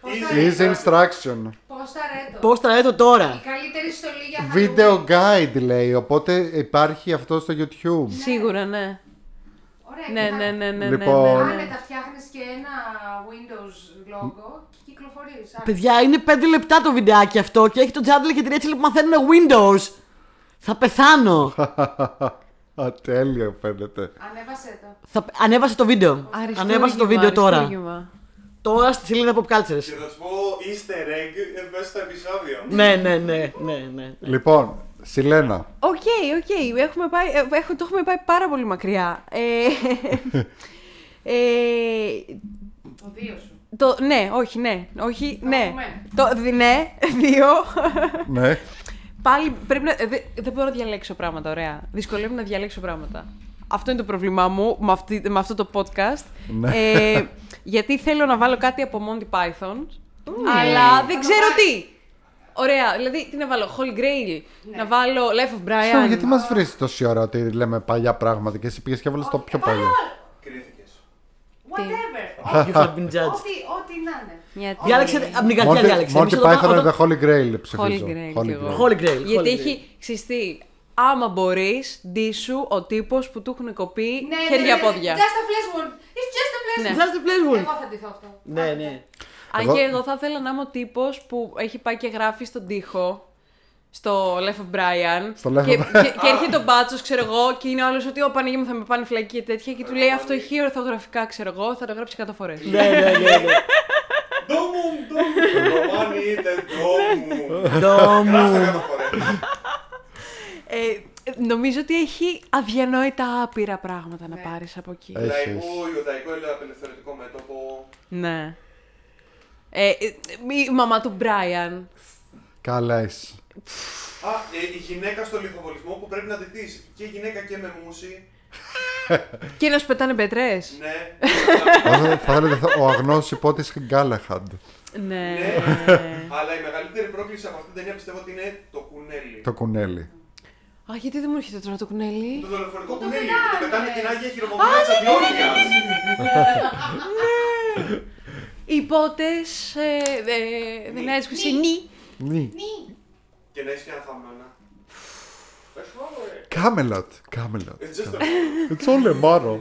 E: Πώς
C: Easy.
B: Is
E: τα Easy.
B: instruction.
E: Πώ τα ρέτο.
A: Πώ τα έτω
E: Η
A: τώρα.
E: καλύτερη στολή για
B: Video
E: Halloween.
B: guide λέει, οπότε υπάρχει αυτό στο YouTube.
D: Σίγουρα, ναι.
E: Ωραία,
D: Ναι,
E: κοίτα.
D: ναι, ναι, ναι.
B: Λοιπόν.
D: ναι, ναι, ναι.
E: Άνετα φτιάχνεις και ένα Windows logo και κυκλοφορεί.
A: Παιδιά, είναι 5 λεπτά το βιντεάκι αυτό και έχει τον Τζάντλερ και την Ρέτσελ που μαθαίνουν Windows. Θα πεθάνω.
B: Α, τέλειο φαίνεται.
E: Ανέβασε το.
A: Θα... Ανέβασε το βίντεο.
D: Αριστούργημα,
A: Ανέβασε το βίντεο τώρα.
D: αριστούργημα.
A: Τώρα στη σελίδα Pop Cultures.
C: Και θα σου πω easter egg ε, μέσα στο επεισόδιο.
A: ναι, ναι, ναι, ναι, ναι.
B: Λοιπόν, Σιλένα,
D: Οκ, οκ. Έχουμε πάει, ε, έχω- το έχουμε πάει πάρα πολύ μακριά. Ε, ε,
E: Το δύο σου.
D: το, ναι, όχι, ναι. Όχι, ναι.
E: πούμε.
D: Το, δι- ναι, δύο.
B: ναι.
D: Πάλι πρέπει να. ε, δε- δεν μπορώ να διαλέξω πράγματα, ωραία. Δυσκολεύομαι να διαλέξω πράγματα. Αυτό είναι το πρόβλημά μου με, αυτή, με αυτό το podcast.
B: Ναι.
D: Ε, γιατί θέλω να βάλω κάτι από Monty Python, αλλά δεν
E: το
D: ξέρω
E: βάλεις.
D: τι. Ωραία, δηλαδή τι να βάλω, Holy Grail,
E: Ναι.
D: να βάλω Life of Brian.
B: Συγγνώμη, γιατί μας βρει τόση ώρα ότι λέμε παλιά πράγματα και εσύ πήγες και έβαλες το πιο παλιό.
C: Κρίθηκε.
E: Whatever.
A: You have been judged.
E: Ό,τι, ό,τι να είναι.
D: Γιατί-
A: Διάλεξε από την καρδιά,
B: Monty,
A: διάλεξε. Εμείς
B: Monty
A: όταν-
B: Python and
A: όταν-
B: the Holy Grail ψηφίζω.
D: Holy Grail, κι εγώ.
A: Holy Grail. Holy
D: Γιατί
A: Grail.
D: έχει ξυστεί. Άμα μπορείς, ντύσου ο τύπος που του έχουν κοπεί
E: Ναι, ναι, ναι,
D: χέρια-πόδια.
E: Just a flesh wound. It's just a flesh
D: Ναι.
E: wound.
A: Just the flesh wound.
E: Εγώ θα ντυθώ αυτό.
A: Ναι, ναι.
D: Αν
B: Εγώ-
D: και εγώ θα ήθελα να είμαι ο τύπος που έχει πάει και γράφει στον τοίχο. Στο Life of Brian.
B: Στο Life of
D: και,
B: Brian.
D: και, και έρχεται ο μπάτσος, ξέρω εγώ, και είναι όλο ότι ο Παναγία μου θα με πάνε φυλακή και τέτοια. Και του λέει αυτό έχει ορθογραφικά, ξέρω εγώ, θα το γράψει 100 φορές.
A: Ναι, ναι, ναι, ναι.
C: Ντόμουμ, ντόμουμ. Ρωμάνι είτε ντόμουμ.
A: Ντό μου.
C: Γράφτε κάτω φορές.
D: Ε, νομίζω ότι έχει αδιανόητα άπειρα πράγματα να πάρεις από εκεί.
B: Ε. Έχεις.
C: Λαϊκό, Ιουδαϊκό, Ελαιοαπελευθερωτικό μέτωπο.
D: Ναι. Ε, ε, η μαμά του Μπράιαν.
B: Καλά εσύ.
C: Α, ε, η γυναίκα στο λιθοβολισμό που πρέπει να ντυθείς. Και γυναίκα και με μουσι.
D: Και να σου πετάνε πετρέ.
C: Ναι.
B: Όσο θα έλεγε θα- ο αγνός υπότης Γκάλαχαντ.
D: Ναι.
C: Ναι. Αλλά η μεγαλύτερη πρόκληση από αυτήν την ταινία πιστεύω ότι είναι το κουνέλι.
B: Το κουνέλι.
D: Α, γιατί δεν μου έρχεται τώρα το κουνέλι.
C: Το δολοφονικό
E: Το
C: κουνέλι.
E: πετάνε.
C: που Το πετάνε κοινάγια χειρομοβία τη Αντιόνια.
E: ναι,
D: Οι πότες, ε, ε, δεν άρεσε που νι.
B: Νι.
C: Και να είσαι και αναθαμμένα. Πες μου, ρε.
B: Κάμελοτ. Κάμελοτ.
A: Ε,
C: It's just a-
B: It's all a marrow.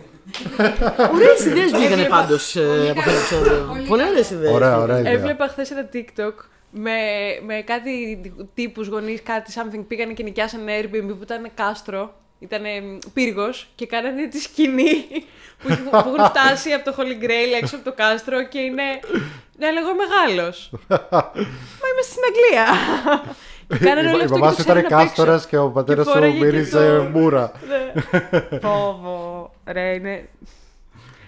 A: Ωραίες ιδέες βγήκανε
D: Έβλεπα.
A: πάντως από αυτό το
E: καλό.
A: επεισόδιο.
E: Πολύ
A: Πολύ
E: καλό.
A: ωραίες ιδέες.
B: Ωραία, ωραία ιδέα.
D: Έβλεπα χθες ένα TikTok με, με κάτι τύπους γονείς, κάτι something, πήγανε και νοικιάσαν ένα Airbnb που ήταν κάστρο, ήταν πύργος και κάνανε τη σκηνή που, έχουν- που έχουν φτάσει από το Holy Grail έξω από το κάστρο και είναι, ναι, αλλά εγώ είμαι Γάλλος. Μα είμαι στην Αγγλία. Και κάνανε όλο
B: Η
D: αυτό
B: μαμάς
D: και
B: σου
D: το ξέρουν
B: ήταν
D: απ' έξω.
B: κάστορας και ο πατέρας
D: Και
B: σου
D: φόραγε και
B: μύριζε
D: το-
B: μούρα.
D: Ναι. Φόβο. Ρε, είναι.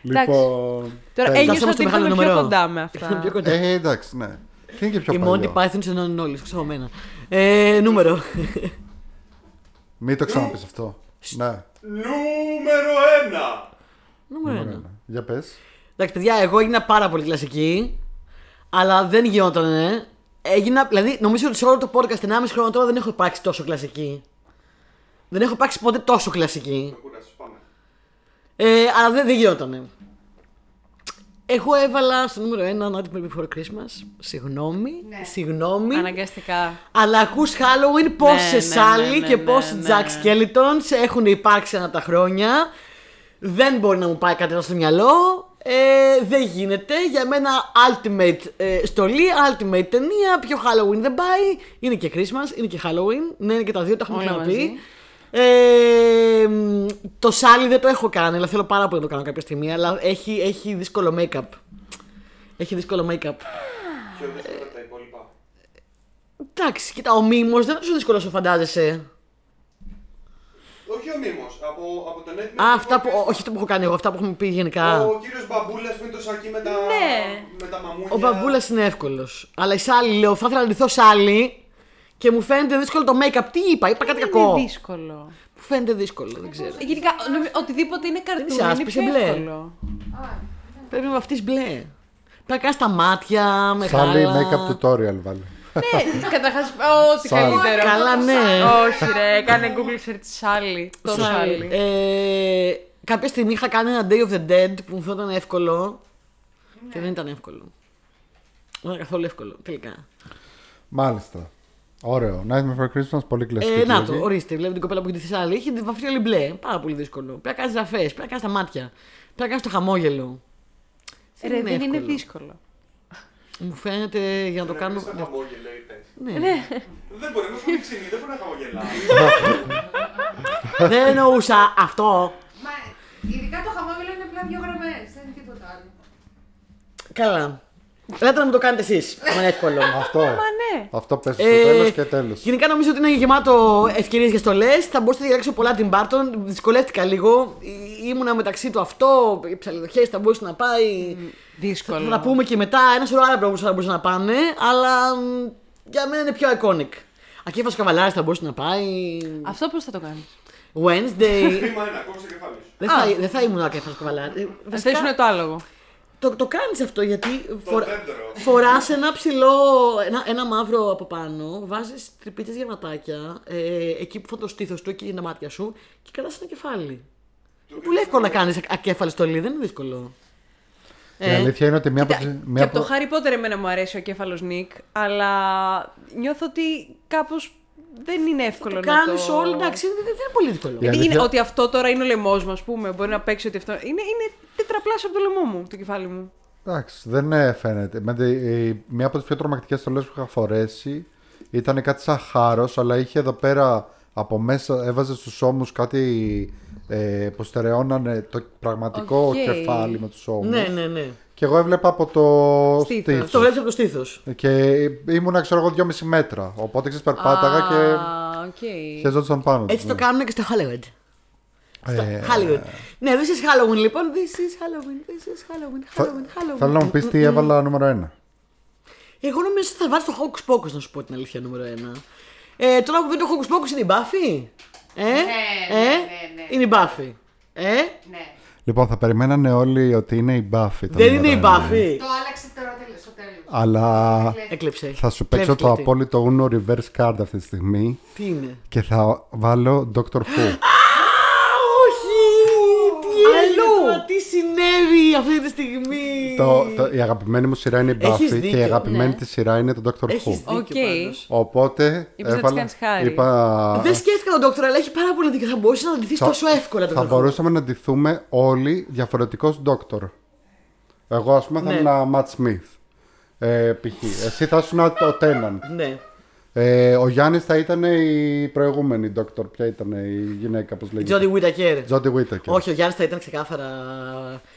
B: Λοιπόν. τέλεια.
D: Τώρα
A: Φτάσαμε
D: ένιωσα
A: στο
D: ότι
A: Ε, μεγάλο
D: ήρθαμε πιο
A: νούμερο.
D: κοντά με αυτά.
A: Πιο κοντά.
B: Ε, εντάξει, ναι. Τι είναι και πιο
A: Οι Monty
B: παλιό.
A: Python ενώνουν όλου, ξεχωμένα. Ε, νούμερο.
B: Μην το ξαναπείς αυτό. Ναι.
C: Νούμερο 1.
A: Νούμερο ένα.
B: Ναι, Για πες.
A: Εντάξει, παιδιά, εγώ έγινα πάρα πολύ κλασική. Αλλά δεν γινότανε. Έγινα, δηλαδή, νομίζω ότι σε όλο το podcast 1,5 χρόνο τώρα δεν έχω υπάρξει τόσο κλασική. Δεν έχω υπάρξει ποτέ τόσο κλασική.
C: Με κουράζει, πάμε.
A: Ε, αλλά δεν, δεν γινότανε. Εγώ έβαλα στο νούμερο 1 Nightmare Before Christmas. Συγγνώμη.
E: Ναι.
A: Συγγνώμη.
D: Αναγκαστικά.
A: Αλλά ακούς Halloween πόσες
D: ναι, ναι,
A: άλλοι
D: ναι,
A: και
D: ναι,
A: πόσοι
D: ναι.
A: Jack Skeletons έχουν υπάρξει ανά τα χρόνια. Δεν μπορεί να μου πάει κάτι άλλο στο μυαλό. Ε, δεν γίνεται. Για μένα ultimate ε, στολή, ultimate ταινία. Πιο Halloween δεν πάει. Είναι και Christmas, είναι και Halloween. Ναι, είναι και τα δύο, τα έχουμε
D: Όλα μαζί.
A: ξαναπεί. Ε, μ, το σάλι δεν το έχω κάνει, αλλά θέλω πάρα πολύ να το κάνω κάποια στιγμή. Αλλά έχει, έχει δύσκολο make-up. Έχει δύσκολο make-up.
C: Πιο δύσκολα τα υπόλοιπα.
A: Εντάξει, κοίτα, ο μήμο δεν είναι τόσο δύσκολος όσο φαντάζεσαι.
C: Όχι ο Μίμος, από, από το Netflix.
A: Α, αυτά που. Όχι αυτό που έχω κάνει εγώ, αυτά που έχουμε πει γενικά.
C: Ο κύριος Μπαμπούλας που είναι το σακί με τα,
D: Ναι.
C: με τα Ε, μαμούλια.
A: Ο μπαμπούλας είναι εύκολος. Αλλά η Σάλη, λέω, θα ήθελα να ντυθώ Σάλη και μου φαίνεται δύσκολο το make-up. Τι είπα, είπα κάτι κακό.
D: Είναι δύσκολο. Ε,
A: Μου φαίνεται δύσκολο, δεν ξέρω.
D: Γενικά, νομίζω, οτιδήποτε είναι
A: είσαι
D: καρτούν είναι
A: άσπρη,
D: πιο
A: είσαι μπλε.
D: εύκολο.
E: Α,
A: Πρέπει να βαφτεί μπλε. Πρέπει να κάνεις τα μάτια,
B: Σάλι
A: μεγάλα.
B: make-up tutorial βάλε.
D: ναι, καταρχάς, ό,τι
B: Σάλι.
D: καλύτερο.
A: Καλά, ναι.
D: Όχι ρε, κάνε Google search Sally. Το
A: Σάλι.
D: Sally.
A: Ε, κάποια στιγμή είχα κάνει ένα Day of the Dead που μου φαίνονταν εύκολο. Και δεν ήταν εύκολο. Δεν ήταν καθόλου εύκολο τελικά.
B: Μάλιστα. Ωραίο. Nightmare for Christmas, πολύ κλασική.
A: Ε, να το,
B: επιλογή.
A: ορίστε. Βλέπετε την κοπέλα που έχει τη Θεσσαλία. Είχε τη βαφτεί όλη μπλε. Πάρα πολύ δύσκολο. Πρέπει να κάνει ζαφέ, πρέπει να κάνει τα μάτια. Πρέπει να κάνει το χαμόγελο.
D: Ε, Ρε, δεν είναι
A: εύκολο.
D: δύσκολο.
A: Μου φαίνεται για να το
B: Ε,
A: κάνω.
C: Δεν χαμόγελο, είπες.
A: Ναι.
C: Δεν μπορεί, είμαι πολύ ξύνη, δεν μπορεί να χαμογελάω.
A: δεν εννοούσα αυτό.
E: Μα ειδικά το χαμόγελο είναι απλά δύο γραμμές, δεν είναι τίποτα άλλο.
A: Καλά. Λέτε να μου το κάνετε εσείς. Αν είναι εύκολο.
B: Αυτό.
D: ναι.
B: Αυτό πες στο
A: Ε,
B: τέλος και τέλος.
A: Γενικά νομίζω ότι είναι γεμάτο ευκαιρίες για στολές. Θα μπορούσατε να διαλέξω πολλά την Barton. Δυσκολεύτηκα λίγο. Ή- Ήμουνα μεταξύ του αυτό. Οι ψαλιδοχές θα μπορούσε να πάει.
D: Δύσκολο.
A: Θα τα πούμε και μετά. Ένα σωρό άλλα πράγματα θα μπορούσαν να πάνε. Αλλά μ, για μένα είναι πιο iconic. Ακύφα Καβαλάρης θα μπορούσε να πάει.
D: Αυτό πώς θα το κάνεις.
A: Wednesday.
C: Χρήμα ένα, κόψε κεφάλι σου.
A: δεν, θα, δεν θα ήμουν Ακύφα Καβαλάρης. Ε,
D: Θα
A: βασικά,
D: θέσουν το άλογο.
A: Το, το κάνεις αυτό γιατί
C: Το
A: φορα...
C: δέντρο.
A: φοράς ένα ψηλό, ένα, ένα μαύρο από πάνω, βάζεις τρυπίτσε γερματάκια ε, εκεί που θα το στήθος του, εκεί είναι τα μάτια σου και κρατάς ένα κεφάλι. Είναι πολύ εύκολο να κάνει ακέφαλη στολή, δεν είναι δύσκολο.
B: Η αλήθεια είναι ότι μία από
D: Κοίτα,
B: τις...
D: και
B: μία
D: από
B: από-
D: το Harry Potter εμένα μου αρέσει ο κέφαλος Νίκ, αλλά νιώθω ότι κάπως δεν είναι εύκολο
A: Το
D: να
A: κάνεις
D: το... Δηλαδή
A: όλο, εντάξει, δεν, δεν είναι πολύ δύσκολο.
B: Η
D: Είναι
B: αλήθεια-
D: ότι αυτό τώρα είναι ο λαιμός μου, ας πούμε. Μπορεί να παίξει ότι αυτό. Είναι, είναι τετραπλάσιο από το λαιμό μου, το κεφάλι μου.
B: Εντάξει, δεν ε, φαίνεται. Με τη- η- Μία από τις πιο τρομακτικές στολές που είχα φορέσει ήταν κάτι σαν χάρος, αλλά είχε εδώ πέρα από μέσα, έβαζε στους ώμους κάτι ε, που στερεώνανε το πραγματικό
D: Οκ.
B: κεφάλι με τους ώμους.
A: Ναι, ναι, ναι.
B: Και εγώ έβλεπα από το
D: Στήθος.
B: στήθος.
A: Αυτό βλέπεις από το στήθος.
B: Και ήμουνα, ξέρω εγώ, δυόμιση μέτρα. Οπότε ξέρεις, περπάταγα και
D: Α, οκ.
B: χεζόντουσαν πάνω.
A: Έτσι
B: τους.
A: το κάνουν και στο Hollywood. Στο
B: Mm. Ε,
A: Hollywood. Ναι, this is Halloween λοιπόν. This is Halloween, this is Halloween, Halloween, Halloween.
B: Θέλω να μου πεις τι έβαλα νούμερο ένα.
A: Εγώ νομίζω ότι θα βάλει το Hocus Pocus να σου πω την αλήθεια νούμερο ένα. Ε, τώρα που βγαίνει το Hocus Pocus είναι η Buffy. Ε, ναι,
E: ναι,
A: ε,
E: ναι, ναι.
A: Είναι η Buffy. Ε,
E: Ναι.
B: Λοιπόν, θα περιμένανε όλοι ότι είναι η Buffy. το
A: δεν
B: νούμερο
A: είναι η
B: ένα.
A: Buffy.
E: Το άλλαξε τώρα τέλος, στο τέλος.
B: Αλλά
A: Έκλεψε.
B: θα σου παίξω
A: Κλέβει
B: το
A: κλέφτη.
B: απόλυτο Uno reverse card αυτή τη στιγμή
A: Τι είναι.
B: και θα βάλω Doctor Who.
A: Όχι! Τι
D: Αλλού.
A: έγινε τώρα, τι συνέβη αυτή τη στιγμή.
B: το, το- η αγαπημένη μου σειρά είναι η
A: Έχεις
B: Buffy και η
A: δίκιο,
B: αγαπημένη
D: ναι.
B: της σειρά είναι το Doctor
A: Έχεις
B: Who.
A: δίκιο
D: Οκ.
A: πάντως.
B: Οπότε
D: Είπες να της κάνεις χάρη.
B: είπα,
A: Δεν σκέφτηκα τον Dr. αλλά έχει πάρα πολύ δίκιο. Θα μπορούσε να αντιθεί τόσο εύκολα
B: θα
A: τον Dr.
B: μπορούσαμε να ντυθούμε όλοι διαφορετικός Doctor. Εγώ ας πούμε θα
A: Ναι.
B: ήμουν Matt Smith. Ε, π.χ. Εσύ θα ήσουν ο Τέναν.
A: Ναι.
B: Ε, ο Γιάννης θα ήταν η προηγούμενη Doctor. Ποια ήταν η γυναίκα, πώς λέγεται.
A: Τζόνι Whittaker.
B: Τζόντι Whittaker.
A: Όχι, ο Γιάννης θα ήταν ξεκάθαρα.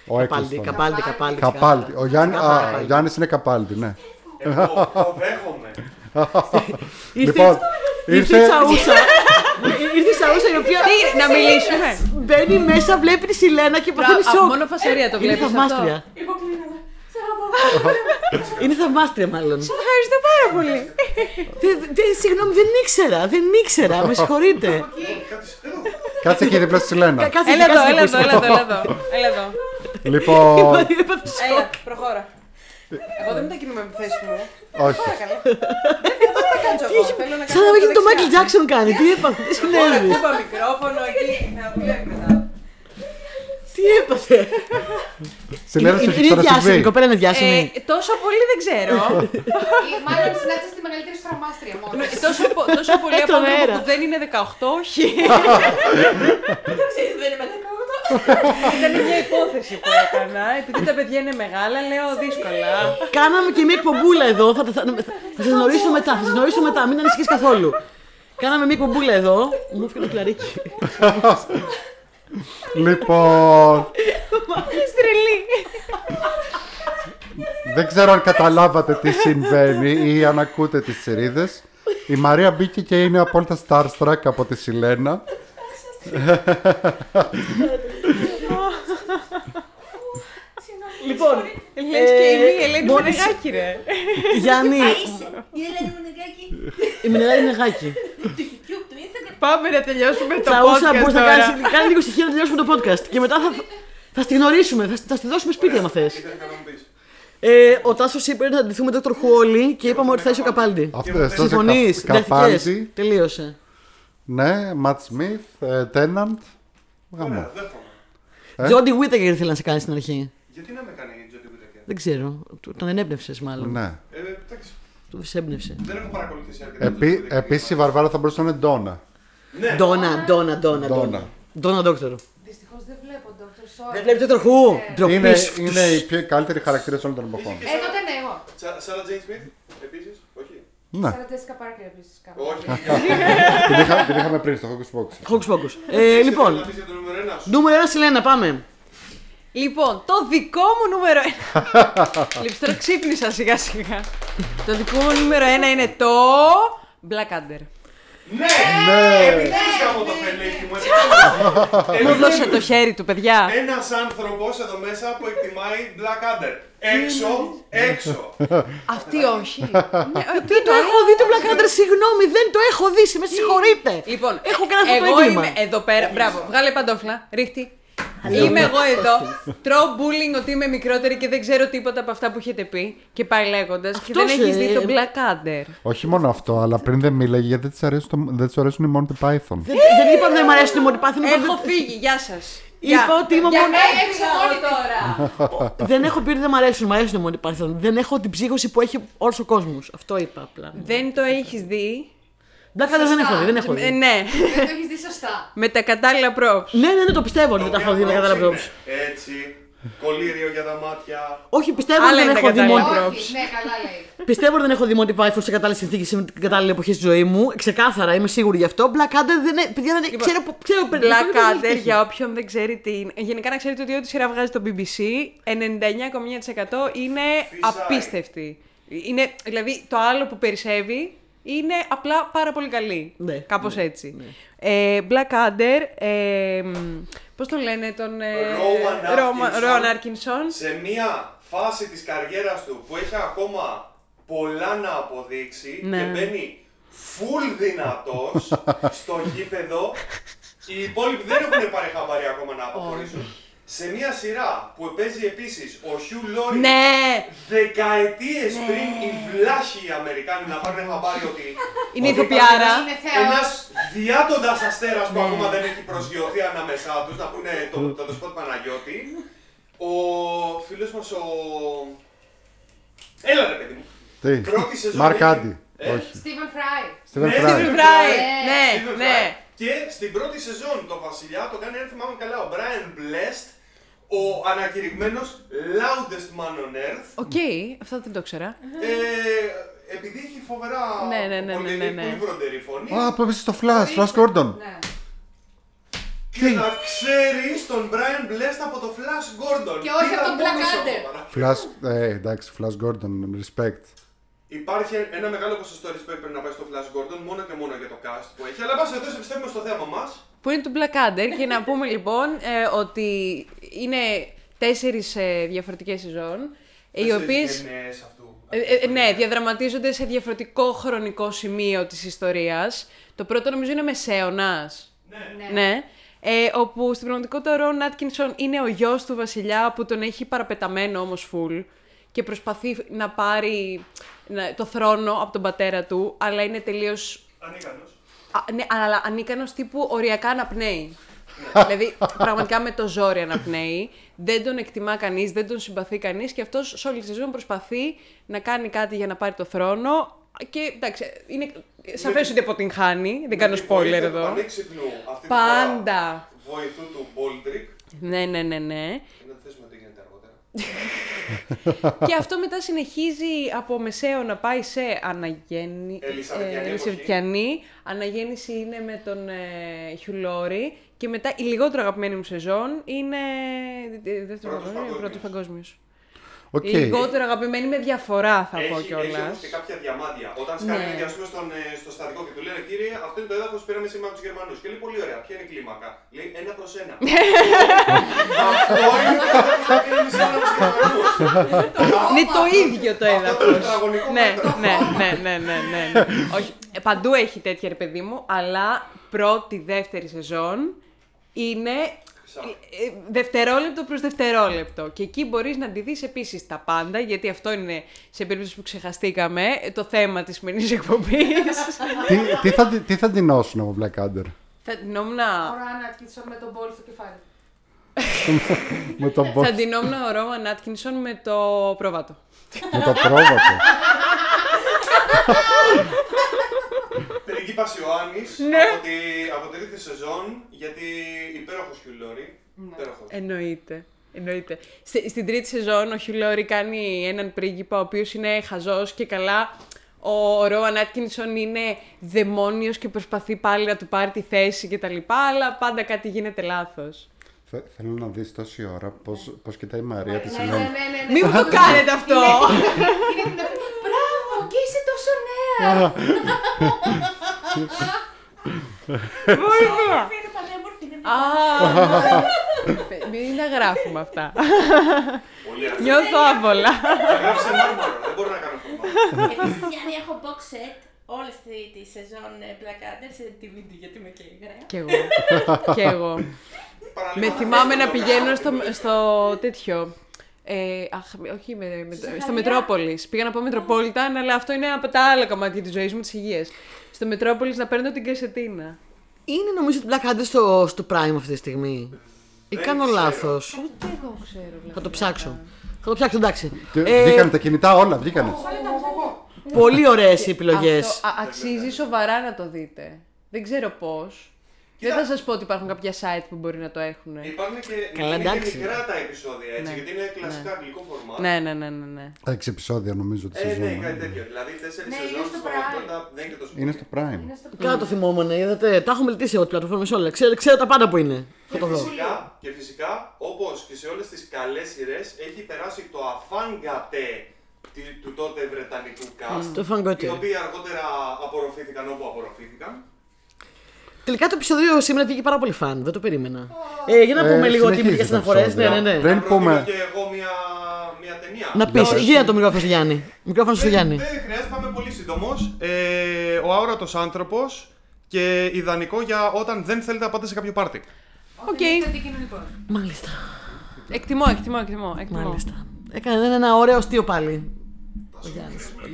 B: Ο
A: Καπάλτη,
B: Eccleston.
A: καπάλτη, καπάλτη.
B: Καπάλτη.
A: ξεκάθαρα.
B: Ο Γιάννη,
A: Ξεκάθαρα
B: α, ο
A: καπάλτη.
B: Γιάννης είναι καπάλτη, ναι.
C: Εγώ το δέχομαι.
A: Ήρθε-
B: Λοιπόν,
A: Ήρθε η
B: ήρθε-
A: Σαούσα. Ήρθε η Σαούσα η οποία.
D: Τι, να μιλήσουμε.
A: Μπαίνει μέσα, βλέπει τη Σιλένα και παθαίνει
D: Α,
A: Ε, σοκ.
D: Μόνο φασαρία το
A: Είναι
D: βλέπεις αυτό.
A: θαυμάστρια.
D: ναι.
A: Είναι θαυμάστρια, μάλλον.
D: Ευχαριστώ πάρα πολύ.
A: Δεν- δεν- Συγγνώμη, δεν ήξερα. Δεν ήξερα. Με συγχωρείτε.
C: Κάτσε εδώ.
B: Κάτσε εκεί δίπλα στη Σιλένα.
A: Κα- Κάτσε
D: Ε, Έλα
A: εκεί,
D: εδώ,
A: κάτσε
D: έλα
A: εκεί
D: εδώ,
A: που
D: έλα εδώ, έλα εδώ. Έλα εδώ.
B: Λοιπόν,
A: είσαι. Έπαθε σοκ.
D: Έλα, προχώρα. Εγώ δεν μετακινούμαι από τη θέση μου. ε.
B: όχι.
D: Τι θα κάνω εγώ. Θέλω να
A: Σαν να μην έχει το Μάικλ Τζάξον κάνει. Τι έπαθε, τι συνέβη.
D: Κούπα μικρόφωνο εκεί. Να δουλεύει μετά.
A: Τι έπαθε.
B: Σιλένα, σου
A: Είναι
B: έχει
A: είναι διάσημη, η
B: ξανασυμβεί.
A: κοπέλα είναι διάσημη.
D: Ε, Τόσο πολύ δεν ξέρω.
E: Μάλλον συνάντησε τη μεγαλύτερη στραμάστρια μόνο.
D: Ναι, τόσο, πο- τόσο πολύ από
A: Στον
D: άνθρωπο
A: αέρα.
D: που δεν είναι 18, όχι. δεν είμαι 18. Ήταν μια υπόθεση που έκανα. Επειδή τα παιδιά είναι μεγάλα, λέω δύσκολα.
A: Κάναμε και μια εκπομπούλα εδώ. Θα, τα- θα, θα, θα σας γνωρίσω μετά. Θα σας γνωρίσω μετά. Μην ανησυχείς καθόλου. Κάναμε μια εκπομπούλα εδώ. Μου έφυγε το κλαρίκι.
B: Λοιπόν,
D: Είσαι τρελή.
B: δεν ξέρω αν καταλάβατε τι συμβαίνει ή αν ακούτε τις σειρίδες. Η Μαρία μπήκε και είναι απόλυτα starstruck από τη Σιλένα.
E: ναι.
A: Λοιπόν,
D: Λες και
A: ε,
D: η μη Ελένη
A: μόλις-
D: Μενεγάκη, ρε.
A: Γιάννη,
F: Είσαι, η Ελένη Μουνεγάκη
A: η Μινελά είναι γάκι.
F: του YouTube, του Instagram.
D: Πάμε να τελειώσουμε το
A: Τσαούσα,
D: podcast
A: μπορείς να
D: τώρα.
A: κάνεις κάνε λίγο στοιχεία να τελειώσουμε το podcast. Και μετά θα, θα στη γνωρίσουμε, θα, θα στη δώσουμε σπίτι άμα θες.
C: Ήταν καλό να μου πεις.
A: Ε, ο Τάσος είπε να αντιθούμε με τον Dr. Who όλοι και είπαμε ότι θα είσαι ο Καπάλντι.
B: Αυτό δεν
A: Συμφωνεί, δέχτηκε.
B: Καπάλτη.
A: Τελείωσε.
B: Ναι, ε, Ματ Σμιθ, Τέναντ.
C: Ωραία,
B: Γαμό.
C: δέχομαι.
B: Ε?
A: Τζόντι Βίτεγκερ ήθελε να σε κάνει στην αρχή.
C: Γιατί να με κάνει η Τζοντι Whittaker.
A: Δεν ξέρω. του- Τον ενέπνευσες μάλλον.
B: Ναι.
C: Ε, εντάξει,
A: Του σε έμπνευσε.
C: δεν έχω παρακολουθήσει αρκετά.
B: Επί,
C: Τζοντι Whittaker.
B: επίσης η Βαρβάρα θα μπορούσε να είναι Ντόνα.
C: Ναι,
A: Ντόνα, ντόνα, ντόνα.
B: Ντόνα.
A: ντόνα. Ντόνα Δόκτωρο.
E: Δυστυχώς δεν βλέπω Dr. Sora.
A: Δεν βλέπεις Dr. Who.
B: Είναι,
A: Ντροπή.
B: είναι η πιο καλύτερη χαρακτήρα όλων των εποχών.
E: Ε, τότε ναι, εγώ.
C: Σάρα Τζέιν Σμιθ, επίσης, όχι.
B: Ναι,
E: Σαν Τζέσικα Πάρκερ επίση κάπου.
C: Όχι.
B: την, είχα- την είχαμε πριν στο Hocus Pocus.
A: Χόκου πόκου. Ε, λοιπόν,
C: Να πεις για το νούμερο ένα σου.
A: νούμερο 1 Σιλένα, πάμε.
D: Λοιπόν, το δικό μου νούμερο 1. λοιπόν, τώρα ξύπνησα σιγά σιγά. το δικό μου νούμερο 1 είναι το. Blackadder.
C: Ναι!
B: Ναι,
C: Επιτέλους γάμο το φελέκι μου.
D: Μου δώσε το χέρι του, παιδιά.
C: Ένας άνθρωπος εδώ μέσα που εκτιμάει Blackadder. Έξω, έξω.
D: Αυτή όχι. Ναι, ε,
A: Δεν το έχω δει το Black Adder, συγγνώμη, δεν το έχω δει, σε με συγχωρείτε.
D: Λοιπόν,
A: έχω κάνει αυτό το
D: εγώ
A: έγκλημα. Ε,
D: είμαι εδώ πέρα. Μπράβο, βγάλε παντόφλα, ρίχτη. Είμαι εγώ εδώ. Τρώω bullying ότι είμαι μικρότερη και δεν ξέρω τίποτα από αυτά που έχετε πει. Και πάει λέγοντας. Και δεν
A: Αυτός,
D: έχεις δει
A: ε,
D: τον Blackadder.
B: Όχι μόνο αυτό, αλλά πριν δεν μίλαγε γιατί δεν της αρέσει το- δεν της αρέσουν οι Monty Python.
A: Δεν, δεν είπα ότι δεν μου αρέσει το μορυπάθι,
D: Έχω φύγει, γεια σας.
A: Είπα ότι είμαι μόνο-
D: έξω
E: Ε, ναι, μόνη
D: τώρα.
A: δεν έχω πει ότι δεν μου αρέσουν, μου αρέσουν οι μορυπάθι. Δεν έχω την ψύχωση που έχει όλος ο κόσμος. Αυτό είπα απλά.
D: Δεν το έχεις δει.
A: Black Adder δεν έχω δει, δεν έχω
D: Ε,
A: δει.
D: ναι,
E: Δεν το έχεις δει σωστά.
D: με τα κατάλληλα props.
A: Ναι, ναι, ναι, το πιστεύω ότι δεν τα έχω δει, δεν κατάλαβα
C: Είναι Έτσι, κολύριο για τα μάτια.
A: Όχι, πιστεύω ότι
D: Άλλα
A: δεν
D: είναι τα
A: έχω δει
D: κατάλληλα.
A: μόνο.
D: Monty
E: Όχι,
D: Props.
E: ναι, καλά λέει.
A: Πιστεύω ότι δεν έχω δει Monty Python σε κατάλληλε συνθήκε με την κατάλληλη εποχή στη ζωή μου. Ξεκάθαρα, είμαι σίγουρη γι' αυτό. Black Adder δεν είναι. Παιδιά, δεν είναι. ξέρω, που- ξέρω περίπου, δεν έχει
D: Blackadder,
A: τύχει.
D: για όποιον δεν ξέρει τι είναι. Γενικά να ξέρετε ότι ό,τι σειρά βγάζει το BBC, 99,9% είναι
C: Φυσάει.
D: απίστευτη. Είναι, δηλαδή το άλλο που περισσεύει είναι απλά πάρα πολύ καλή.
A: Ναι,
D: Κάπως έτσι. Ε, Blackadder, ε, μ, πώς τον λένε τον... ε,
C: Rowan
D: Ρώμα-
C: Atkinson.
D: Rowan Atkinson.
C: Σε μια φάση της καριέρας του που έχει ακόμα πολλά να αποδείξει
D: Ναι.
C: και μπαίνει full δυνατός στο γήπεδο, οι υπόλοιποι δεν έχουν πάρει χαμπάρι ακόμα να αποχωρήσουν. Σε μια σειρά που παίζει επίσης ο Χιου Λόρι
D: Ναι!
C: Δεκαετίες πριν οι βλάχοι οι Αμερικάνοι να πάρουν χαμπάρι ότι.
D: Είναι
C: ότι
D: ηθοποιάρα.
C: ήταν
E: Είναι θεός.
C: Ε, ένας διάτοντας αστέρας
B: Ναι.
C: που ακόμα δεν έχει προσγειωθεί ανάμεσά τους, να πούνε το, το δεσπότη Παναγιώτη. Ο φίλος μας ο. Έλα ρε παιδί μου.
B: Τι,
C: Πρώτη σεζόν
B: Μαρκ
C: έχει-
B: Άντι,
C: Ε?
B: όχι.
E: Στίβεν Φράι.
B: Στίβεν
C: Ναι,
B: Φράι.
C: Steven
D: Φράι!
E: Ναι,
D: Ναι,
C: Steven
D: ναι.
C: Fry. Και στην πρώτη σεζόν το Βασιλιά το κάνει, αν θυμάμαι καλά, ο Brian Blessed, ο ανακηρυγμένος loudest man on earth.
D: Οκ, αυτό δεν το ξέρα.
C: Ε, επειδή έχει φοβερά.
D: Ναι, ναι, ναι,
C: πολύ-
D: ναι, ναι, ναι.
C: πολύ βροντερή φωνή.
B: Α, που έπεσε στο Flash, Flash Gordon.
E: Ναι.
C: Και να ξέρεις τον Brian Blessed από το Flash Gordon.
E: Και όχι
C: Ήταν
E: από τον
C: μόνος
E: Black
C: του
E: Adder.
C: παρά.
B: Flash, ε, εντάξει, Flash Gordon, respect.
C: Υπάρχει ένα μεγάλο ποσοστό respect πρέπει να πάει στο Flash Gordon μόνο και μόνο για το cast που έχει. Αλλά πάση εδώ πιστεύουμε στο θέμα μας.
D: που είναι του Blackadder και να πούμε λοιπόν ε, ότι είναι τέσσερις ε, διαφορετικές σεζόν ε, οι οποίες
C: αυτού.
D: ε, ε, ναι, διαδραματίζονται σε διαφορετικό χρονικό σημείο της ιστορίας. Το πρώτο νομίζω είναι μεσαίωνας.
E: Ναι.
D: Ναι. Ε, όπου στην πραγματικότητα ο Ρον Άτκινσον είναι ο γιος του βασιλιά που τον έχει παραπεταμένο όμως φουλ και προσπαθεί να πάρει να- το θρόνο από τον πατέρα του, αλλά είναι τελείως
C: Ανίκανος.
D: Α, ναι, αλλά ανίκανο τύπου οριακά αναπνέει. δηλαδή, πραγματικά με το ζόρι αναπνέει. Δεν τον εκτιμά κανείς, δεν τον συμπαθεί κανείς και αυτός σε όλη τη σεζόν προσπαθεί να κάνει κάτι για να πάρει το θρόνο. Και εντάξει, είναι σαφέ ότι αποτυγχάνει. Δεν κάνω
C: Με τη
D: spoiler
C: βοήθεια του
D: εδώ.
C: πανέξυπνου αυτή τη
D: Πάντα.
C: φορά Βοηθού του Baldrick.
D: Ναι, ναι, ναι, ναι.
C: Να θέσουμε ότι γίνεται αργότερα.
D: και αυτό μετά συνεχίζει από μεσαίο να πάει σε αναγέννη... ε,
C: Ελισαβετιανή εποχή.
D: Ελισαβετιανή. Αναγέννηση είναι με τον ε, Hugh Laurie. Και μετά η λιγότερο αγαπημένη μου σεζόν είναι. ε, Δεύτερο
C: Πρώτος
D: παγκόσμιος.
C: παγκόσμιος.
D: Πρώτος παγκόσμιος.
B: Οκ.
D: Η λιγότερο αγαπημένη με διαφορά θα πω
C: Έχει, έχει
D: κιόλας.
C: όμως και κάποια διαμάντια. Όταν σκάνε
D: Ναι.
C: ναι. ας πούμε, στον, ε, στο στατικό και του λένε Κύριε, αυτό είναι το έδαφος που πήραμε σήμερα από τους Γερμανούς. Και λέει πολύ ωραία, ποια είναι η κλίμακα. Λέει ένα προς ένα. αυτό είναι το έδαφος που πήραμε σήμερα από τους Γερμανούς.
D: Είναι το ίδιο το έδαφο.
C: Αυτό το τετραγωνικό
D: ναι,
C: μέτρο.
D: ναι, ναι, ναι, ναι, ναι, ναι. Όχι, ε, παντού έχει τέτοια ρε παιδί μου, αλλά πρώτη, δεύτερη σεζόν είναι ε, ε, δευτερόλεπτο προς δευτερόλεπτο. Και εκεί μπορείς να τη δεις επίσης τα πάντα, γιατί αυτό είναι, σε περίπτωση που ξεχαστήκαμε, ε, το θέμα της σημερινής εκπομπής.
B: τι, τι, θα, τι θα τεινώσουν από Black Adder
D: θα την όμουνα-
E: Ο Ραν Άτκινσον με τον μπόλ στο κεφάλι.
B: με τον boss,
D: θα την όμουνα ο Ρόμαν Άτκινσον με το πρόβατο.
B: με το πρόβατο.
C: Πριγκίπα Ιωάννη
D: Ναι.
C: από, τη, από τη τρίτη σεζόν, γιατί υπέροχος Χιουλόρι.
D: Ναι.
C: Υπέροχος.
D: Εννοείται. Εννοείται. Στη- Στην τρίτη σεζόν ο Χιου Λόρι κάνει έναν πρίγκιπα ο οποίος είναι χαζός και καλά ο Ρόαν Άτκινσον είναι δαιμόνιος και προσπαθεί πάλι να του πάρει τη θέση και τα λοιπά, αλλά πάντα κάτι γίνεται λάθος.
B: Θε- Θέλω να δεις τόση ώρα πώς, πώς κοιτάει η Μαρία τη
E: Ναι, ναι, ναι,
B: Ε, συγγνώμη.
E: ναι, ναι.
D: Μην μου το κάνετε αυτό!
E: Είναι την εποχή. Μπράβο, και είσαι τόσο νέα.
D: Βοήθεια!
F: Είναι πανέμορφη, είναι
D: Α, Μην τα γράφουμε αυτά.
C: Πολύ ωραία.
D: Νιώθω άβολα.
C: Θα γράψει μάρμαρο, δεν μπορώ να κάνω φορμάρο.
F: Επίσης, Γιάννη, έχω box set όλες τη- τη σεζόν ε, Black Adder σε DVD, γιατί είμαι και υγραία.
D: Κι εγώ. Κι εγώ.
C: Παραλίγο
D: Με
C: να
D: θυμάμαι
C: θες
D: να
C: το
D: πηγαίνω
C: κάνω.
D: στο, στο τέτοιο. Ε, αχ, με- όχι, με, με- στο Μετρόπολης. Πήγα να πω Μετροπόλιταν, αλλά αυτό είναι από τα άλλα κομμάτια της ζωής μου, της υγείας. Στο Μετρόπολης να παίρνω την κασετίνα.
A: Είναι νομίζω ότι Black Adder στο, στο Prime αυτή τη στιγμή. Ή
B: Ε,
A: κάνω
C: ξέρω.
A: λάθος. Θα το ψάξω. Θα το ψάξω, εντάξει.
B: Και
A: Ε,
B: Βγήκανε τα κινητά όλα, βγήκανε.
A: πολύ ωραίες οι επιλογές.
D: Αυτό α- αξίζει σοβαρά να το δείτε. Δεν ξέρω πώς. Δεν θα σας πω ότι υπάρχουν κάποια site που μπορεί να το έχουν.
C: Υπάρχουν και
A: Καλά,
C: είναι
A: εντάξει.
C: και μικρά τα επεισόδια έτσι,
D: Ναι.
C: γιατί είναι κλασικά αγγλικό φορμάτ.
D: Ναι, ναι, ναι, ναι. ναι.
B: Έξι επεισόδια νομίζω τη
C: Ε,
B: σεζόν.
C: ναι, κάτι
B: ε.
C: τέτοιο. Δηλαδή, τέσσερις
E: Ναι,
C: σεζόν
E: είναι στο
C: σταματώντα δεν είναι και τόσο
B: Είναι
C: πολύ.
B: στο Prime.
E: Είναι στο
A: Καλά το θυμόμουν, είδατε. Τα έχω μελετήσει εγώ τις πλατφόρμες όλα. Ξέρω, ξέρω τα πάντα που είναι. Θα
C: Και
A: το δω.
C: φυσικά, και φυσικά, όπως και σε όλες τις καλές σειρές, έχει περάσει το αφάνγκατε τη- του τότε Βρετανικού cast.
A: Το Αφάνγκατε.
C: Οι οποίοι αργότερα απορροφήθηκαν όπου απορροφήθηκαν.
A: Τελικά το επεισόδιο σήμερα βγήκε πάρα πολύ φαν, δεν το περίμενα. Ε, για να
B: Ε,
A: πούμε λίγο ότι
B: συνεχίζει
A: μερικές
B: τα
A: αναφορέ. Ναι,
B: επεισόδια.
A: ναι, ναι.
B: Πριν
C: Να προτείνω
B: πούμε-
C: και εγώ μια, μια ταινία.
A: Να πεις, γίνεται το μικρόφωνο στο Γιάννη. Μικρόφωνο στο
C: Δεν-
A: Γιάννη.
C: Δεν χρειάζεται, θα είμαι πολύ σύντομος. Ε, ο αόρατο άνθρωπος και ιδανικό για όταν δεν θέλετε να πάτε σε κάποιο πάρτι.
D: Οκ.
E: Είναι αντικοινωνικό.
A: Μάλιστα.
D: Εκτιμώ, εκτιμώ, εκτιμώ. εκτιμώ.
A: Μάλιστα. Έκανε ένα ωραίο αστείο πάλι.
E: Θα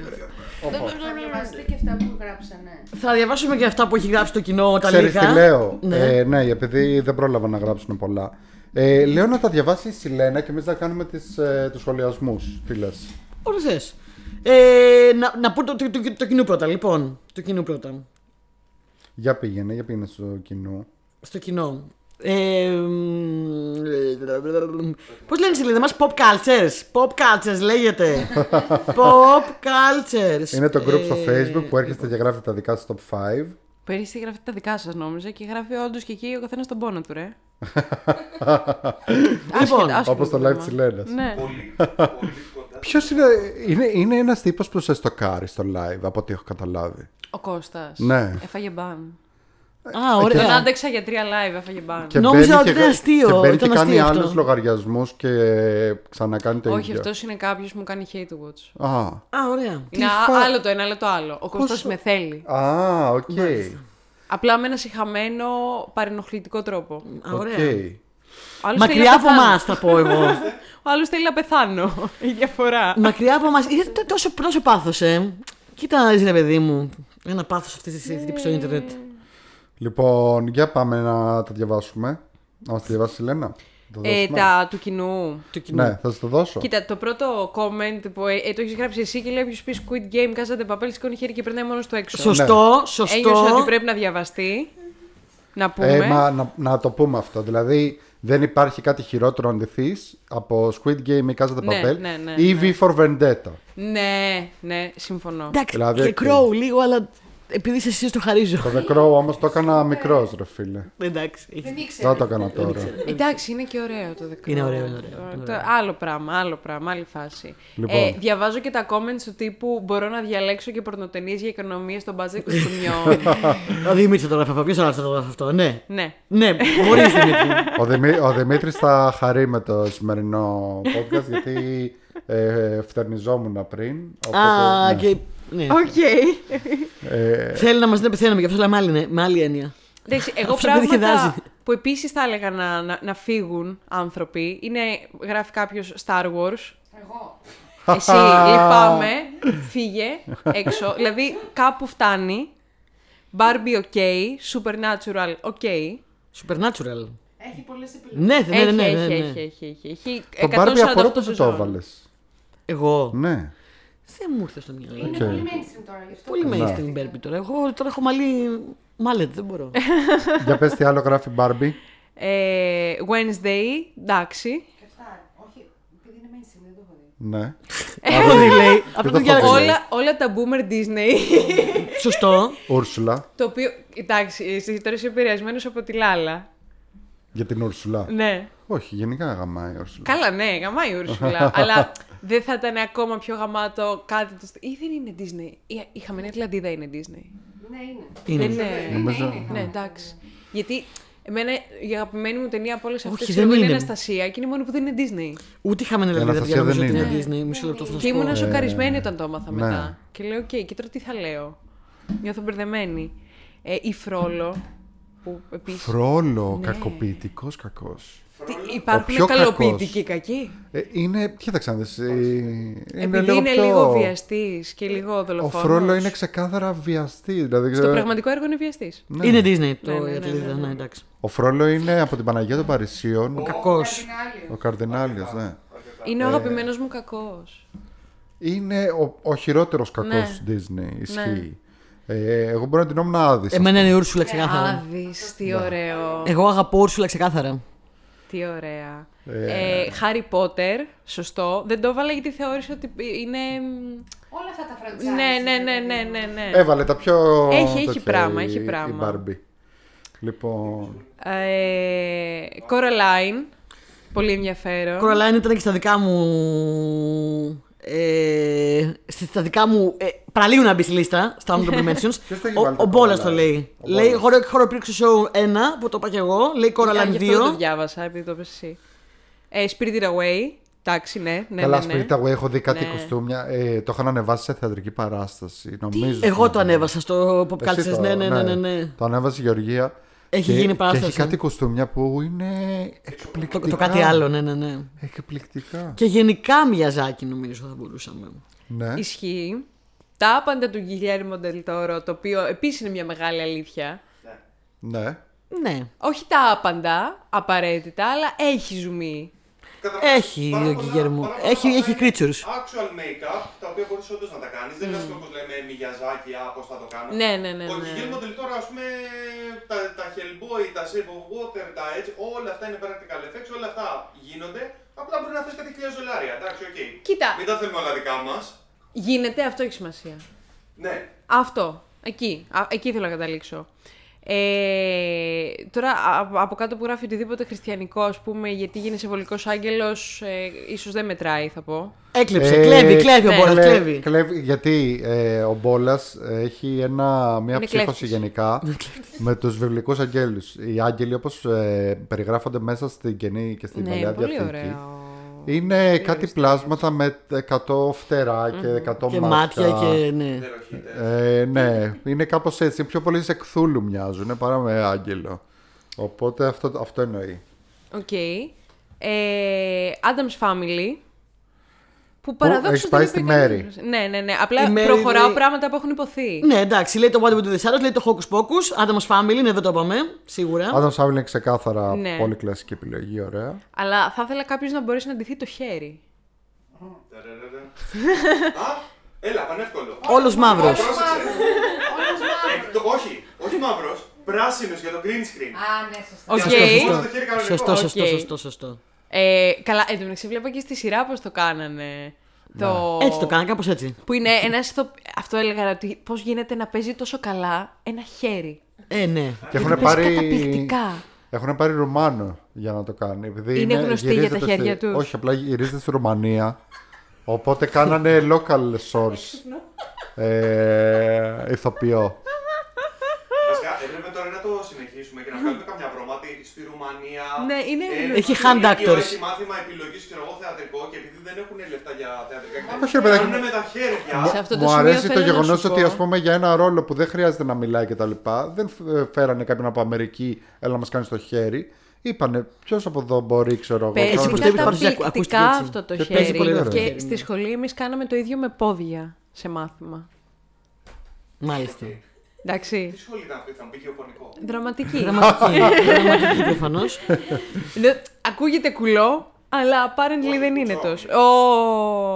E: διαβάσετε και αυτά που γράψανε.
A: Θα διαβάσουμε και αυτά που έχει γράψει το κοινό, τα
B: Ξέρεις
A: λίγα.
B: τι λέω.
A: Ναι.
B: Ε, ναι, επειδή δεν πρόλαβα να γράψουν πολλά. Ε, λέω να τα διαβάσει η Σιλένα και εμείς να κάνουμε τις, ε, τους σχολιασμούς. Τι λες.
A: Ό,τι θες. Ε, να, να πω το, το, το, το κοινό πρώτα, λοιπόν. Το κοινό πρώτα.
B: Για πήγαινε, για πήγαινε στο κοινό.
A: Στο κοινό. Ε, Πώς λένε οι Σιλίδε μας, Pop Cultures. Pop Cultures λέγεται. Pop Cultures.
B: Είναι το group
A: Ε, λοιπόν.
B: στο facebook που έρχεστε και γράφετε τα δικά σας top 5.
D: Πέρυσι γράφετε τα δικά σας, νόμιζα, και γράφει όντως και εκεί ο καθένας τον πόνο του, ρε.
A: Λοιπόν,
D: Άσχετο
B: Όπως το live
D: θέμα.
B: της Σιλένας.
D: Ναι.
C: Πολύ, πολύ κοντά.
B: Ποιος είναι, είναι, είναι ένας τύπος που σε στοκάρει στο live, από ό,τι έχω καταλάβει.
D: Ο Κώστας.
B: Ναι.
D: Έφαγε μπαν.
A: Α,
B: Ε,
D: Τον
A: ωραία.
D: άντεξα για τρία live, έφαγε μπαν.
B: Και
A: Νόμιζα
B: μπαίνει
A: ότι
B: και-
A: ήταν αστείο,
B: Και μπαίνει και
A: ήταν
B: κάνει
A: αστείο αυτό.
B: άλλου λογαριασμούς και ξανακάνει το
D: Όχι,
B: ίδιο.
D: αυτός είναι κάποιος που μου κάνει hate watch.
B: Α,
A: Α, ωραία.
D: Είναι α-
B: φα-
D: άλλο το ένα, άλλο το άλλο. Ο Κώστας με θέλει.
B: α, οκ.
D: Απλά με ένα συχαμένο παρενοχλητικό τρόπο.
A: Α,
B: Οκ.
A: ωραία.
D: Ο άλλος θέλει να
A: Μακριά από
D: πεθάνω.
A: εμάς, θα πω εγώ.
D: Ο άλλος θέλει να πεθάνω. Η διαφορά.
A: Μακριά από εμάς. Είδατε τόσο, τόσο πάθος, ε. Κοίτα να δεις, ρε παιδί μου. Ένα πάθος αυτής της συζήτηση στο Ιντερνετ.
B: Λοιπόν, για πάμε να τα διαβάσουμε. Να μας τα διαβάσει η Λένα. Το
D: Ε,
B: δώσουμε.
D: τα του κοινού.
B: Ναι, θα σα το δώσω.
D: Κοίτα, το πρώτο comment που ε, ε, το έχεις γράψει εσύ και λέει: Όποιο πει Squid Game, κάζατε παπέλ, σηκώνει χέρι και περνάει μόνο του έξω.
A: Σωστό,
D: Ένιωσε
A: σωστό.
D: ότι πρέπει να διαβαστεί. Να πούμε.
B: Ε, μα, να, να το πούμε αυτό. Δηλαδή, δεν υπάρχει κάτι χειρότερο να ντυθεί από Squid Game ή Casa de
D: Ναι,
B: Papel
D: ναι, ναι,
B: ή V for Vendetta.
D: Ναι, ναι, συμφωνώ.
A: Εντάξει,
B: Δηλαδή,
A: και
B: έτσι.
A: κρόου λίγο, αλλά Επειδή είσαι εσύ, το χαρίζω.
B: Το The Crow όμως το έκανα
D: Ναι.
B: μικρός, ρε φίλε.
A: Εντάξει. έχει-
E: Δεν ήξερα.
B: Δεν το έκανα τώρα.
D: Εντάξει, είναι και ωραίο το δεκαετία.
A: Είναι ωραίο, είναι ωραίο, είναι ωραίο.
D: Άλλο πράγμα, άλλο πράγμα, άλλη φάση.
B: Λοιπόν.
D: Ε, διαβάζω και τα comments του τύπου Μπορώ να διαλέξω και πορνοτενίε για οικονομίες στον μπαζέ κουστούμιών.
A: Ο Δημήτρη το γράφει αυτό. Ποιος άλλο θα το γράφει αυτό, ναι.
D: ναι.
A: Ναι, μπορείς Δημήτρη.
B: Ο, Δημή, ο Δημήτρης θα χαρεί με το σημερινό podcast γιατί ε, φτερνιζόμουν πριν. οπότε,
A: Α,
B: ναι.
A: και. ναι.
D: Οκ.
B: Ε,
A: Θέλει να μας την πεθαίνουμε γι' αυτό, αλλά με άλλη, ναι, με άλλη έννοια.
D: Εντάξει, εγώ
A: Αυτό με διχεδάζει.
D: πράγματα που επίσης θα έλεγα να, να, να φύγουν άνθρωποι είναι. Γράφει κάποιος Star Wars.
E: Εγώ.
D: Εσύ, λυπάμαι. Φύγε έξω. δηλαδή, κάπου φτάνει. Barbie, ok. Supernatural, ok.
A: Supernatural.
E: Έχει πολλές
A: Ναι,
E: επιλογές.
A: ναι, ναι,
D: Έχει,
A: ναι,
D: έχει,
A: ναι,
D: έχει,
A: ναι.
D: έχει, έχει, έχει.
B: το
D: 148
B: Barbie απορώ που δεν το
D: σεζόν.
B: έβαλες.
A: Εγώ.
B: Ναι.
A: Δεν μου ήρθε στο μυαλό.
E: Είναι
B: Οκ.
E: πολύ mainstream τώρα γι' αυτό.
A: Πολύ
B: Ναι.
A: mainstream Barbie τώρα. Εγώ τώρα έχω μαλλί. Μάλετ, δεν μπορώ.
B: Για πες τι άλλο γράφει Barbie.
D: Ε, Wednesday, εντάξει.
E: Και αυτά. Όχι, επειδή είναι mainstream, δεν το έχω δει.
B: Ναι.
A: Έχω
D: Ε,
A: δει, λέει. Αυτό το
B: το
A: διάλεξα.
B: έχω δει.
D: όλα, όλα τα boomer Disney.
A: Σωστό.
B: Ούρσουλα.
D: το οποίο. Εντάξει, εσύ τώρα είσαι επηρεασμένος από τη Λάλα.
B: Για την Ούρσουλα.
D: Ναι.
B: Όχι, γενικά γαμάει η Ούρσουλα.
D: Καλά, ναι, γαμάει η Ούρσουλα. αλλά δεν θα ήταν ακόμα πιο γαμάτο κάτι του. στυλ- Ή δεν είναι Disney. Η, η χαμένη Ατλαντίδα είναι Disney.
E: Ναι, είναι.
A: Είναι.
D: Δεν είναι.
B: Νομίζω-
D: Ναι, εντάξει. Γιατί εμένα η αγαπημένη μου ταινία από όλες αυτές
A: Όχι,
D: τι
A: δεν
D: είναι
A: είναι.
D: Αναστασία και είναι η μόνη που δεν είναι Disney.
A: Ούτε είχαμε ένα
B: Η
A: λεπτό
B: Αναστασία
A: για να
B: δεν
A: την
B: είναι.
A: Disney. Μισό λεπτό θα σας
D: Και ήμουν
A: πω.
D: σοκαρισμένη όταν το έμαθα
B: ναι.
D: μετά. Και λέω, οκ, και τώρα τι θα λέω. Νιώθω μπερδεμένη. Ε, η Φρόλο, που επίσης.
B: Φρόλο,
D: Ναι.
B: κακοποιητικός κακός. Ο πιο
D: Υπάρχουν καλοποιητικοί κακοί.
B: Ε, είναι, κοίταξα να δεις, ε,
D: Επειδή είναι λίγο,
B: πιο-
D: βιαστής και λίγο
B: Ο
D: δολοφόνος.
B: Φρόλο είναι ξεκάθαρα βιαστής. Δηλαδή,
D: Στο
B: ε,
D: πραγματικό έργο είναι βιαστής.
B: ναι.
A: Είναι Disney το
D: Ναι, ναι, ναι,
A: η Ατλίδα, ναι, εντάξει.
B: Ο Φρόλο είναι από την Παναγία των Παρισίων.
A: Κακός.
B: Ο Καρδινάλιος, ναι.
D: Είναι ο αγαπημένος μου κακός.
B: Είναι ο, ο χειρότερος
D: Ναι.
B: κακός του Disney, ισχύει. Ε, εγώ μπορώ να την όμουν άδεισα.
A: Εμένα είναι η Ούρσουλα ξεκάθαρα.
D: Άδει, τι ωραίο.
B: Ε.
A: Εγώ αγαπώ Ούρσουλα ξεκάθαρα.
D: Τι ωραία.
B: Ε.
D: Χάρι Πότερ, σωστό. Δεν το έβαλα γιατί θεώρησα ότι είναι.
E: Όλα αυτά τα franchise.
D: Ναι, ναι, ναι, ναι, ναι. ναι.
B: Έβαλε τα πιο.
D: Έχει- έχει
B: τέτοια
D: πράγμα,
B: η-
D: έχει πράγμα.
B: Η Barbie. Λοιπόν.
D: Ε, Coraline. Πολύ ενδιαφέρον.
A: Coraline ήταν και στα δικά μου. Ε, στις- στα δικά μου. Ε, παραλίγο να μπεις στη λίστα, στα honorable mentions.
B: Ποιος το έχει
A: Ο-
B: βάλει
A: ο
B: το
A: Μπόλα
B: Coraline?
A: το λέει.
B: Ο
A: λέει
B: Μπόλας.
A: χώρο, χώρο πρίξου show 1 που το είπα και εγώ. Λέει
D: Α,
A: Coraline
D: γι' αυτό δεν το
A: 2.
D: διάβασα, επειδή το είπες εσύ. Ε, Spirited Away. Εντάξει, ναι. ναι
B: καλά,
D: ναι, ναι.
B: σπίτι εγώ έχω δει κάτι
D: Ναι.
B: κοστούμια. Ε, το είχαν ανεβάσει σε θεατρική παράσταση. Νομίζω.
A: Εγώ το ανέβασα στο Pop
B: Εσύ
A: Cultures.
B: το-
A: Ναι, ναι, ναι, ναι. ναι.
B: Το ανέβασε η Γεωργία.
A: Έχει γίνει παράσταση.
B: Και έχει κάτι κοστούμια που είναι εκπληκτικά.
A: Το, το κάτι άλλο, ναι, ναι, ναι.
B: Εκπληκτικά.
A: Και γενικά Μιαζάκι νομίζω θα μπορούσαμε.
B: Ναι.
D: Ισχύει. Τα άπαντα του Γκυλιέρμο Ντελτόρο, το οποίο επίσης είναι μια μεγάλη αλήθεια.
B: ναι.
A: Ναι.
D: Όχι τα άπαντα απαραίτητα, αλλά έχει ζουμί.
A: Έχει ο Γκυγέρμο. Έχει- έχει creatures.
C: Actual make-up, τα οποία μπορείς όντως να τα κάνεις. Δεν είναι όπως λέμε Μιγιαζάκι, α πώς θα το κάνω.
D: Ναι, ναι, ναι,
C: Ο
D: ναι.
C: Guillermo del Toro, ας πούμε, τα, τα Hellboy, τα Shape of Water, τα Edge, όλα αυτά είναι practical effects, όλα αυτά γίνονται. Απλά μπορεί να θες κάτι χιλιάδες δολάρια. Εντάξει, οκ.
D: Κοίτα.
C: Μην τα θέλουμε όλα δικά μας.
D: Γίνεται, αυτό έχει σημασία.
C: Ναι.
D: Αυτό. Εκεί. Α, εκεί θέλω να καταλήξω. Ε, τώρα α- από κάτω που γράφει οτιδήποτε χριστιανικό, ας πούμε, γιατί γίνεσαι βολικός άγγελος, ε, ίσως δεν μετράει θα πω.
B: Ε,
A: Έκλεψε, κλέβει, κλέβει ο
D: ναι.
A: Μπόλας.
B: κλε-
A: Κλέβει.
B: κλέβει, γιατί ε, ο Μπόλας έχει ένα, μια
D: Είναι
B: ψύχωση
D: κλέφτης.
B: γενικά με τους βιβλικούς αγγέλους. Οι άγγελοι, όπως περιγράφονται μέσα στην καινή και στην
D: ναι,
B: παλιά
D: πολύ
B: διαθήκη,
D: ωραίο.
B: είναι κάτι πλάσματα με 100 φτερά και 100
A: Και μάτια και ναι.
C: Υπεροχή, τε.
B: Ε, ναι, είναι κάπως έτσι. Πιο πολύ σε κθούλου μοιάζουν ε, παρά με άγγελο. Οπότε αυτό, αυτό εννοεί.
D: Οκ. Ε, Adam's Family. Που
B: έχεις
D: παραδόξω
B: πάει
D: δεν
B: στη
D: είπε κανείς.
B: Μέρη.
D: Ναι, ναι, ναι. Απλά
A: Η Μέρη
D: προχωράω
A: λέει-
D: πράγματα που έχουν υποθεί.
A: Ναι, εντάξει, λέει το What Would Do This Arrows, λέει το Hocus Pocus, Adam's Family, ναι, δεν το είπαμε, σίγουρα.
B: Adam Sandler είναι ξεκάθαρα
D: Ναι.
B: πολύ κλασική επιλογή, ωραία.
D: Αλλά θα ήθελα κάποιος να μπορέσει να ντυθεί το χέρι.
C: Ταραραραρ. Α, έλα, πανεύκολο.
A: Όλος μαύρος.
C: Ε, το- Όχι, όχι μαύρος. Πράσινος για το green screen.
E: Α, ναι, σωστά.
D: Οκ.
A: Σωστό,
C: Μόνο το χέρι
A: σωστό.
C: κανονικό.
A: Σωστό, σωστό,
D: Οκ.
A: σωστό, σωστό.
D: Ε, καλά, εν τω μεταξύ βλέπα και στη σειρά πώς το κάνανε.
B: Ναι.
D: Το...
A: Έτσι το κάνανε, κάπως έτσι.
D: Που είναι ένας. Αυτό έλεγα ότι πώς γίνεται να παίζει τόσο καλά ένα χέρι.
A: Ε, ναι.
B: Και
D: Γιατί
B: έχουν
D: παίζει
B: πάρει.
D: καταπληκτικά.
B: Έχουν πάρει Ρουμάνο για να το κάνει. Επειδή
D: Είναι γνωστοί για τα
B: γυρίζεται
D: χέρια
B: στη-
D: τους.
B: Όχι, απλά γυρίζεται στη Ρουμανία. Οπότε κάνανε local source. ε, ηθοποιό.
C: Βασικά, έπρεπε τώρα να το συνεχίσουμε και να βγάλουμε κάποια βρώματη στη Ρουμανία.
D: Ναι, είναι
C: Ε,
A: Έχει
C: στο
A: hand
C: Λύκειο
A: actors.
C: Έχει μάθημα επιλογής, ξέρω εγώ, θεατρικό και επειδή δεν έχουν λεφτά για θεατρικά εκτελέσματα,
B: όχι, ρε παιδάκι.
C: κάνουν με τα χέρια.
D: Σε αυτό το
B: Μου
D: σημείο
B: αρέσει το
D: θέλω να
B: γεγονός
D: σου πω-
B: ότι, ας πούμε, για ένα ρόλο που δεν χρειάζεται να μιλάει και τα λοιπά, δεν ε, φέρανε κάποιον από Αμερική, έλα να μας κάνει το χέρι. Είπανε, ποιος από εδώ μπορεί, ξέρω εγώ.
D: Παίζει
A: Έτσι
B: κάνουν
A: όπως
B: και
A: το είπε,
B: τα-
A: παρουσία- ακούστηκε
D: καταπληκτικά
A: έτσι.
D: αυτό το
B: Και
D: χέρι.
B: παίζει πολύ ωραία.
D: και
A: ναι.
D: στη σχολή εμείς κάναμε το ίδιο με πόδια σε μάθημα.
A: Μάλιστα.
C: Τι
D: Εντάξει.
C: σχολή ήταν αυτή, θα μου πει γεωπονικό.
D: Δραματική.
A: Δραματική. Δραματική προφανώς.
D: Δε- Ακούγεται κουλό, αλλά apparently δεν είναι τόσο. Ω.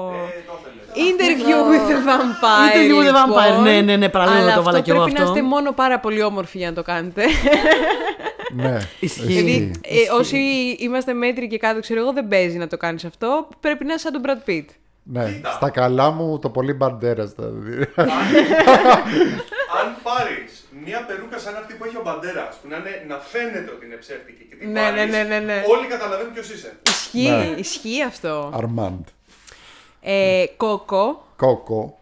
C: Ε, το ήθελε.
D: Interview with the vampire.
A: Interview with the
D: λοιπόν.
A: vampire. Ναι, ναι, ναι, παραλίγο
D: Αλλά
A: να το βάλα κι εγώ
D: Πρέπει να
A: αυτό.
D: είστε μόνο πάρα πολύ όμορφοι για να το κάνετε.
B: Ναι,
A: Ισχύει.
D: Δηλαδή,
B: ισχύει.
D: ε, όσοι είμαστε μέτροι και κάτω, ξέρω εγώ, δεν παίζει να το κάνεις αυτό. Πρέπει να είσαι σαν τον Brad Pitt.
B: Ναι, στα καλά μου το πολύ μπαντέρας. Δηλαδή.
C: Αν πάρεις μια περούκα σαν αυτή που έχει ο Μπαντέρας, που να, είναι, να φαίνεται ότι είναι ψεύτικη και την
D: Ναι,
C: πάρεις,
D: ναι, ναι, ναι, ναι.
C: όλοι καταλαβαίνουν ποιος είσαι.
D: Ισχύει,
B: Ναι.
D: ισχύει αυτό.
B: Αρμάντ.
D: Ε, κόκο.
B: Κόκο.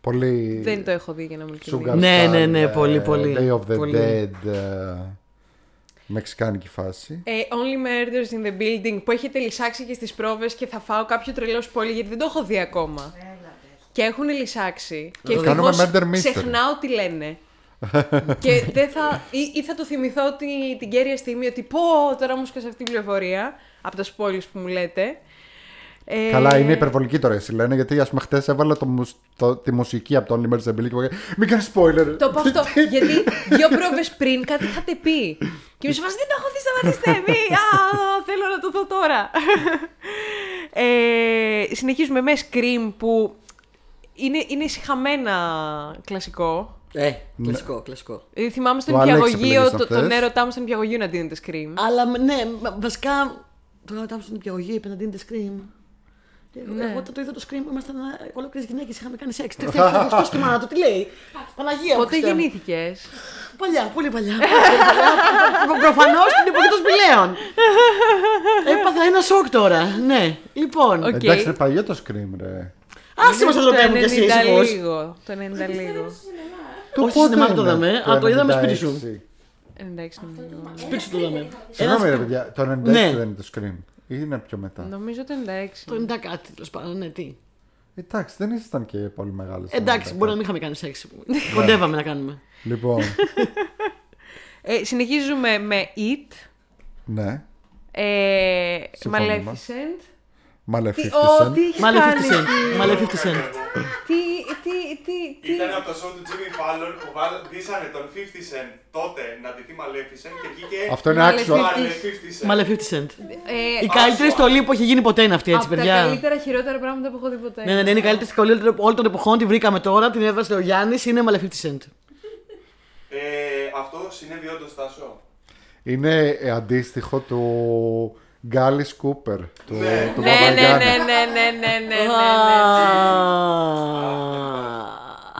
B: Πολύ.
D: Δεν το έχω δει για να μην
B: Sugar
D: κοιμήσω.
A: Ναι, ναι, ναι,
B: Star,
A: πολύ,
B: ε,
A: πολύ,
B: Day of the
A: πολύ.
B: Dead. ε, Μεξικάνικη φάση.
D: Ε, Only Murders in the Building που έχετε λυσάξει και στις πρόβες και θα φάω κάποιο τρελός σπόλι γιατί δεν το έχω δει ακόμα. Και έχουν λυσάξει. Και
B: Το κάνουμε
D: ευτυχώς
B: murder mystery.
D: ξεχνάω τι λένε. και δεν θα, ή, ή θα το θυμηθώ ότι, την κέρια στιγμή ότι πω τώρα μου σκάσε αυτή η πληροφορία από τα σπόλις που μου λέτε. Ε,
B: Καλά, είναι υπερβολική τώρα εσύ λένε, γιατί ας πούμε χτε έβαλα το, μουσ- το- τη μουσική από το Only Murders in the Building και μου έκανε, Μην κάνεις spoiler. Ε,
D: Το είπα αυτό. γιατί δύο πρόβες πριν κάτι είχατε πει. Και μου σου φάση, δεν το έχω δει, σταματήστε μη. Α, θέλω να το δω τώρα. ε, συνεχίζουμε με Scream που είναι, είναι ησυχαμένα κλασικό.
A: Ε, κλασικό, κλασικό.
D: Δηλαδή θυμάμαι στον
B: Ο Αλέξη
D: πιαγωγείο,
B: επιλέγεις
D: το, τον
B: αυτές.
D: έρωτά μου στον πιαγωγείο να δίνεται Scream.
A: Αλλά μ- ναι, μα- βασικά. Τώρα όταν στην πιαγωγή είπε να δίνετε scream. Και εγώ-
D: Ναι.
A: Εγώ όταν το είδα το scream ήμασταν ε, ολόκληρες γυναίκες. Είχαμε κάνει σεξ. Τι θέλει, να το μάνα του, τι λέει. Παναγία, μου,
D: Πότε
A: Χριστέ μου.
D: γεννήθηκες.
A: Παλιά, πολύ παλιά. Προφανώ την εποχή των σπηλαίων. Έπαθα ένα σοκ τώρα. Ναι, λοιπόν.
D: Οκ.
B: Εντάξει, είναι παλιό το scream, ρε.
A: Άσε μας εδώ πέρα
D: Το
A: και εσύ
D: 90
A: ήσυχος.
D: λίγο. Το 90 λίγο.
A: Όχι, στο σινεμά το είδαμε, αλλά το είδαμε σπίτι σου.
B: 96.
D: 96 νομίζω.
A: Σπίτι σου το είδαμε.
B: Συγγνώμη, ρε παιδιά, το 96
A: Ναι.
B: δεν είναι το scream. Είναι πιο μετά.
D: Νομίζω το 96.
A: Το 90 κάτι, τέλος πάντων, ναι, τι.
B: Εντάξει, δεν ήσασταν και πολύ μεγάλες.
A: Εντάξει, μπορεί να μην είχαμε κάνει σεξ. Κοντεύαμε να κάνουμε.
B: Λοιπόν,
D: Ε, συνεχίζουμε με It.
B: ναι.
D: Ε,
B: Συμφωνούμε.
D: Maleficent. Τι, ο,
B: Maleficent.
D: τι έχεις
A: Μάλε 50
D: κάνει.
A: cent. Μάλε 50 cent.
D: Τι, τι, τι, τι.
C: λοιπόν. Ήταν από το show του Jimmy Fallon που βάλανε τον 50 Cent τότε να ντυθεί Maleficent και βγήκε.
B: Αυτό είναι
D: Maleficent.
B: άξιο.
C: Μαλε
A: Μάλε
C: 50 Cent.
A: 50 cent.
D: Ε,
A: Η καλύτερη στολή που έχει γίνει ποτέ είναι αυτή, έτσι,
D: από τα
A: παιδιά.
D: καλύτερα χειρότερα πράγματα που έχω δει ποτέ.
A: Ναι, ναι, ναι, είναι η καλύτερη στολή όλων των εποχών. Τη βρήκαμε τώρα, την έβγαλε ο Γιάννης, είναι μάλε 50 cent.
C: Ε, αυτό συνέβη όντως Τάσο.
B: Είναι ε, αντίστοιχο του Γκάλις Κούπερ. Του, του
D: ναι, ναι,
B: Μπαμπαγιάννη.
D: ναι, ναι, ναι, ναι, ναι, ναι. ναι.
A: Α.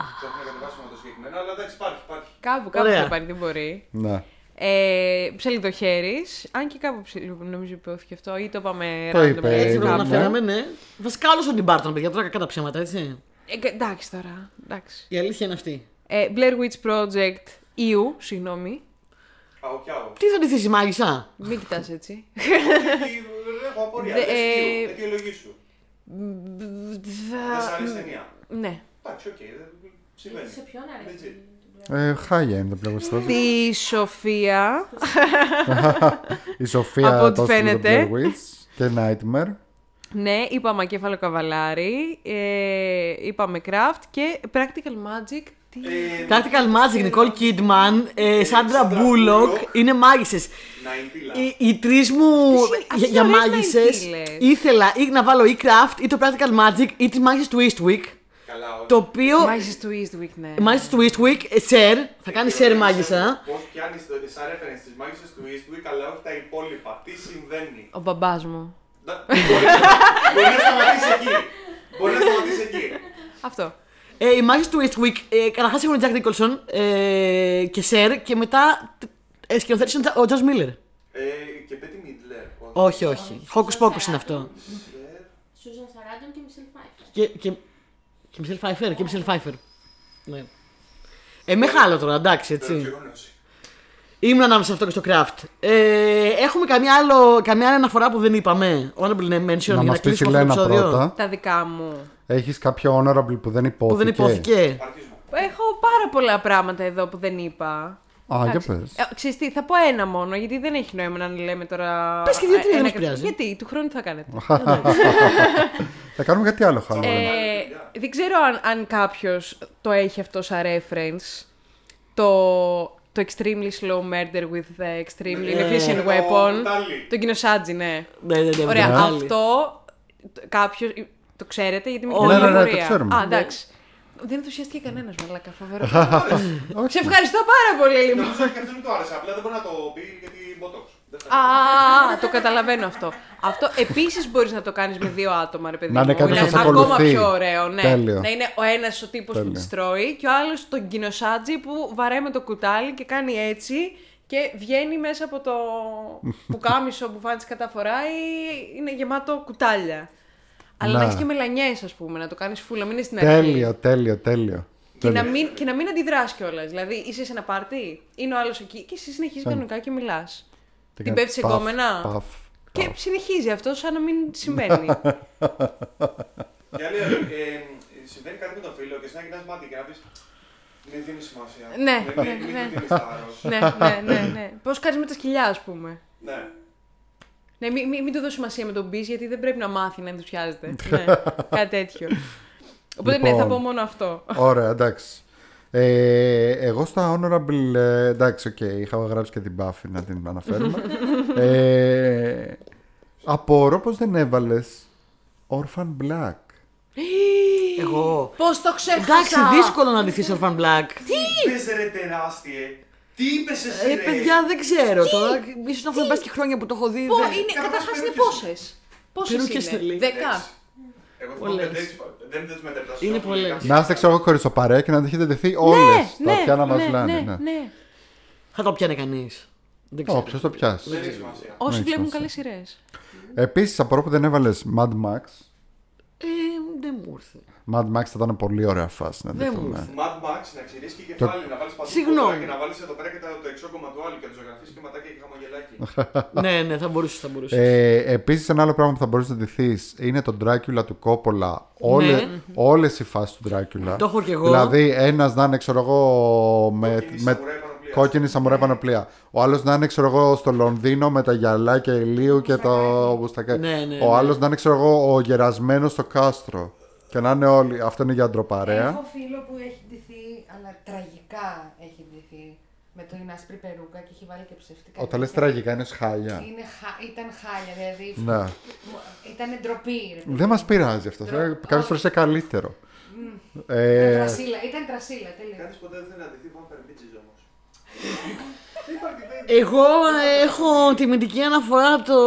C: Το έχουμε κατεβάσουμε το συγκεκριμένο, αλλά εντάξει, υπάρχει. υπάρχει.
D: Κάπου, κάπου
A: Ωραία.
D: θα πάρει, δεν μπορεί.
B: Ναι.
D: Ε, ψελιδοχέρης, αν και κάπου ψηλο, νομίζω υπόθηκε αυτό, ή το είπαμε
B: Το
D: random.
B: είπε,
D: Ε,
A: Έτσι
B: Ε,
A: πρέπει να
B: ναι.
A: φέραμε, ναι. Βασικά όλος ο Ντιμπάρτον, παιδιά, τώρα κακά τα ψέματα, έτσι.
D: ε, κα- εντάξει τώρα, εντάξει.
A: Η αλήθεια είναι αυτή.
D: Ε, Blair Witch Project, EU, συγγνώμη,
C: Αοκιάο.
A: Τι θα ντυθείς η μάγισσα.
D: μην κοιτάς έτσι.
C: Έχω απορία.
D: Δε-
C: Δεν
D: ε,
C: σκύβω. Αιτιολογή σου. Δεν σ' αρέσει η ταινία.
D: Ναι.
C: Εντάξει, οκ. δεν- Συμβαίνει.
F: Σε ποιον αρέσει.
B: Ε, χάγια είναι το πλέον
D: Τη Σοφία.
B: Η Σοφία
D: Από ό,τι
B: το έστειλε το
D: φαίνεται.
B: Blair Witch και Nightmare.
D: Ναι, είπαμε Ακέφαλο Καβαλάρι, ε, είπαμε Craft και Practical Magic. Τι...
C: Ε,
A: Practical Magic, Nicole Kidman, ε, Sandra
C: Sandra
A: Bullock,
C: Bullock.
A: είναι μάγισσες.
C: 90 λα.
A: Οι, Ε, οι τρεις μου
D: Τι
A: για,
D: συν-
A: για
D: τι ωραίες
A: μάγισσε
D: ναητήλες.
A: ήθελα ή να βάλω ή craft ή το practical magic ή τι μάγισσε του Eastwick.
C: Καλά, όχι.
A: Το οποίο.
D: Μάγισσες του Eastwick, ναι.
A: Μάγισσε του Eastwick, ε, share, θα κάνει share μάγισσα.
C: Πώς πιάνεις ε, το σαν reference της μάγισσας του Eastwick, αλλά όχι τα υπόλοιπα. Τι συμβαίνει.
D: Ο μπαμπάς μου.
C: Να- Μπορεί μπορεί να σταματήσει εκεί. Μπορεί να σταματήσει εκεί.
D: Αυτό.
A: Ε, οι μάχε του Eastwick, ε, καταρχάς έχουν Jack Nicholson ε, και Σερ και μετά ε, σκηνοθέτησε ο George Miller.
C: Ε, και Πέτι Μίτλερ. Ε,
A: Όχι, όχι. Hocus Pocus είναι αυτό.
F: Σούζαν Σαράντον και Μισελ Φάιφερ.
A: Και, και, και Michelle Pfeiffer, και Michelle Pfeiffer. Ναι. Ε, με χάλο τώρα, εντάξει, έτσι. Ήμουν ανάμεσα σε αυτό και στο craft. Ε, έχουμε καμιά, άλλο, καμιά άλλη αναφορά που δεν είπαμε. Honorable mention για να
B: Να μας πεις η
A: κλείσουμε αυτό το
B: Λένα
A: επεισόδιο.
B: πρώτα.
D: Τα δικά μου.
B: Έχεις κάποιο honorable που δεν υπόθηκε.
A: Που δεν υπόθηκε.
C: Αρχίζουμε.
D: Έχω πάρα πολλά πράγματα εδώ που δεν είπα.
B: Α, για
D: Εντάξει.
B: πες.
D: Ε, ξέρεις τι, θα πω ένα μόνο, γιατί δεν έχει νόημα να λέμε τώρα. ε,
A: Πες και δύο-τρία,
D: ένα
A: δεν μας
D: κα-
A: πειράζει.
D: Γιατί, του χρόνου τι θα κάνετε.
B: Θα κάνουμε κάτι άλλο, Χαλό.
D: Ε, δεν ξέρω αν, αν κάποιος το έχει αυτό σαν reference. Το, το Extremely Slow Murder with the Extremely
A: Ναι,
D: Inefficient
C: το
D: Weapon.
C: κουτάλι.
D: Το κοινοσάτζι, ναι.
A: Ναι, ναι, ναι,
D: Ωραία,
A: ναι.
D: αυτό κάποιος. Το ξέρετε, γιατί με
A: Ναι,
D: κοιτάτε
A: ναι, ναι,
D: με
B: το
D: μορία.
B: ξέρουμε.
D: Α, εντάξει. Δεν ενθουσιαστήκε κανένας, μαλάκα, φοβερό. Σε ευχαριστώ πάρα πολύ, λοιπόν.
C: Νομίζω ότι και αυτόν του άρεσε. Απλά δεν μπορεί να το πει γιατί μποτόξ. Δεν θα-
D: Α, το καταλαβαίνω αυτό. Αυτό επίσης μπορείς να το κάνεις με δύο άτομα, ρε παιδί.
B: Να είναι
D: μου.
B: κάποιος
D: Είναι
B: να σε
D: ακόμα
B: ακολουθεί.
D: πιο ωραίο, ναι.
B: Τέλειο.
D: Να είναι ο ένας ο τύπος που
B: Τέλειο.
D: τη τρώει και ο άλλος τον κοινοσάτζι που βαράει με το κουτάλι και κάνει έτσι και βγαίνει μέσα από το πουκάμισο που φάνηκε καταφορά ή είναι γεμάτο κουτάλια. Αλλά να
B: Να.
D: έχεις και μελανιές, ας πούμε, να το κάνεις φούλα, μην είναι στην αρχή.
B: Τέλειο, τέλειο, τέλειο.
D: Και ε, να,
B: Τέλειο.
D: μην, και να μην αντιδράσει κιόλας. Δηλαδή, είσαι σε ένα πάρτι, είναι ο άλλος εκεί και εσύ συνεχίζεις κανονικά και μιλάς.
B: Τι
D: την
B: κάνει,
D: πέφτεις
B: παφ,
D: εγκόμενα.
B: παφ,
D: Και
B: παφ.
D: συνεχίζει αυτό σαν να μην συμβαίνει.
C: Και αν ε, ε, συμβαίνει κάτι με τον φίλο και εσύ να κοιτάς μάτι και να πεις Μην δίνεις σημασία.
D: Ναι,
C: Μην-
D: ναι,
C: Μην
D: ναι.
C: του δίνεις θάρρος.
D: ναι, ναι, ναι. ναι. Πώς κάνεις με τα σκυλιά, ας πούμε.
C: Ναι.
D: Ναι, μην, μην, μην του δώσεις σημασία με τον μπει, γιατί δεν πρέπει να μάθει να ενθουσιάζεται. ναι, κάτι τέτοιο. Οπότε ναι, θα
B: Λοιπόν.
D: πω μόνο αυτό.
B: Ωραία, εντάξει. Ε, εγώ στα honorable. ε, εντάξει, οκ, είχα γράψει και την Buffy να την αναφέρουμε. ε, απορώ πως δεν έβαλες Orphan Black.
A: Εγώ.
F: Πώς το ξέχασα!
A: Εντάξει, δύσκολο να αντιθεί Orphan Black.
C: Τι είπες ρε τεράστιε. Τι είπες εσύ
A: Ε,
C: ρε.
A: παιδιά, δεν ξέρω τώρα. Ίσως να έχουν πάσει και χρόνια που το έχω δει.
D: Πω,
A: δεν-
D: είναι, καταρχάς είναι
C: περίπτωση.
D: πόσες. Πόσες
A: Περίπτωση
D: είναι.
A: λέει.
D: Δέκα.
C: Εγώ θυμάμαι
A: Πολλές.
C: πέντε, έξι φορές. Δεν τις μετέπειτα.
A: Είναι πολλές.
B: Να είστε, ξέρω εγώ, κορισοπαρέα και να έχετε δεθεί όλες.
D: ναι,
B: τα πιάνα μας
D: ναι,
B: λένε.
D: ναι,
B: ναι.
D: ναι.
A: Θα το πιάνε κανείς. Δεν
B: Ω,
A: ξέρω.
B: ποιος το πιάσει.
C: Δεν έχει σημασία.
D: Όσοι
B: Ναι,
D: βλέπουν
B: έχει
D: καλές σειρές.
B: Επίσης, απορώ που δεν έβαλες Mad Max.
A: Ε, δεν μου ήρθε.
B: Mad Max θα ήταν πολύ ωραία φάση να
A: Δεν μου
B: δούμε.
A: ήρθε.
C: Mad Max να ξηρίσει και κεφάλι, να βάλεις παντού
A: Συγγνώμη.
C: κόκορα και να βάλεις εδώ πέρα και το, το εξώκομμα του άλλου και να ζωγραφεί και ματάκια και χαμογελάκι.
A: ναι, ναι, θα μπορούσες. Θα μπορούσες.
B: Ε, Επίσης, ένα άλλο πράγμα που θα μπορούσες να ντυθείς είναι το Dracula του
D: Ναι.
B: Κόπολα. Όλε
D: Mm-hmm.
B: όλες οι φάσεις του Dracula.
A: Το έχω κι εγώ.
B: Δηλαδή, ένας να είναι, ξέρω εγώ, με, ε,
C: Κόκκινη
B: με
C: σαμουράι πανοπλία.
B: κόκκινη σαμουράι πανοπλία. Ο άλλος να είναι, ξέρω εγώ, στο Λονδίνο με τα γυαλά και ηλίου και το μπουστακέ.
A: Ναι, ναι,
B: ο
A: ναι.
B: άλλος να είναι, ξέρω εγώ, ο γερασμένος στο κάστρο. Και να είναι όλοι. Αυτό είναι για
E: Έχω
B: αντροπαρέα.
E: φίλο που έχει ντυθεί, αλλά τραγικά έχει ντυθεί. Με το είναι άσπρη περούκα και έχει βάλει και ψευτικά.
B: Όταν λε τραγικά, είναι χάλια.
E: Είναι χα- Ήταν χάλια, δηλαδή.
B: Ναι.
E: Ήταν ντροπή. ρε.
B: Δεν μας πειράζει αυτό.
E: Ντρο-
B: Κάποιες φορές είναι καλύτερο.
E: Ήταν
B: Ε,
E: τρασίλα, ήταν τρασίλα, τελείως.
C: Κανείς ποτέ δεν θέλει να αντιθεί Vampire Bitches όμως. Δεν υπάρχει δεν-
A: Εγώ ε, έχω τιμητική αναφορά το,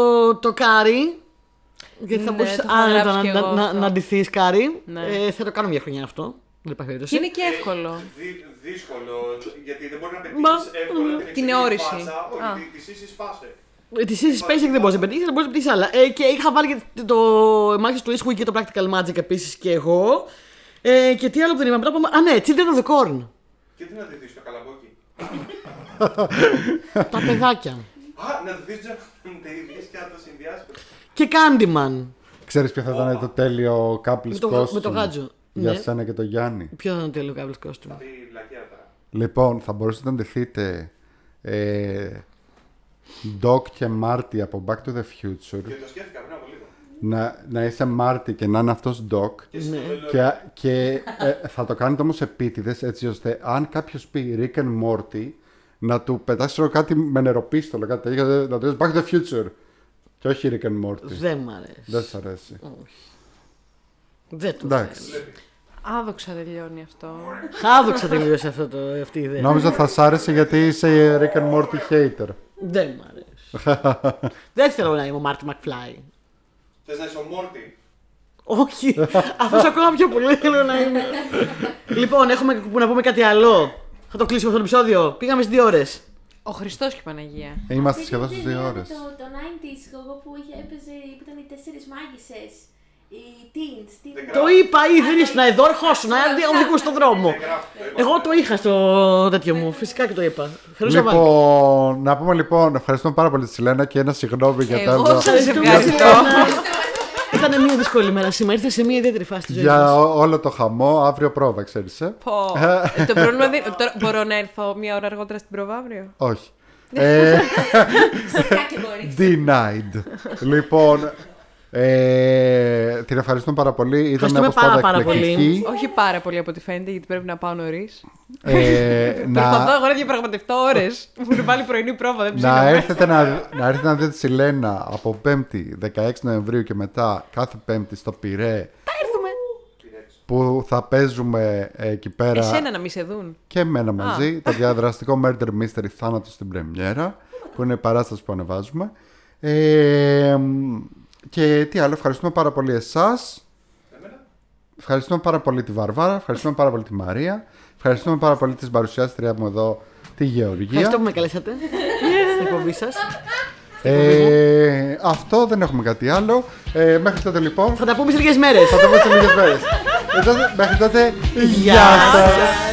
A: το Κάρι. Γιατί θα
D: Ναι,
A: μπορούσε
D: το έχω
A: άνετα
D: γράψει κι
A: να,
D: εγώ
A: να, να,
D: αυτό.
A: να ντυθείς, Κάρι.
D: Ναι.
A: Ε, θα το κάνω μια χρονιά αυτό. Δεν υπάρχει περίπτωση.
D: Και είναι και εύκολο.
C: Δι- δύσκολο, γιατί δεν μπορεί να
A: Μα,
C: πετύχει εύκολα την,
D: Την
C: εξωτερική
D: όρηση.
C: φάτσα,
D: Α.
C: Όχι, τη ίση σπάσε.
A: Ε, Τη Sissy Spacek δεν μπορούσε να πετύχεις, αλλά μπορούσε να πετύχεις άλλα. Ε, και είχα βάλει και το Μάχη του Eastwood και το Practical Magic επίσης και εγώ. Ε, και τι άλλο που δεν είπαμε. Μετά πάμε- Α, ναι, Children of the Corn.
C: Και τι να δεις το καλαμπόκι.
A: τα παιδάκια.
C: Α, να δει Jonathan Davis και να το συνδυάσεις.
A: Και Candyman.
B: Ξέρεις ποιο θα ήταν το τέλειο
A: Με
B: couples
A: το,
B: costume
A: με το γάτζο.
B: Για
A: Ναι.
B: σένα και το Γιάννη.
A: Ποιο θα είναι το τέλειο Gabriel's costume.
C: Τη βλακεία τώρα.
B: Λοιπόν, θα μπορούσατε να ντυθείτε ε, Doc και Μάρτι από Back to the
C: Και
B: Future.
C: το σκέφτηκα πριν από λίγο.
B: να, να είσαι Μάρτι και να είναι αυτός Doc.
C: Και στο τέλος-
B: Και, και ε, θα το κάνετε όμως επίτηδες έτσι ώστε αν κάποιος πει Rick and Morty να του πετάσει ξέρω, κάτι με νεροπίστολο, κάτι τέτοιο, να του λες Back to the Future. Και όχι Rick and Morty.
A: Δεν μ' αρέσει.
B: Δεν σ' αρέσει.
A: Δεν το θέλω.
B: Εντάξει.
D: Άδοξα τελειώνει αυτό.
A: Χάδοξα τελείωσε αυτό το, αυτή η ιδέα.
B: Νόμιζα θα σ' άρεσε γιατί είσαι Rick and Morty hater.
A: Δεν μ' αρέσει. Δεν θέλω να είμαι ο Μάρτι Μακφλάι.
C: Θες να είσαι ο Μόρτι.
A: Όχι. Αυτός ακόμα πιο πολύ θέλω να είναι. λοιπόν, έχουμε να πούμε κάτι άλλο. Θα το κλείσουμε αυτό το επεισόδιο. Πήγαμε στις δύο ώρες.
D: Ο Χριστός και η Παναγία.
B: Ε, Είμαστε σχεδόν στις δύο ώρε.
F: Το, το 90s, εγώ που είχε, έπαιζε, που ήταν οι τέσσερις μάγισσες. Οι teens. τι-
C: Δεν
A: Το είπα ήδη, ήσουν εδώ, ερχόσουν. Αν οδηγού στον δρόμο.
C: Δεν γράφεται, δεν
A: Εγώ το
C: γράφεται.
A: είχα στο τέτοιο μου. Φυσικά και το είπα. Θεωρούσα μάλλον.
B: Λοιπόν, να πούμε λοιπόν, ευχαριστούμε πάρα πολύ τη Σιλένα και ένα συγγνώμη για τα
D: Εγώ σας
A: Ευχαριστούμε,
D: ευχαριστώ.
A: Σιλένα. Ήταν μια δύσκολη μέρα σήμερα. Ήρθε σε μια ιδιαίτερη φάση της ζωή
B: Για
A: μας.
B: ό- όλο το χαμό, αύριο πρόβα, ξέρεις, ε.
D: Πω. Ε, το πρόβλημα δεν. Τώρα, μπορώ να έρθω μία ώρα αργότερα στην πρόβα αύριο.
B: Όχι. Ε,
F: Φυσικά και μπορεί.
B: Denied. λοιπόν, ε, την ευχαριστούμε πάρα πολύ. Ήταν
A: Ευχαριστούμε
B: όπως πάντα
A: πάρα, πάρα πολύ.
B: εκπληκτική.
D: Όχι πάρα πολύ από ό,τι φαίνεται, γιατί πρέπει να πάω νωρίς.
B: Ε,
D: Προσπαθώ
B: να,
D: εγώ να διαπραγματευτώ ώρες. Μου έχουν βάλει πρωινή πρόβα, δεν ψήνω.
B: να, έρθετε να, να έρθετε να δείτε τη Σιλένα από 5η 16 Νοεμβρίου και μετά κάθε Πέμπτη στο Πυρέ που θα παίζουμε ε, εκεί πέρα
D: Εσένα να μη σε δουν.
B: και εμένα μαζί το διαδραστικό Murder Mystery Θάνατος στην Πρεμιέρα που είναι η παράσταση που ανεβάζουμε ε, μ, και τι άλλο ευχαριστούμε πάρα πολύ εσάς
C: Εμένα.
B: Ευχαριστούμε πάρα πολύ τη Βαρβάρα, ευχαριστούμε πάρα πολύ τη Μαρία, ευχαριστούμε πάρα πολύ την παρουσιάστρια μου εδώ, τη
A: Ευχαριστώ που
B: Γεωργία.
A: με καλέσατε στην εκπομπή σας.
B: Ε, αυτό δεν έχουμε κάτι άλλο. Ε, μέχρι τότε λοιπόν.
A: Θα τα πούμε σε λίγες μέρες.
B: Θα τα πούμε σε λίγες μέρες. Ε, μέχρι τότε.
A: Γεια
B: Γεια σας.
A: σας.